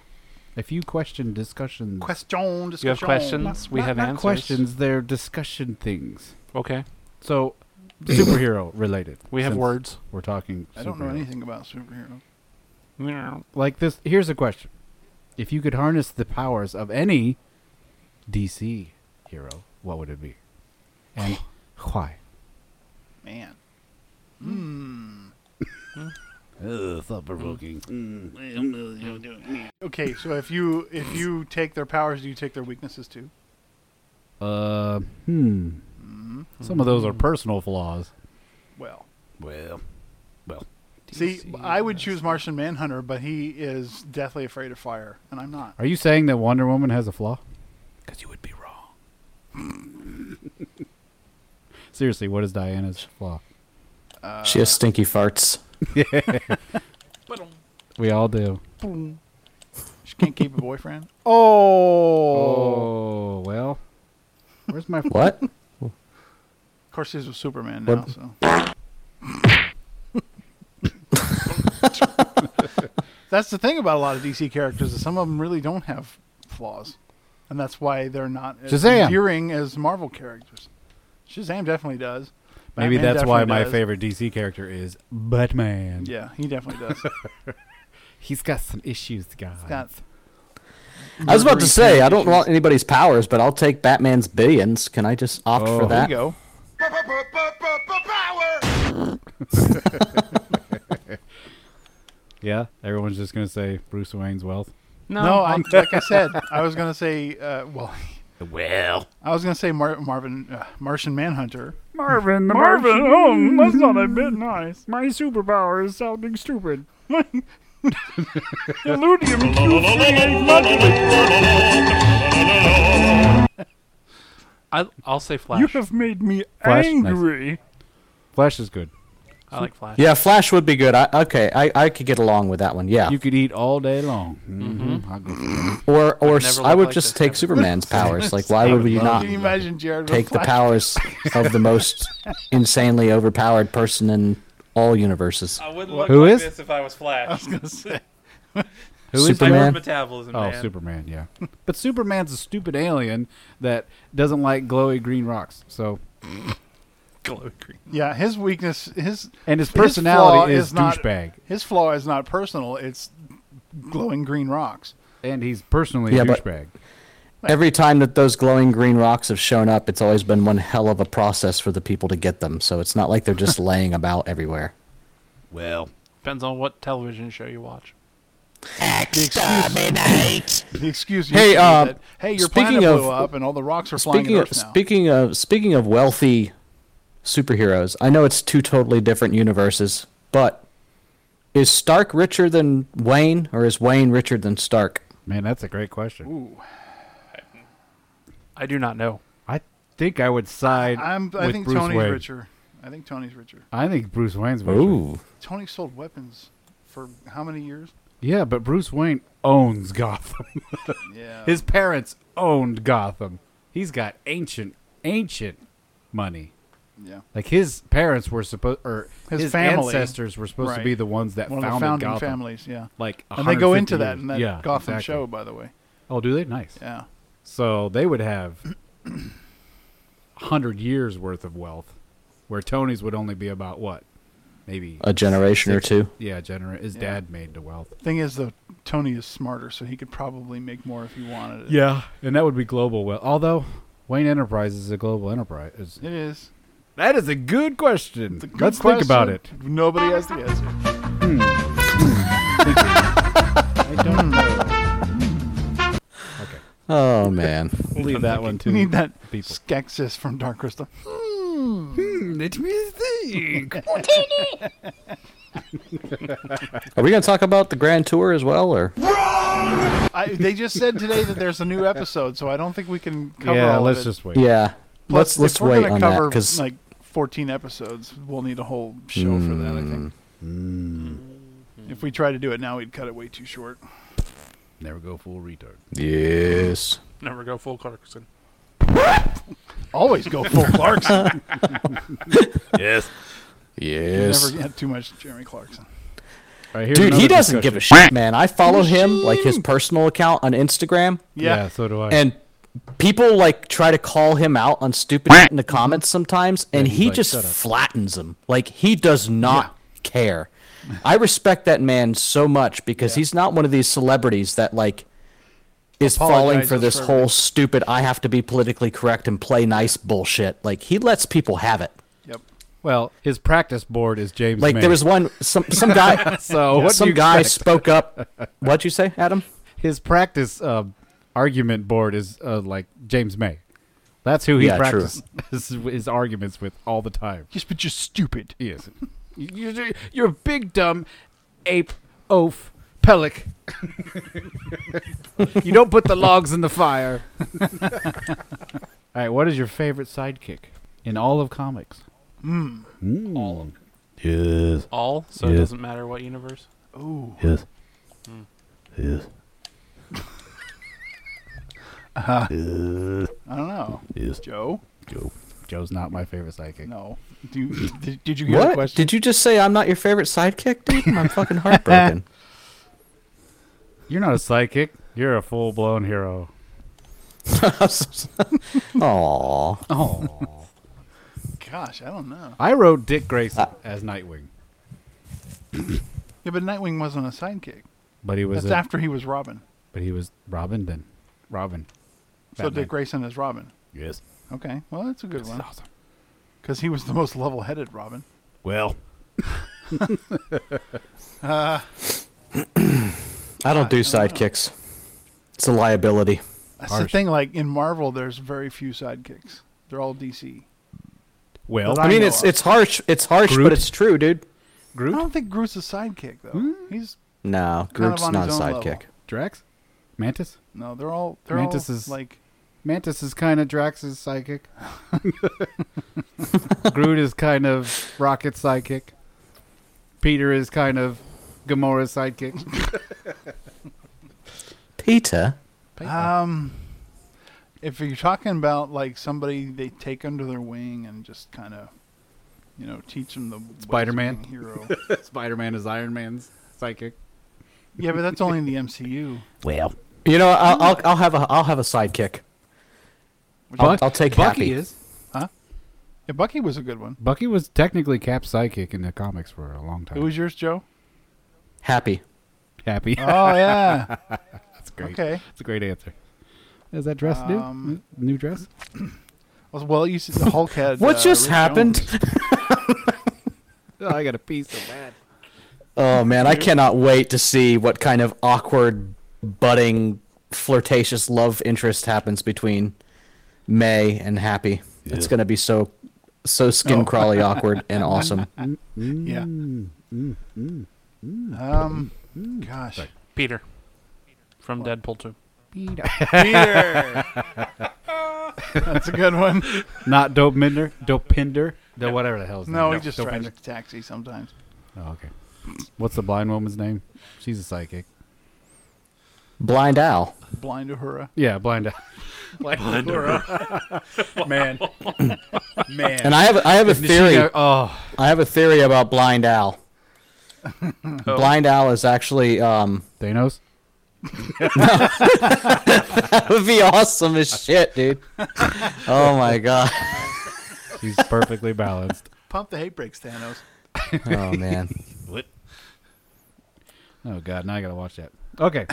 Speaker 1: A few question discussions.
Speaker 4: Question. Discussion.
Speaker 8: You have questions. We
Speaker 1: Not-
Speaker 8: have
Speaker 1: not
Speaker 8: answers.
Speaker 1: questions. They're discussion things.
Speaker 8: Okay,
Speaker 1: So, superhero related.
Speaker 8: we have
Speaker 1: since
Speaker 8: words.
Speaker 1: We're talking.
Speaker 4: I don't know
Speaker 1: superhero.
Speaker 4: anything about superheroes.
Speaker 1: Like this. Here's a question: If you could harness the powers of any DC hero, what would it be, and why?
Speaker 4: Man.
Speaker 1: thought provoking.
Speaker 4: Okay, so if you if you take their powers, do you take their weaknesses too?
Speaker 1: Uh, hmm.
Speaker 4: Mm-hmm.
Speaker 1: Some of those are personal flaws.
Speaker 4: Well,
Speaker 1: Well, well.
Speaker 4: see, I would choose Martian Manhunter, but he is deathly afraid of fire, and I'm not.
Speaker 1: Are you saying that Wonder Woman has a flaw?
Speaker 8: Because you would be wrong.
Speaker 1: Seriously, what is Diana's flaw?
Speaker 2: she has stinky farts.
Speaker 1: We all do.
Speaker 4: She can't keep a boyfriend.
Speaker 1: Oh, well. Where's my
Speaker 2: What?
Speaker 4: Of course, he's with Superman now.
Speaker 2: What?
Speaker 4: So that's the thing about a lot of DC characters is some of them really don't have flaws, and that's why they're not as
Speaker 1: Shazam.
Speaker 4: endearing as Marvel characters. Shazam definitely does.
Speaker 1: Maybe
Speaker 4: Batman
Speaker 1: that's why
Speaker 4: definitely
Speaker 1: my
Speaker 4: does.
Speaker 1: favorite DC character is Batman.
Speaker 4: Yeah, he definitely does.
Speaker 1: He's got some issues, guys.
Speaker 4: Got
Speaker 2: I was about to
Speaker 4: Murdery
Speaker 2: say I don't
Speaker 4: conditions.
Speaker 2: want anybody's powers, but I'll take Batman's billions. Can I just opt
Speaker 1: Oh.
Speaker 2: for
Speaker 1: There
Speaker 4: There
Speaker 2: that?
Speaker 4: you go.
Speaker 6: Power!
Speaker 1: yeah, everyone's
Speaker 4: Um,
Speaker 1: just going to say Bruce Wayne's wealth.
Speaker 4: No, I, like I said, I was gonna say, uh, well,
Speaker 1: Well,
Speaker 4: I was gonna say Mar- Marvin, uh, Martian Manhunter.
Speaker 1: Marvin, the Marvin. Oh,
Speaker 4: that's not a bit nice.
Speaker 1: my superpower is sounding stupid.
Speaker 8: I, I'll say Flash.
Speaker 4: have made me
Speaker 1: Flash, nice. Flash is good.
Speaker 8: I like Flash.
Speaker 2: Yeah, Flash would be good. I, okay, I, I could get along with that one. Yeah,
Speaker 1: You could eat all day long. Mm-hmm. I'll go for that.
Speaker 2: or or s-
Speaker 8: never
Speaker 2: I
Speaker 8: look
Speaker 2: would
Speaker 8: like
Speaker 2: just
Speaker 8: this
Speaker 2: take
Speaker 8: ever.
Speaker 2: Superman's powers. Like, why would you not
Speaker 4: Can you imagine Jared with
Speaker 2: take the
Speaker 4: Flash?
Speaker 2: powers of the most insanely overpowered person in all universes?
Speaker 8: I wouldn't look
Speaker 1: Who
Speaker 8: like
Speaker 1: is?
Speaker 8: this if I was Flash.
Speaker 1: Who is
Speaker 8: I
Speaker 2: Superman?
Speaker 8: learned metabolism,
Speaker 1: Oh,
Speaker 8: man.
Speaker 1: Superman, yeah. but Superman's a stupid alien that doesn't like glowy green rocks. So,
Speaker 8: Glow green.
Speaker 4: Yeah, his weakness, his
Speaker 1: and his
Speaker 4: flaw
Speaker 1: personality is,
Speaker 4: is not-
Speaker 1: douchebag,
Speaker 4: his flaw is not personal. It's glowing green rocks.
Speaker 1: and he's personally
Speaker 2: Yeah,
Speaker 1: a
Speaker 2: but-
Speaker 1: douchebag.
Speaker 2: Every time that those glowing green rocks have shown up, it's always been one hell of a process for the people to get them. So it's not like they're just laying about everywhere.
Speaker 1: Well,
Speaker 8: Depends on what television show you watch.
Speaker 4: The excuse, the excuse.
Speaker 2: Hey,
Speaker 4: used to be
Speaker 2: uh,
Speaker 4: that, hey, your
Speaker 2: speaking
Speaker 4: planet
Speaker 2: of-
Speaker 4: blew up and all the rocks are flying
Speaker 2: Speaking
Speaker 4: at
Speaker 2: of,
Speaker 4: Earth now.
Speaker 2: speaking of speaking of wealthy superheroes, I know it's two totally different universes, but is Stark richer than Wayne, or is Wayne richer than Stark?
Speaker 1: man, that's a great question.
Speaker 8: I do not know.
Speaker 1: I think I would side
Speaker 4: I'm,
Speaker 1: with
Speaker 4: I think
Speaker 1: Bruce
Speaker 4: Tony's
Speaker 1: Wayne.
Speaker 4: richer. I think Tony's richer.
Speaker 1: I think Bruce Wayne's richer.
Speaker 4: Tony sold weapons for how many years?
Speaker 1: Yeah, but Bruce Wayne owns Gotham.
Speaker 4: Yeah.
Speaker 1: His parents owned Gotham. He's got ancient, ancient money.
Speaker 4: yeah.
Speaker 1: Like his parents were supposed, or his,
Speaker 4: His family.
Speaker 1: ancestors were supposed to
Speaker 4: Right.
Speaker 1: be the ones that
Speaker 4: One of the
Speaker 1: founded
Speaker 4: founding
Speaker 1: Gotham.
Speaker 4: families. Yeah.
Speaker 1: Like,
Speaker 4: And they go
Speaker 1: 150
Speaker 4: into that
Speaker 1: years.
Speaker 4: in that
Speaker 1: yeah,
Speaker 4: Gotham
Speaker 1: exactly.
Speaker 4: show, by the way.
Speaker 1: Oh, do they? Nice.
Speaker 4: Yeah.
Speaker 1: So they would have hundred years worth of wealth, where Tony's would only be about what, maybe
Speaker 2: A generation or two.
Speaker 1: yeah, generate. His dad made to wealth.
Speaker 4: Thing is, though, Tony is smarter, so he could probably make more if he wanted it.
Speaker 1: Yeah, and that would be global wealth. Although Wayne Enterprises is a global enterprise. Is-
Speaker 4: It is.
Speaker 1: That is a good question.
Speaker 4: It's a good
Speaker 1: Let's think about it.
Speaker 4: question. Nobody has the answer.
Speaker 1: I don't know.
Speaker 2: Oh man.
Speaker 1: We'll leave that one to
Speaker 4: We need that
Speaker 1: people.
Speaker 4: Skeksis from Dark Crystal.
Speaker 1: Let me Hmm, think.
Speaker 2: Are we gonna talk about the Grand Tour as well, or
Speaker 4: I, they just said today that there's a new episode, so I don't think we can cover
Speaker 1: yeah,
Speaker 4: all
Speaker 1: let's
Speaker 4: of it.
Speaker 1: just wait.
Speaker 2: yeah?
Speaker 4: Plus,
Speaker 2: let's let's
Speaker 4: if we're
Speaker 2: wait
Speaker 4: gonna
Speaker 2: on that
Speaker 4: cover
Speaker 2: because
Speaker 4: like 14 episodes, we'll need a whole show for that. I think. If we try to do it now, we'd cut it way too short.
Speaker 1: Never go full retard.
Speaker 2: yes,
Speaker 8: Never go full Clarkson.
Speaker 4: Always go full Clarkson.
Speaker 2: yes.
Speaker 4: Never get too much Jeremy Clarkson.
Speaker 1: All right, here's
Speaker 2: Dude, he
Speaker 1: another
Speaker 2: doesn't give a
Speaker 1: discussion.
Speaker 2: shit, man. I follow him like his personal account on Instagram,
Speaker 4: Yeah.
Speaker 1: yeah, so do I.
Speaker 2: and people like try to call him out on stupid shit in the comments sometimes, and
Speaker 1: he's
Speaker 2: he
Speaker 1: like,
Speaker 2: just
Speaker 1: "Shut up."
Speaker 2: flattens them. Like he does not care. I respect that man so much because he's not one of these celebrities that like is falling for
Speaker 4: Apologizes
Speaker 2: this
Speaker 4: for
Speaker 2: whole stupid I have to be politically correct and play nice bullshit. Like he lets people have it.
Speaker 4: Yep.
Speaker 1: well, his practice board is James.
Speaker 2: Like
Speaker 1: May.
Speaker 2: there was one some some guy
Speaker 1: so what do
Speaker 2: some
Speaker 1: you
Speaker 2: guy
Speaker 1: expect?
Speaker 2: spoke up. What'd you say, Adam?
Speaker 1: his practice uh, argument board is uh, like James May. That's who he
Speaker 2: Yeah, true.
Speaker 1: practices his, his arguments with all the time.
Speaker 4: Yes, but you're stupid.
Speaker 1: He is. You're, you're a big dumb ape, oaf, pellic. you don't put the logs in the fire. all right, what is your favorite sidekick in all of comics?
Speaker 4: Hmm.
Speaker 1: Mm. All of Yes.
Speaker 8: All, so it
Speaker 1: Yeah.
Speaker 8: doesn't matter what universe.
Speaker 1: Yes. Yes.
Speaker 4: Uh-huh. I don't know.
Speaker 1: Yes.
Speaker 4: Joe?
Speaker 1: Joe. Joe's not my favorite sidekick.
Speaker 4: No. Do you, did, did you hear the
Speaker 2: What?
Speaker 4: question?
Speaker 2: Did you just say I'm not your favorite sidekick, dude? I'm fucking heartbroken.
Speaker 1: You're not a psychic. You're a full blown hero.
Speaker 2: Aww.
Speaker 1: Oh.
Speaker 4: Gosh, I don't know.
Speaker 1: I wrote Dick Grayson
Speaker 2: Uh,
Speaker 1: as Nightwing,
Speaker 4: Yeah, but Nightwing wasn't a sidekick.
Speaker 1: but he was
Speaker 4: That's
Speaker 1: a-
Speaker 4: after he was Robin.
Speaker 1: but he was Robin then. Robin.
Speaker 4: So Dick Grayson is Robin.
Speaker 1: Yes.
Speaker 4: Okay, well that's a good one
Speaker 1: awesome.
Speaker 4: because he was the most level-headed Robin.
Speaker 1: Well,
Speaker 2: I don't do sidekicks. It's a liability.
Speaker 4: That's the
Speaker 1: Harsh.
Speaker 4: thing. Like in Marvel, there's very few sidekicks. They're all DC.
Speaker 1: Well,
Speaker 4: But
Speaker 2: I mean,
Speaker 4: know
Speaker 2: it's
Speaker 4: of.
Speaker 2: it's harsh. It's harsh,
Speaker 1: Groot?
Speaker 2: but it's true, dude.
Speaker 4: I
Speaker 1: Groot, Hmm?
Speaker 4: don't think Groot's a sidekick though. He's
Speaker 2: No,
Speaker 4: kind
Speaker 2: Groot's
Speaker 4: of on
Speaker 2: not a
Speaker 4: his own
Speaker 2: sidekick.
Speaker 4: level.
Speaker 1: Drax, Mantis.
Speaker 4: No, they're all they're
Speaker 1: Mantis
Speaker 4: all
Speaker 1: is-
Speaker 4: like
Speaker 1: Mantis is kind of Drax's psychic. Groot is kind of Rocket's psychic. Peter is kind of Gamora's sidekick.
Speaker 2: Peter.
Speaker 4: um. If you're talking about like somebody they take under their wing and just kind of, you know, teach them the ways of
Speaker 1: Spider-Man.
Speaker 4: being a hero.
Speaker 1: Spider Man is Iron Man's psychic.
Speaker 4: yeah, but that's only in the MCU.
Speaker 1: Well,
Speaker 2: You know, I'll, I'll I'll have a I'll have a sidekick. I'll, I'll take
Speaker 1: Bucky
Speaker 2: Happy.
Speaker 1: is.
Speaker 4: Yeah, Bucky was a good one.
Speaker 1: Bucky was technically Cap's psychic in the comics for a long time.
Speaker 4: Who was yours, Joe?
Speaker 2: Happy.
Speaker 1: Happy.
Speaker 4: Oh yeah.
Speaker 1: That's great.
Speaker 4: okay.
Speaker 1: That's a great answer. Is that dress
Speaker 4: Um,
Speaker 1: new? New dress?
Speaker 4: Well, you said the Hulk had.
Speaker 2: What
Speaker 4: uh,
Speaker 2: just
Speaker 4: Rick
Speaker 2: happened?
Speaker 4: Jones.
Speaker 1: Oh, I got a piece of that.
Speaker 2: Oh man, I cannot wait to see what kind of awkward, budding, flirtatious love interest happens between May and Happy. It's gonna be so, so skin crawly awkward and awesome.
Speaker 4: Yeah. mm, Um. Gosh.
Speaker 8: Peter from Deadpool 2.
Speaker 4: Peter. That's a good one.
Speaker 1: Not dope minder, dope pinder, the whatever the hell.
Speaker 4: No, he just drives a taxi sometimes.
Speaker 1: Oh, okay. What's the blind woman's name? She's a psychic.
Speaker 2: Blind Owl.
Speaker 4: Blind Uhura.
Speaker 1: Yeah, blind. blind Man, man.
Speaker 2: And I have I have a
Speaker 1: She
Speaker 2: theory.
Speaker 1: got- oh,
Speaker 2: I have a theory about Blind Owl. Blind Owl is actually um,
Speaker 1: Thanos.
Speaker 2: that would be awesome as shit, dude. Oh my god.
Speaker 1: She's perfectly balanced.
Speaker 4: Pump the hate brakes, Thanos.
Speaker 2: Oh man.
Speaker 1: Oh god, now I gotta watch that. Okay.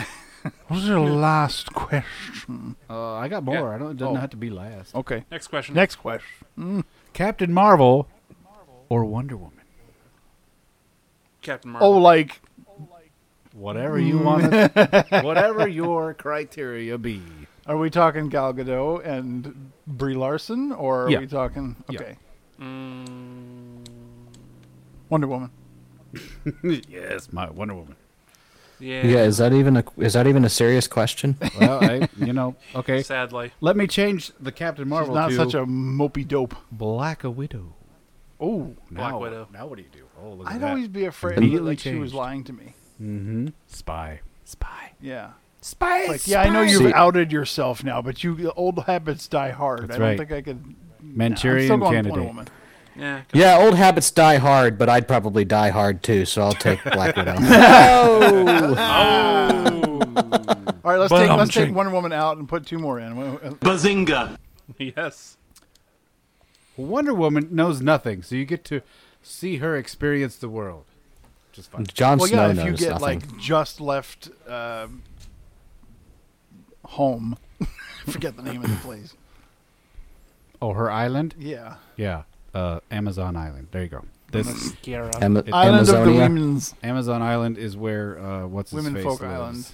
Speaker 4: What was your last question?
Speaker 1: Uh, I got more. I don't. It doesn't have to be last.
Speaker 4: Mm, Okay.
Speaker 8: Next question.
Speaker 4: Next question.
Speaker 1: Captain Marvel or Wonder Woman.
Speaker 8: Captain Marvel.
Speaker 4: Oh, like
Speaker 1: Whatever you want. to Whatever your criteria be.
Speaker 4: Are we talking Gal Gadot and Brie Larson, or are
Speaker 1: Yeah.
Speaker 4: we talking
Speaker 1: Yeah.
Speaker 4: okay?
Speaker 8: Mm.
Speaker 4: Wonder Woman.
Speaker 1: yes, my Wonder Woman.
Speaker 8: Yeah.
Speaker 2: Yeah, is that even a is that even a serious question?
Speaker 1: Well, I, you know, okay.
Speaker 8: Sadly.
Speaker 1: Let me change the Captain
Speaker 4: She's
Speaker 1: Marvel
Speaker 4: not
Speaker 1: to
Speaker 4: such a mopey dope.
Speaker 1: Black Widow.
Speaker 4: Oh,
Speaker 1: Now,
Speaker 8: Widow.
Speaker 1: Now what do you do? Oh, look at
Speaker 4: I'd
Speaker 1: that.
Speaker 4: always be afraid that,
Speaker 1: Immediately
Speaker 4: like she was
Speaker 1: changed.
Speaker 4: lying to me.
Speaker 1: spy, spy,
Speaker 4: Yeah.
Speaker 1: spy.
Speaker 4: Like, yeah, I know you've
Speaker 2: See-
Speaker 4: outed yourself now, but you the old habits die hard.
Speaker 1: That's
Speaker 4: I don't
Speaker 1: right.
Speaker 4: think I could. I'm still
Speaker 1: Manchurian
Speaker 4: going with Wonder
Speaker 1: candidate.
Speaker 4: Woman.
Speaker 8: Yeah.
Speaker 2: Yeah, old habits die hard, but I'd probably die hard too, so I'll take Black Widow.
Speaker 4: All right, let's take let's take Wonder Woman out and put two more in. Uh,
Speaker 8: Yes.
Speaker 1: Wonder Woman knows nothing, so you get to see her experience the world. Just fun.
Speaker 2: Jon
Speaker 4: Well,
Speaker 2: Snow
Speaker 4: yeah, if
Speaker 2: knows
Speaker 4: you get
Speaker 2: nothing.
Speaker 4: like just left um home, forget the name of the place.
Speaker 1: Oh, her island?
Speaker 4: Yeah.
Speaker 1: Yeah, uh, Amazon Island. There you go. This
Speaker 2: Ama-
Speaker 4: Island of the
Speaker 2: Amazonia.
Speaker 4: Women's
Speaker 1: Amazon Island is where uh, what's his
Speaker 4: Women
Speaker 1: face
Speaker 4: Folk
Speaker 1: lives.
Speaker 4: Island.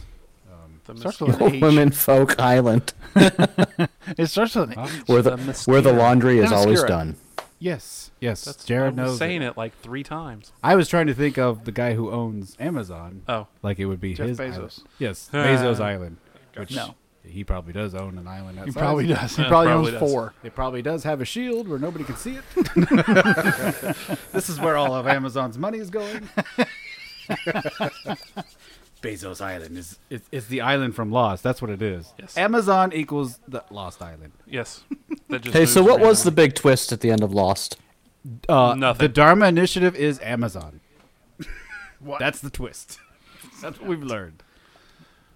Speaker 8: The
Speaker 4: Starts
Speaker 8: mis-
Speaker 4: with an H.
Speaker 2: Women folk island,
Speaker 4: It starts with an H.
Speaker 2: where the
Speaker 8: The
Speaker 2: where the laundry is
Speaker 4: Mascara.
Speaker 2: always done.
Speaker 1: Yes, yes.
Speaker 8: That's,
Speaker 1: Jared
Speaker 8: I was
Speaker 1: knows.
Speaker 8: saying
Speaker 1: it.
Speaker 8: it. like three times.
Speaker 1: I was trying to think of the guy who owns Amazon.
Speaker 8: Oh.
Speaker 1: Like it would be
Speaker 4: Jeff
Speaker 1: his
Speaker 4: Bezos.
Speaker 1: island. Yes, Bezos Island. Which
Speaker 4: No.
Speaker 1: he probably does own an island.
Speaker 4: He
Speaker 1: Outside.
Speaker 4: probably does. He
Speaker 8: Yeah,
Speaker 4: probably,
Speaker 8: probably
Speaker 4: owns
Speaker 8: does.
Speaker 4: four.
Speaker 1: It probably does have a shield where nobody can see it. this is where all of Amazon's money is going. Bezos Island is it's, it's the island from Lost. That's what it is.
Speaker 8: Yes.
Speaker 1: Amazon equals the Lost Island.
Speaker 8: Yes. That just
Speaker 2: Hey, so
Speaker 8: moves
Speaker 2: what was the
Speaker 8: randomly.
Speaker 2: big twist at the end of Lost?
Speaker 1: Uh,
Speaker 8: Nothing.
Speaker 1: The Dharma Initiative is Amazon. That's the twist. That's what we've learned.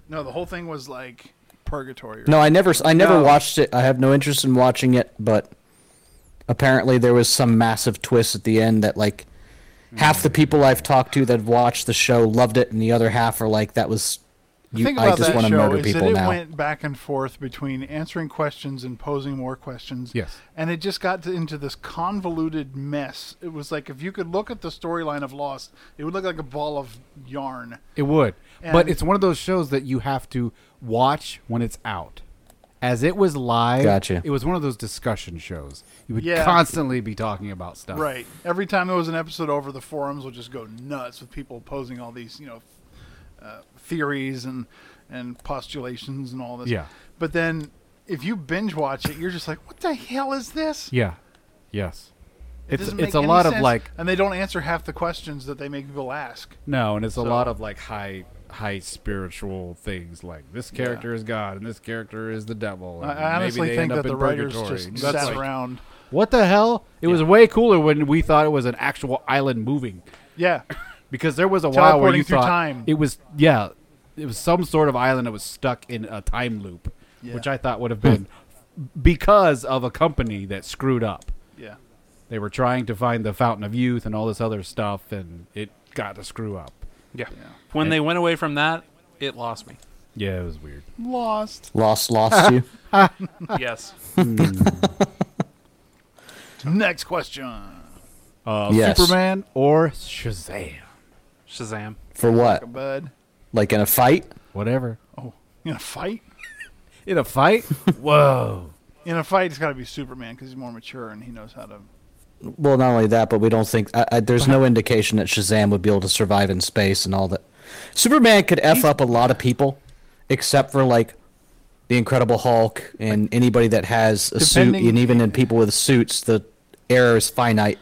Speaker 4: No, the whole thing was like purgatory.
Speaker 2: No, I never, I never
Speaker 4: No.
Speaker 2: watched it. I have no interest in watching it. But apparently, there was some massive twist at the end that like half the people I've talked to that watched the show loved it, and the other half are like, "That was,
Speaker 4: The
Speaker 2: you,
Speaker 4: thing
Speaker 2: I
Speaker 4: about
Speaker 2: just
Speaker 4: that
Speaker 2: want to
Speaker 4: show
Speaker 2: murder
Speaker 4: is
Speaker 2: people
Speaker 4: that it
Speaker 2: now."
Speaker 4: went back and forth between answering questions and posing more questions.
Speaker 1: Yes.
Speaker 4: And it just got to, into this convoluted mess. It was like if you could look at the storyline of Lost, it would look like a ball of yarn.
Speaker 1: It would. but
Speaker 4: And-
Speaker 1: it's one of those shows that you have to watch when it's out. as it was live.
Speaker 2: Gotcha.
Speaker 1: It was one of those discussion shows. You would
Speaker 4: Yeah.
Speaker 1: constantly be talking about
Speaker 2: Oh.
Speaker 1: stuff.
Speaker 4: Right. Every time there was an episode over, the forums would just go nuts with people posing all these, you know, uh, theories and and postulations and all this.
Speaker 1: Yeah.
Speaker 4: But then if you binge watch it, you're just like, what the hell is this?
Speaker 1: Yeah. Yes.
Speaker 4: It
Speaker 1: It's
Speaker 4: doesn't
Speaker 1: it's
Speaker 4: make
Speaker 1: a
Speaker 4: any
Speaker 1: lot of
Speaker 4: sense,
Speaker 1: like
Speaker 4: and they don't answer half the questions that they make people ask.
Speaker 1: No, and it's a lot of like high high spiritual things like this character is God and this character is the devil.
Speaker 4: I-
Speaker 1: and
Speaker 4: I honestly
Speaker 1: maybe they end
Speaker 4: think that
Speaker 1: up
Speaker 4: the
Speaker 1: in
Speaker 4: writers
Speaker 1: purgatory.
Speaker 4: just
Speaker 1: And
Speaker 4: sat
Speaker 1: that's like,
Speaker 4: around.
Speaker 1: what the hell? It was way cooler when we thought it was an actual island moving
Speaker 4: Yeah.
Speaker 1: because there was a while where
Speaker 4: Teleporting
Speaker 1: you
Speaker 4: through
Speaker 1: thought
Speaker 4: time.
Speaker 1: it was yeah, it was some sort of island that was stuck in a time loop, which
Speaker 4: Yeah.
Speaker 1: I thought would have been because of a company that screwed up.
Speaker 4: Yeah.
Speaker 1: They were trying to find the fountain of youth and all this other stuff, and it got to screw up.
Speaker 8: Yeah. When they went away from that, it lost me.
Speaker 1: Yeah, it was weird.
Speaker 4: Lost.
Speaker 2: Lost, lost you.
Speaker 8: yes.
Speaker 4: Next question.
Speaker 1: Uh,
Speaker 2: Yes.
Speaker 1: Superman or Shazam.
Speaker 8: Shazam.
Speaker 2: For what?
Speaker 4: Bud.
Speaker 2: Like in a fight?
Speaker 1: Whatever.
Speaker 4: In a fight?
Speaker 1: In a fight? Whoa.
Speaker 4: In a fight, it's got to be Superman because he's more mature and he knows how to.
Speaker 2: Well, not only that, but we don't think I, I, there's no indication that Shazam would be able to survive in space and all that. Superman could f up a lot of people, except for like the Incredible Hulk and anybody that has a
Speaker 4: Depending-
Speaker 2: suit, and even in people with suits, the air is finite.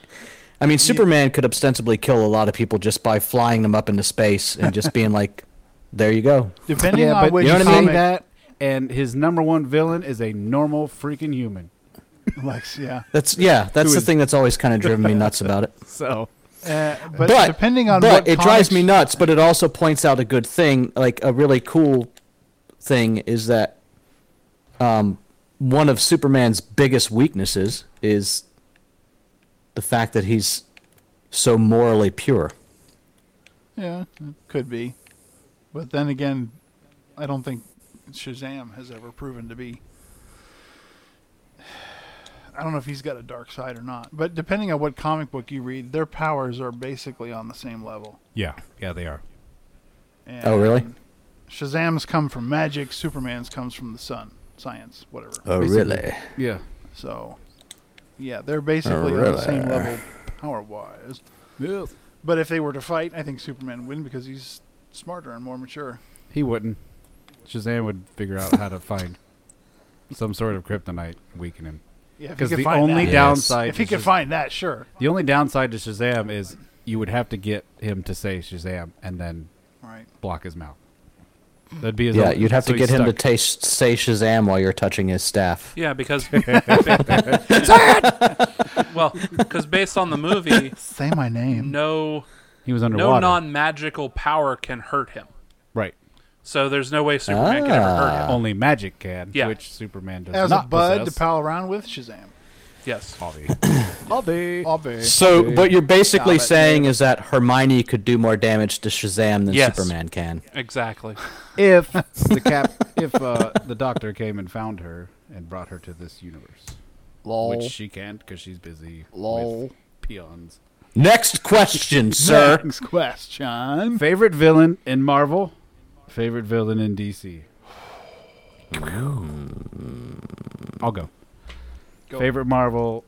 Speaker 2: I mean, Superman could ostensibly kill a lot of people just by flying them up into space and just being like, "There you go."
Speaker 4: Depending
Speaker 1: Yeah,
Speaker 4: on
Speaker 1: but
Speaker 4: which
Speaker 1: you know what I mean?
Speaker 4: comic,
Speaker 1: That and his number one villain is a normal freaking human.
Speaker 4: Lex, yeah.
Speaker 2: That's yeah. That's the
Speaker 1: is-
Speaker 2: thing that's always kind of driven me nuts about it.
Speaker 1: So
Speaker 4: Uh, but,
Speaker 2: but
Speaker 4: depending on
Speaker 2: but
Speaker 4: what
Speaker 2: it drives
Speaker 4: comics-
Speaker 2: me nuts but it also points out a good thing like a really cool thing is that um, one of superman's biggest weaknesses is the fact that he's so morally pure
Speaker 4: Yeah, it could be. But then again, I don't think Shazam has ever proven to be. I don't know if he's got a dark side or not, but depending on what comic book you read, their powers are basically on the same level.
Speaker 1: yeah, yeah, they are.
Speaker 4: And
Speaker 2: oh really
Speaker 4: Shazam's come from magic. Superman's comes from the sun, science, whatever.
Speaker 2: oh really
Speaker 1: Yeah,
Speaker 4: So, yeah, they're basically on the same level power-wise. But if they were to fight, I think Superman would win because he's smarter and more mature.
Speaker 1: he wouldn't. Shazam would figure out how to find some sort of kryptonite weaken him.
Speaker 4: Yeah, if he
Speaker 1: Because
Speaker 4: could
Speaker 1: the
Speaker 4: find
Speaker 1: only
Speaker 4: that.
Speaker 1: downside,
Speaker 4: if he
Speaker 1: to
Speaker 4: could
Speaker 1: Shaz-
Speaker 4: find that, sure.
Speaker 1: the only downside to Shazam is you would have to get him to say Shazam and then
Speaker 4: Right.
Speaker 1: block his mouth. That'd be his
Speaker 2: yeah
Speaker 1: only-
Speaker 2: you'd have
Speaker 1: so
Speaker 2: to
Speaker 1: he's
Speaker 2: get him to
Speaker 1: stuck.
Speaker 2: taste, say shazam while you're touching his staff
Speaker 8: Yeah, because well, because based on the movie,
Speaker 4: Say my name.
Speaker 8: no
Speaker 1: he was
Speaker 8: no
Speaker 1: underwater.
Speaker 8: non magical power can hurt him.
Speaker 1: right.
Speaker 8: So there's no way Superman can ever hurt
Speaker 2: Ah.
Speaker 8: him.
Speaker 1: Only magic can,
Speaker 8: Yeah.
Speaker 1: which Superman does
Speaker 4: As a
Speaker 1: not
Speaker 4: bud
Speaker 1: possess.
Speaker 4: to pal around with Shazam.
Speaker 8: Yes.
Speaker 1: Obvi.
Speaker 4: I'll be.
Speaker 2: so what you're basically
Speaker 4: Got it.
Speaker 2: saying is that hermione could do more damage to shazam than
Speaker 8: Yes.
Speaker 2: superman can
Speaker 8: Exactly.
Speaker 1: If the cap, if uh, the doctor came and found her and brought her to this universe,
Speaker 2: Lol.
Speaker 1: which she can't because she's busy
Speaker 2: Lol.
Speaker 1: with peons.
Speaker 2: next question sir
Speaker 4: Next question.
Speaker 1: Favorite villain in Marvel. Favorite villain in DC. I'll go. Favorite Marvel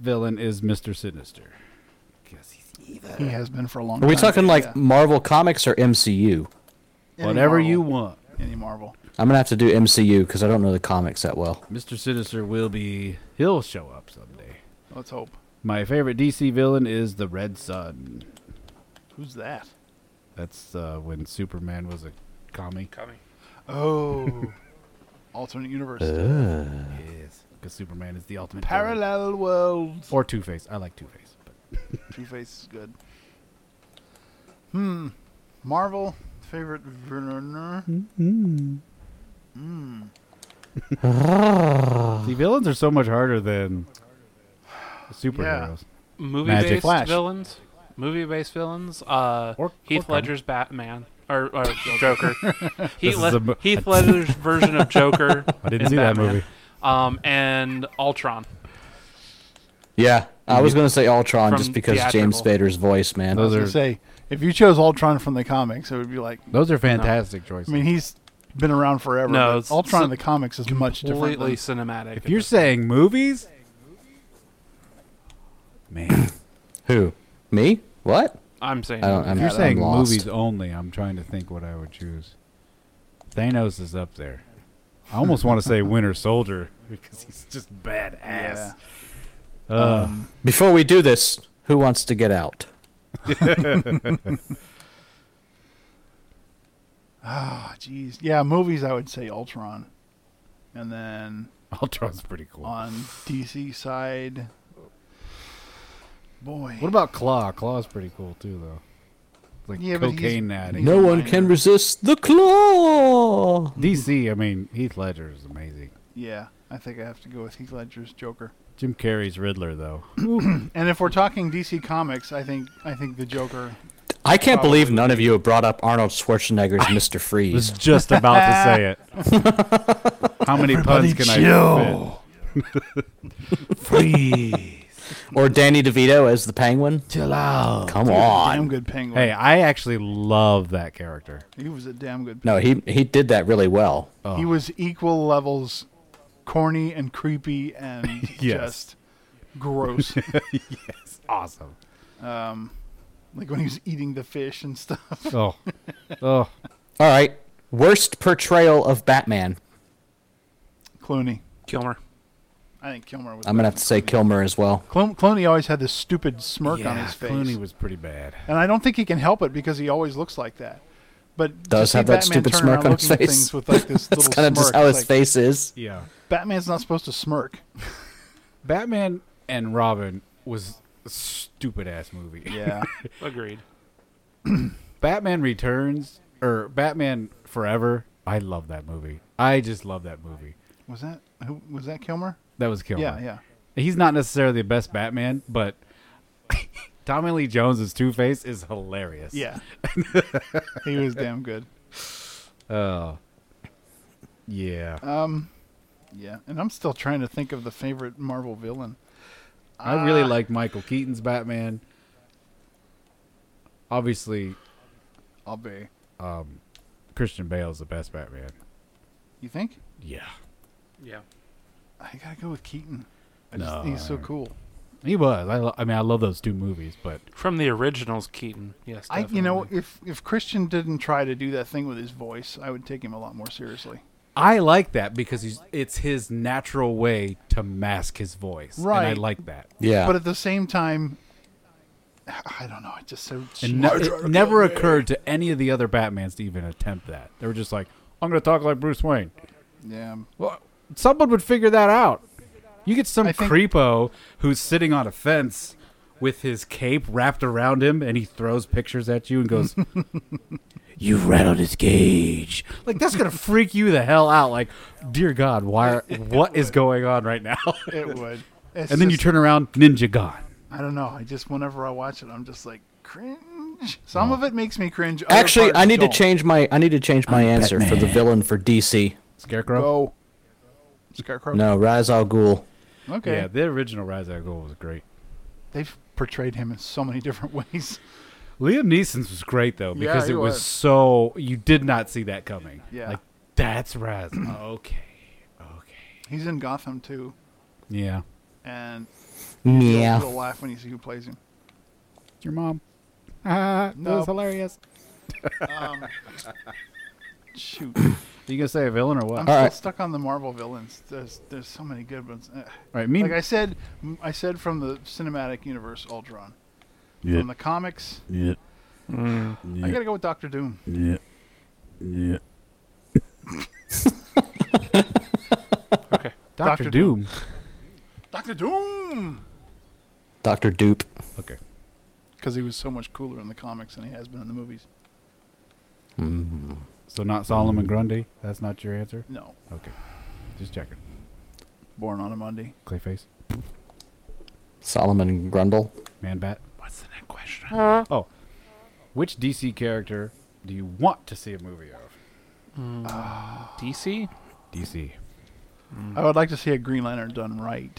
Speaker 1: villain is Mister Sinister. Guess he's
Speaker 4: He has been for a long
Speaker 2: Are
Speaker 4: time.
Speaker 2: we talking like
Speaker 4: Yeah.
Speaker 2: Marvel Comics or MCU?
Speaker 4: Any
Speaker 1: whatever
Speaker 4: Marvel.
Speaker 1: you want.
Speaker 4: Any Marvel.
Speaker 2: I'm gonna have to do MCU because I don't know the comics that well.
Speaker 1: Mister Sinister will be. He'll show up someday.
Speaker 4: Let's hope.
Speaker 1: My favorite DC villain is the Red Sun.
Speaker 4: Who's that?
Speaker 1: That's uh, when Superman was a commie.
Speaker 4: Oh. Alternate universe.
Speaker 1: Yes, because Superman is the ultimate villain.
Speaker 4: Parallel worlds.
Speaker 1: or Two Face. I like Two Face.
Speaker 4: Two Face is good. Hmm. Marvel favorite villain.
Speaker 1: The villains are so much harder than superheroes.
Speaker 8: Movie
Speaker 1: Magic
Speaker 8: based
Speaker 1: Flash.
Speaker 8: villains. Movie based villains. Uh,
Speaker 1: Or- or
Speaker 8: Heath
Speaker 1: Conan.
Speaker 8: Ledger's Batman or, or Joker. Heath,
Speaker 1: is a
Speaker 8: Le-
Speaker 1: mo-
Speaker 8: Heath Ledger's version of Joker.
Speaker 1: I didn't
Speaker 8: in
Speaker 1: see that
Speaker 8: Batman.
Speaker 1: movie.
Speaker 8: Um, and Ultron.
Speaker 2: Yeah, I was gonna say Ultron
Speaker 8: From
Speaker 2: just because James
Speaker 8: theatrical.
Speaker 2: Spader's voice, man.
Speaker 1: Those
Speaker 4: I
Speaker 1: are
Speaker 4: was gonna say if you chose Ultron from the comics, it would be like
Speaker 1: those are fantastic choices.
Speaker 4: I mean, he's been around forever.
Speaker 8: No,
Speaker 4: but
Speaker 8: it's-
Speaker 4: Ultron
Speaker 8: it's
Speaker 4: in the comics is much different.
Speaker 8: completely
Speaker 4: than-
Speaker 8: cinematic.
Speaker 1: If you're saying movies, man,
Speaker 2: Who? Me? What?
Speaker 8: I'm saying
Speaker 2: I don't. I'm,
Speaker 1: if you're
Speaker 2: I'm
Speaker 1: saying
Speaker 2: lost.
Speaker 1: movies only, I'm trying to think what I would choose. Thanos is up there. I almost want to say Winter Soldier because he's just badass. Uh,
Speaker 2: Before we do this, who wants to get out?
Speaker 4: Ah, jeez. Yeah, movies. I would say Ultron, and then
Speaker 1: Ultron's pretty cool.
Speaker 4: on DC side, boy.
Speaker 1: What about Claw? Claw's pretty cool too, though. It's Like
Speaker 4: Yeah, but he's-
Speaker 1: cocaine addict.
Speaker 2: No one can resist the claw.
Speaker 1: DC. I mean, Heath Ledger is amazing.
Speaker 4: Yeah, I think I have to go with Heath Ledger's Joker.
Speaker 1: Jim Carrey's Riddler, though.
Speaker 4: And if we're talking DC Comics, I think I think the Joker.
Speaker 2: I can't believe none of you have brought up Arnold Schwarzenegger's Mr.
Speaker 1: was
Speaker 2: Freeze.
Speaker 1: just about to say it. How many puns can I
Speaker 2: Or Danny DeVito as the penguin.
Speaker 1: Chill out.
Speaker 2: Come
Speaker 4: Damn
Speaker 2: on.
Speaker 4: good penguin.
Speaker 1: Hey, I actually love that character.
Speaker 4: He was a damn good.
Speaker 2: No, he he did that really well.
Speaker 4: He was equal levels, corny and creepy and
Speaker 1: Yes.
Speaker 4: just gross.
Speaker 1: Awesome.
Speaker 4: like when he was eating the fish and stuff.
Speaker 1: Oh, oh,
Speaker 2: All right. Worst portrayal of Batman.
Speaker 4: Clooney.
Speaker 8: Kilmer.
Speaker 4: I think Kilmer was.
Speaker 2: I'm gonna have to say Kilmer as well.
Speaker 4: Clo- Clooney always had this stupid smirk on
Speaker 1: yeah,
Speaker 4: his face,
Speaker 1: Clooney was pretty bad.
Speaker 4: and I don't think he can help it because he always looks like that. But
Speaker 2: Does
Speaker 4: to see
Speaker 2: have that
Speaker 4: Batman
Speaker 2: stupid
Speaker 4: turn
Speaker 2: smirk
Speaker 4: around
Speaker 2: on his
Speaker 4: looking at
Speaker 2: face.
Speaker 4: Things with like this
Speaker 2: That's
Speaker 4: little
Speaker 2: kind of just
Speaker 4: smirk,
Speaker 2: how
Speaker 4: it's
Speaker 2: his
Speaker 4: like,
Speaker 2: face is.
Speaker 1: Yeah,
Speaker 4: Batman's not supposed to smirk.
Speaker 1: Batman and Robin was a stupid ass movie.
Speaker 4: Yeah.
Speaker 8: Agreed.
Speaker 1: Batman Returns or Batman Forever. I love that movie. I just love that movie.
Speaker 4: was that who? Was that Kilmer?
Speaker 1: That was Kilmer.
Speaker 4: Yeah, yeah.
Speaker 1: He's not necessarily the best Batman, but Tommy Lee Jones' Two Face is hilarious.
Speaker 4: Yeah. he was damn good.
Speaker 1: Oh. Yeah.
Speaker 4: Uh, Yeah. And I'm still trying to think of the favorite Marvel villain.
Speaker 1: I
Speaker 4: uh,
Speaker 1: really like Michael Keaton's Batman. Obviously,
Speaker 4: I'll be.
Speaker 1: Christian Bale's the best Batman.
Speaker 4: You think?
Speaker 1: Yeah.
Speaker 8: Yeah.
Speaker 4: I gotta go with Keaton. I just,
Speaker 1: No,
Speaker 4: he's so
Speaker 1: I-
Speaker 4: cool.
Speaker 1: He was. I, lo- I mean, I love those two movies, but
Speaker 8: From the originals, Keaton. Yes.
Speaker 4: I, you know,
Speaker 8: definitely.
Speaker 4: if if Christian didn't try to do that thing with his voice, I would take him a lot more seriously.
Speaker 1: I like that because he's, it's his natural way to mask his voice. And I
Speaker 4: Right.
Speaker 1: like that.
Speaker 2: Yeah.
Speaker 4: But at the same time, I don't know. It's just so.
Speaker 1: And ne- it never occurred to any of the other Batmans to even attempt that. They were just like, I'm going to talk like Bruce Wayne.
Speaker 4: yeah.
Speaker 1: Well, someone would figure that out. You get some
Speaker 4: I think-
Speaker 1: creepo who's sitting on a fence with his cape wrapped around him, and he throws pictures at you and goes, "You rattled his cage." Like that's gonna freak you the hell out. Like, dear God, why? Are, what is going on right now?
Speaker 4: It would. It's
Speaker 1: and then you
Speaker 4: just-
Speaker 1: turn around, ninja gone.
Speaker 4: I don't know. I just whenever I watch it, I'm just like cringe. Some of it makes me cringe. other
Speaker 2: Oh. Actually,
Speaker 4: parts
Speaker 2: I need to
Speaker 4: don't.
Speaker 2: change my I need to change my answer for the villain for DC.
Speaker 1: Scarecrow.
Speaker 4: Go. Scarecrow.
Speaker 2: No, Raz Al Ghul.
Speaker 4: Okay.
Speaker 1: Yeah, the original Rise of Gold was great.
Speaker 4: They've portrayed him in so many different ways.
Speaker 1: Liam Neeson's was great though
Speaker 4: Yeah,
Speaker 1: because
Speaker 4: he
Speaker 1: it was,
Speaker 4: was.
Speaker 1: so you did not see that coming.
Speaker 4: Yeah.
Speaker 1: like that's Raz. okay, okay.
Speaker 4: He's in Gotham too,
Speaker 1: Yeah.
Speaker 4: and
Speaker 2: Yeah.
Speaker 4: you'll laugh when you see who plays him.
Speaker 1: Your mom. Ah,
Speaker 4: No. was
Speaker 1: hilarious.
Speaker 4: Shoot,
Speaker 1: Are you gonna say a villain or what?
Speaker 4: I'm
Speaker 1: All
Speaker 4: still
Speaker 2: right.
Speaker 4: stuck on the Marvel villains. There's there's so many good ones. Eh.
Speaker 1: right, me.
Speaker 4: Like I said, m- I said from the cinematic universe, Ultron. From the comics,
Speaker 1: yeah,
Speaker 4: I gotta go with Doctor Doom.
Speaker 1: yeah, yeah.
Speaker 8: Okay.
Speaker 1: Doctor
Speaker 4: Dr.
Speaker 1: Doom.
Speaker 4: Doctor Doom,
Speaker 2: Doctor Dupe.
Speaker 1: Okay.
Speaker 4: because he was so much cooler in the comics than he has been in the movies.
Speaker 1: So not Solomon Grundy. That's not your answer.
Speaker 4: No,
Speaker 1: Okay. Just checking.
Speaker 4: born on a Monday.
Speaker 1: Clayface.
Speaker 2: Solomon Grundle.
Speaker 1: Man Bat.
Speaker 8: What's the next question?
Speaker 1: Oh, which DC character do you want to see a movie of? Mm.
Speaker 8: DC.
Speaker 1: DC.
Speaker 4: I would like to see a Green Lantern done right,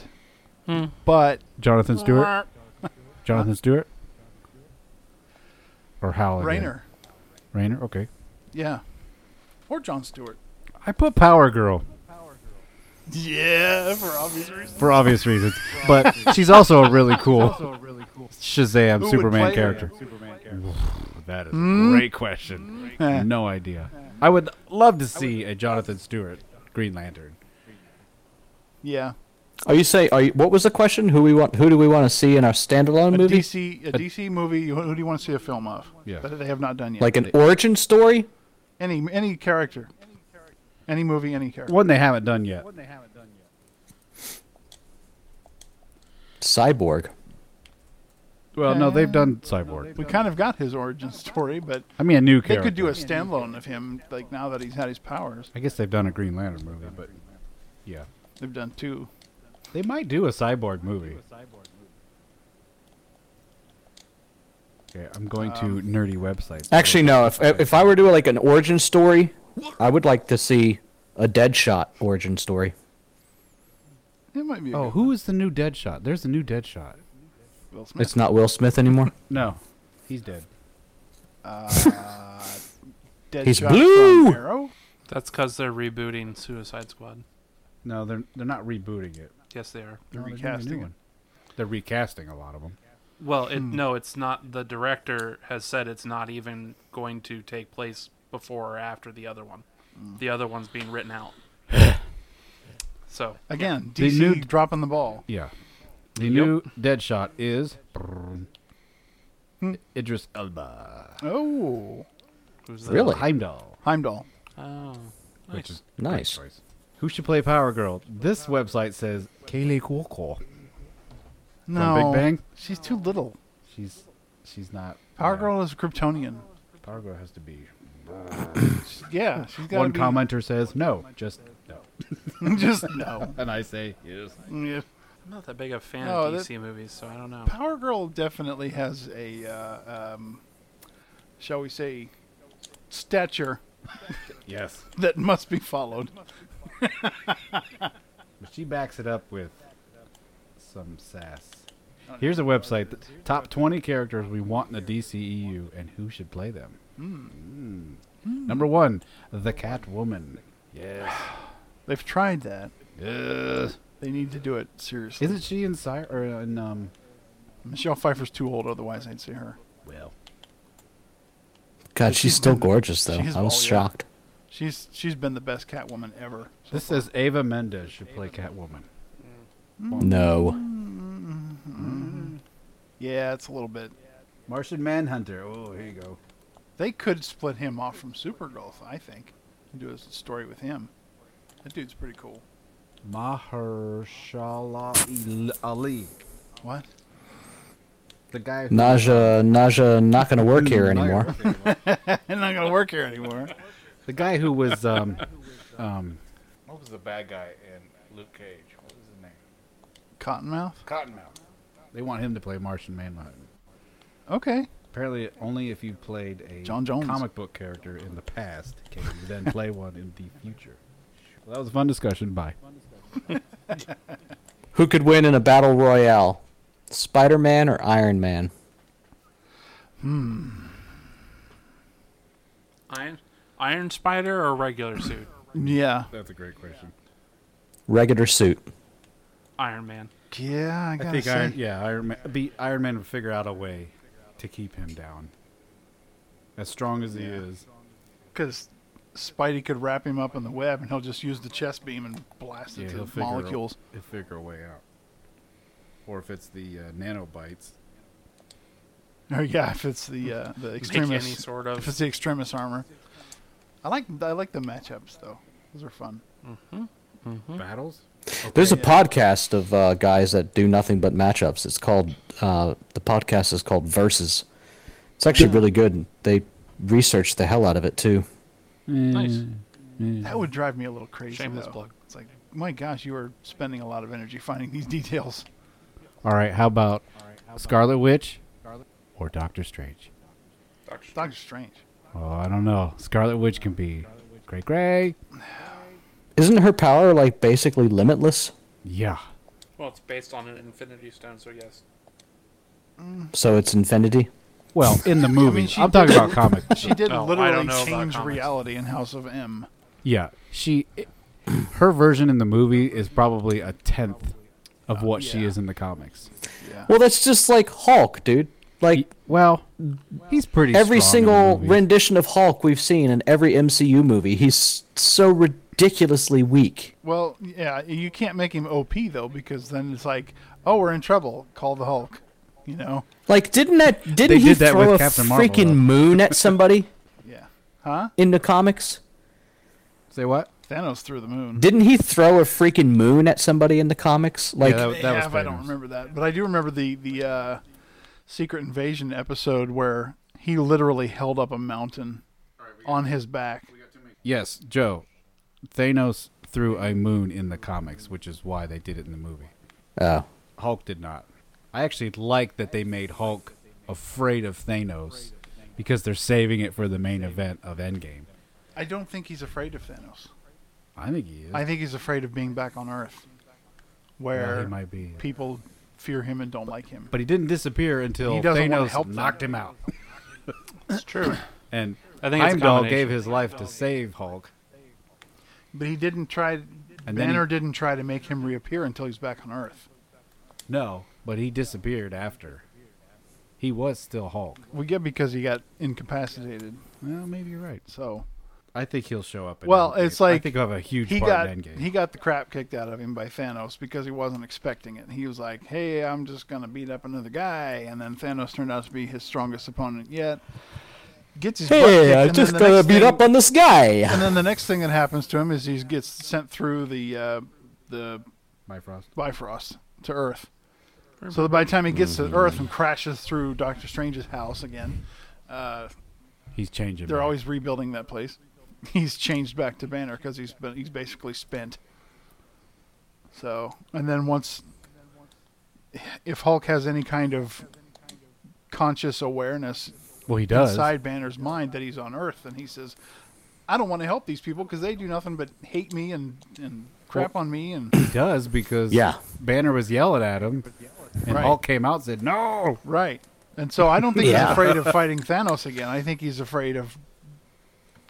Speaker 4: but
Speaker 1: Jonathan Stewart. Jonathan Stewart. Or Hal. again? Oh,
Speaker 4: Rainer,
Speaker 1: Rainer. Okay.
Speaker 4: yeah, or John Stewart.
Speaker 1: I put Power Girl
Speaker 4: Yeah, for obvious reasons.
Speaker 1: for obvious reasons, but she's also a really cool
Speaker 4: Also really cool.
Speaker 1: Shazam
Speaker 4: Who would
Speaker 1: Superman
Speaker 4: play her? Hmm?
Speaker 1: character. That is a great question.
Speaker 4: Eh.
Speaker 1: No idea. I would love to see a Jonathan Stewart Green Lantern.
Speaker 4: Yeah,
Speaker 2: Are you say? Are you? What was the question? Who we want? Who do we want to see in our standalone
Speaker 4: a
Speaker 2: movie?
Speaker 4: DC a DC movie. you- Who do you want to see a film of?
Speaker 1: Yeah.
Speaker 4: that they have not done yet.
Speaker 2: Like an origin story?
Speaker 4: any any character, any movie, any character.
Speaker 1: One they haven't done yet.
Speaker 2: Cyborg.
Speaker 1: Well, no, they've done Cyborg.
Speaker 4: We kind of got his origin story, but
Speaker 1: I mean, a new character.
Speaker 4: they could do a standalone of him. Like now that he's had his powers,
Speaker 1: I guess they've done a Green Lantern movie, but yeah,
Speaker 4: they've done two.
Speaker 1: they might do a Cyborg movie. Okay, I'm going to nerdy websites.
Speaker 2: Actually, no. If if I were to do like an origin story, I would like to see a Deadshot origin story.
Speaker 4: It might be. A
Speaker 1: Oh,
Speaker 4: good
Speaker 1: who is the new Deadshot? There's a new Deadshot.
Speaker 4: Will Smith.
Speaker 2: It's not Will Smith anymore.
Speaker 1: No, he's dead.
Speaker 4: Dead
Speaker 2: he's
Speaker 4: shot
Speaker 2: blue!
Speaker 4: From Arrow?
Speaker 8: That's because they're rebooting Suicide Squad.
Speaker 1: No, they're they're not rebooting it.
Speaker 8: Yes, they are.
Speaker 4: They're
Speaker 1: No, Oh, they're doing a new
Speaker 4: recasting. it.
Speaker 1: one. They're recasting a lot of them.
Speaker 8: Well, it,
Speaker 4: Hmm.
Speaker 8: no, it's not. The director has said it's not even going to take place before or after the other one.
Speaker 4: Hmm.
Speaker 8: The other one's being written out. so
Speaker 4: Again,
Speaker 1: They
Speaker 4: DC
Speaker 1: knew-
Speaker 4: dropping the ball.
Speaker 1: Yeah, the new Deadshot is Hmm. Idris Elba,
Speaker 4: Oh,
Speaker 8: who's that?
Speaker 2: Really?
Speaker 1: Heimdall,
Speaker 4: Heimdall.
Speaker 8: Oh,
Speaker 1: which is
Speaker 2: great Nice.
Speaker 1: choice. Who should play Power Girl? This website says Kaylee Cuoco.
Speaker 4: No,
Speaker 1: Big Bang?
Speaker 4: She's too little.
Speaker 1: She's she's not
Speaker 4: Power
Speaker 1: yeah,
Speaker 4: Girl is Kryptonian.
Speaker 1: Power Girl has to be.
Speaker 4: Yeah, she's got
Speaker 1: One commenter says no, just no,
Speaker 4: Just no.
Speaker 1: and I say yes.
Speaker 4: Yeah.
Speaker 8: I'm not that big a fan
Speaker 4: No,
Speaker 8: of
Speaker 4: that-
Speaker 8: DC movies, so I don't know.
Speaker 4: Power Girl definitely has a, uh, um, shall we say, stature
Speaker 1: Yes,
Speaker 4: that must be followed.
Speaker 1: but she backs it up with some sass. Here's a website: the top 20 characters we want in the DCEU and who should play them. Mm. Number one, the Catwoman. Yes,
Speaker 4: They've tried that.
Speaker 1: yes.
Speaker 4: They need to do it seriously.
Speaker 1: Isn't she in Sire or in um?
Speaker 4: Michelle Pfeiffer's too old, otherwise I'd see her.
Speaker 1: Well,
Speaker 2: God, she's still gorgeous though.
Speaker 4: she is
Speaker 2: I was
Speaker 4: all, yeah.
Speaker 2: shocked.
Speaker 4: She's she's been the best Catwoman ever.
Speaker 1: this says Ava Mendez should play Catwoman.
Speaker 4: Hmm.
Speaker 2: No.
Speaker 4: Yeah, it's a little bit.
Speaker 1: Martian Manhunter. Oh, here you go.
Speaker 4: They could split him off from Supergirl, I think, and do a s- story with him. That dude's pretty cool.
Speaker 1: Mahershala Ali,
Speaker 4: What?
Speaker 1: the guy. Who
Speaker 2: Naja, Naja, not gonna work here anymore.
Speaker 4: I'm not gonna work here anymore.
Speaker 1: The guy who was um, um. What was the bad guy in Luke Cage? What was his name?
Speaker 4: Cottonmouth.
Speaker 1: Cottonmouth. They want him to play Martian Manhunter.
Speaker 4: Okay.
Speaker 1: Apparently, only if you played a
Speaker 4: John Jones.
Speaker 1: comic book character in the past can you then play one in the future. Well, that was a fun discussion. Bye.
Speaker 2: Who could win in a battle royale? Spider Man or Iron Man?
Speaker 8: Iron Iron Spider or regular suit?
Speaker 4: Yeah.
Speaker 1: That's a great question.
Speaker 2: Regular suit.
Speaker 8: Iron Man.
Speaker 4: Yeah, I
Speaker 1: I
Speaker 4: gotta
Speaker 1: think
Speaker 4: say.
Speaker 1: Iron, yeah, Iron Man, beat Iron Man would figure out a way to keep him down. As strong as he is,
Speaker 4: because Spidey could wrap him up in the web, and he'll just use the chest beam and blast it
Speaker 1: yeah,
Speaker 4: to
Speaker 1: he'll
Speaker 4: the
Speaker 1: figure,
Speaker 4: molecules.
Speaker 1: A, he'll figure a way out. Or if it's the uh, nanobites,
Speaker 4: Or yeah, if it's the uh, the
Speaker 8: Make any
Speaker 4: extremist,
Speaker 8: sort
Speaker 4: if
Speaker 8: of.
Speaker 4: it's the extremist armor. I like I like the matchups though; those are fun.
Speaker 1: battles.
Speaker 2: There's a podcast of uh, guys that do nothing but matchups. It's called uh, the podcast is called Versus. It's actually really good. They researched the hell out of it too.
Speaker 4: Hmm.
Speaker 8: Nice.
Speaker 4: That would drive me a little crazy.
Speaker 8: Shameless
Speaker 4: though.
Speaker 8: plug.
Speaker 4: It's like, my gosh, you are spending a lot of energy finding these details.
Speaker 1: All right, how about Scarlet Witch or Doctor Strange?
Speaker 4: Doctor Strange.
Speaker 1: Oh, I don't know. Scarlet Witch can be Gray Gray.
Speaker 2: Isn't her power like basically limitless?
Speaker 1: Yeah.
Speaker 8: Well, it's based on an Infinity Stone, so yes.
Speaker 2: So it's infinity.
Speaker 1: Well, in the movie, I
Speaker 4: mean, she
Speaker 1: am talking
Speaker 4: did-
Speaker 1: about comic.
Speaker 4: She did
Speaker 8: Oh, I don't
Speaker 4: literally
Speaker 8: know about
Speaker 4: change
Speaker 8: comics.
Speaker 4: reality in House of M.
Speaker 1: Yeah, she, her version in the movie is probably a tenth of what she is in the comics.
Speaker 2: Well, that's just like Hulk, dude. Like
Speaker 1: Well, he's pretty.
Speaker 2: every
Speaker 1: strong in the
Speaker 2: single
Speaker 1: movie.
Speaker 2: rendition of Hulk we've seen in every MCU movie, he's so ridiculously weak.
Speaker 4: Well, yeah, you can't make him OP though because then it's like, oh, we're in trouble. Call the Hulk. You know?
Speaker 2: Like, didn't that didn't
Speaker 1: They
Speaker 2: he
Speaker 1: did that
Speaker 2: throw
Speaker 1: with
Speaker 2: a
Speaker 1: Captain Marvel,
Speaker 2: freaking
Speaker 1: though.
Speaker 2: moon at somebody
Speaker 4: Yeah. Huh?
Speaker 2: in the comics?
Speaker 1: Say what?
Speaker 4: Thanos through the moon.
Speaker 2: Didn't he throw a freaking moon at somebody in the comics? Like,
Speaker 1: that was-
Speaker 4: yeah, if I
Speaker 1: Thanos.
Speaker 4: don't remember that, but I do remember the the uh, Secret Invasion episode where he literally held up a mountain on his back.
Speaker 1: Yes, Joe. Thanos threw a moon in the comics, which is why they did it in the movie.
Speaker 2: oh,
Speaker 1: Hulk did not. I actually like that they made Hulk afraid of Thanos because they're saving it for the main event of Endgame.
Speaker 4: I don't think he's afraid of Thanos.
Speaker 1: I think he is.
Speaker 4: I think he's afraid of being back on Earth,
Speaker 1: Well,
Speaker 4: where
Speaker 1: he might be.
Speaker 4: people fear him and don't like him.
Speaker 1: But he didn't disappear until
Speaker 4: He doesn't wanna
Speaker 1: Thanos
Speaker 4: help them.
Speaker 1: knocked him out.
Speaker 4: It's true.
Speaker 1: And
Speaker 8: I think it's a
Speaker 1: Heimdall
Speaker 8: combination.
Speaker 1: gave his life to save Hulk.
Speaker 4: But he didn't try.
Speaker 1: then
Speaker 4: Banner
Speaker 1: he-
Speaker 4: didn't try to make him reappear until he's back on Earth.
Speaker 1: No, but he disappeared after. He was still Hulk.
Speaker 4: We get because he got incapacitated.
Speaker 1: Well, maybe you're right.
Speaker 4: So
Speaker 1: I think he'll show up. In
Speaker 4: Well,
Speaker 1: Endgame.
Speaker 4: it's like
Speaker 1: I think he'll have a huge
Speaker 4: he
Speaker 1: part
Speaker 4: got
Speaker 1: in Endgame.
Speaker 4: he got the crap kicked out of him by Thanos because he wasn't expecting it. He was like, "Hey, I'm just gonna beat up another guy," and then Thanos turned out to be his strongest opponent yet. Gets his butt kicked,
Speaker 2: hey, I
Speaker 4: and then
Speaker 2: just
Speaker 4: the
Speaker 2: gotta
Speaker 4: next
Speaker 2: beat
Speaker 4: thing-
Speaker 2: up on this guy.
Speaker 4: And then the next thing that happens to him is he gets sent through the uh, the
Speaker 1: Bifrost.
Speaker 4: Bifrost to Earth. So that by the time he gets to Earth and crashes through Doctor Strange's house again, uh,
Speaker 1: He's changing.
Speaker 4: they're
Speaker 1: man.
Speaker 4: always rebuilding that place. He's changed back to Banner because he's been, he's basically spent. So and then once, if Hulk has any kind of conscious awareness
Speaker 1: Well, he does.
Speaker 4: inside Banner's mind that he's on Earth, and he says, "I don't want to help these people because they do nothing but hate me and and crap on me." And
Speaker 1: He does because
Speaker 2: Yeah.
Speaker 1: Banner was yelling at him, and
Speaker 4: Right.
Speaker 1: Hulk came out and said, "No."
Speaker 4: right, and so I don't think he's
Speaker 2: Yeah.
Speaker 4: afraid of fighting Thanos again. I think he's afraid of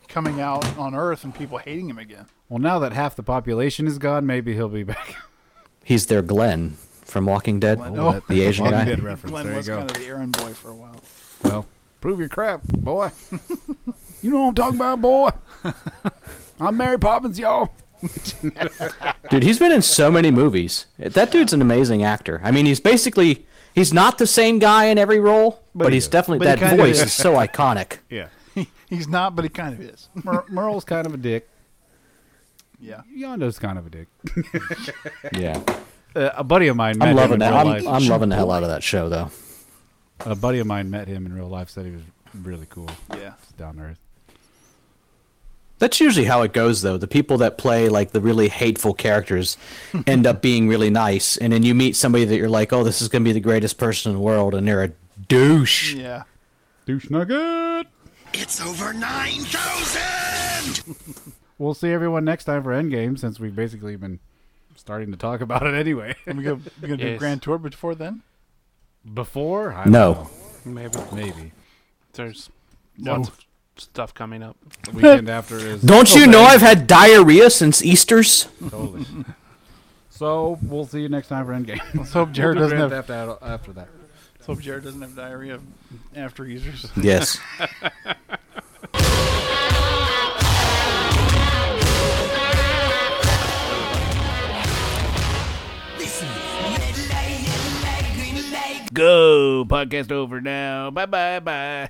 Speaker 4: coming out on Earth and people hating him again.
Speaker 1: Well, now that half the population is gone, maybe he'll be back.
Speaker 2: He's their Glenn from Walking Dead,
Speaker 4: Oh, that-
Speaker 2: the Asian
Speaker 1: Walking
Speaker 2: guy.
Speaker 1: Dead reference.
Speaker 4: Glenn
Speaker 1: there you
Speaker 4: was
Speaker 1: go.
Speaker 4: kind of the errand boy for a while.
Speaker 1: Well, prove your crap, boy. you know what I'm talking about, boy. I'm Mary Poppins, y'all.
Speaker 2: Dude, he's been in so many movies. That dude's an amazing actor. I mean, he's basically he's not the same guy in every role, but, he's definitely
Speaker 4: But he
Speaker 2: that
Speaker 4: kinda
Speaker 2: voice
Speaker 4: is.
Speaker 2: is so iconic.
Speaker 1: Yeah.
Speaker 4: He's not, but he kind of is.
Speaker 1: Mer- Merle's kind of a dick.
Speaker 4: Yeah.
Speaker 1: Yondo's kind of a dick.
Speaker 2: Yeah.
Speaker 1: Uh, a buddy of mine. Met
Speaker 2: I'm loving
Speaker 1: him in
Speaker 2: that.
Speaker 1: real
Speaker 2: I'm,
Speaker 1: life.
Speaker 2: I'm loving the hell out of that show though.
Speaker 1: A buddy of mine met him in real life. Said he was really cool.
Speaker 4: Yeah.
Speaker 1: He's down to earth.
Speaker 2: That's usually how it goes though. The people that play like the really hateful characters end up being really nice and then you meet somebody that you're like, "Oh, this is going to be the greatest person in the world," and they're a douche.
Speaker 4: Yeah.
Speaker 1: Douche nugget.
Speaker 5: It's over 9,000!
Speaker 1: We'll see everyone next time for Endgame, since we've basically been starting to talk about it anyway.
Speaker 4: And we go, we're going to do
Speaker 8: Yes.
Speaker 4: Grand Tour before then?
Speaker 1: Before? I don't
Speaker 2: No.
Speaker 8: Maybe
Speaker 1: know. Maybe.
Speaker 8: there's
Speaker 4: No.
Speaker 8: lots of stuff coming up.
Speaker 1: The weekend after is.
Speaker 2: Don't you know I've had diarrhea since Easter's?
Speaker 1: Totally. So we'll see you next time for Endgame.
Speaker 4: Let's hope Jared doesn't have,
Speaker 1: after, after that.
Speaker 4: let's hope Jared doesn't have diarrhea after users.
Speaker 2: Yes.
Speaker 1: "Oh, Go podcast over now. Bye bye bye.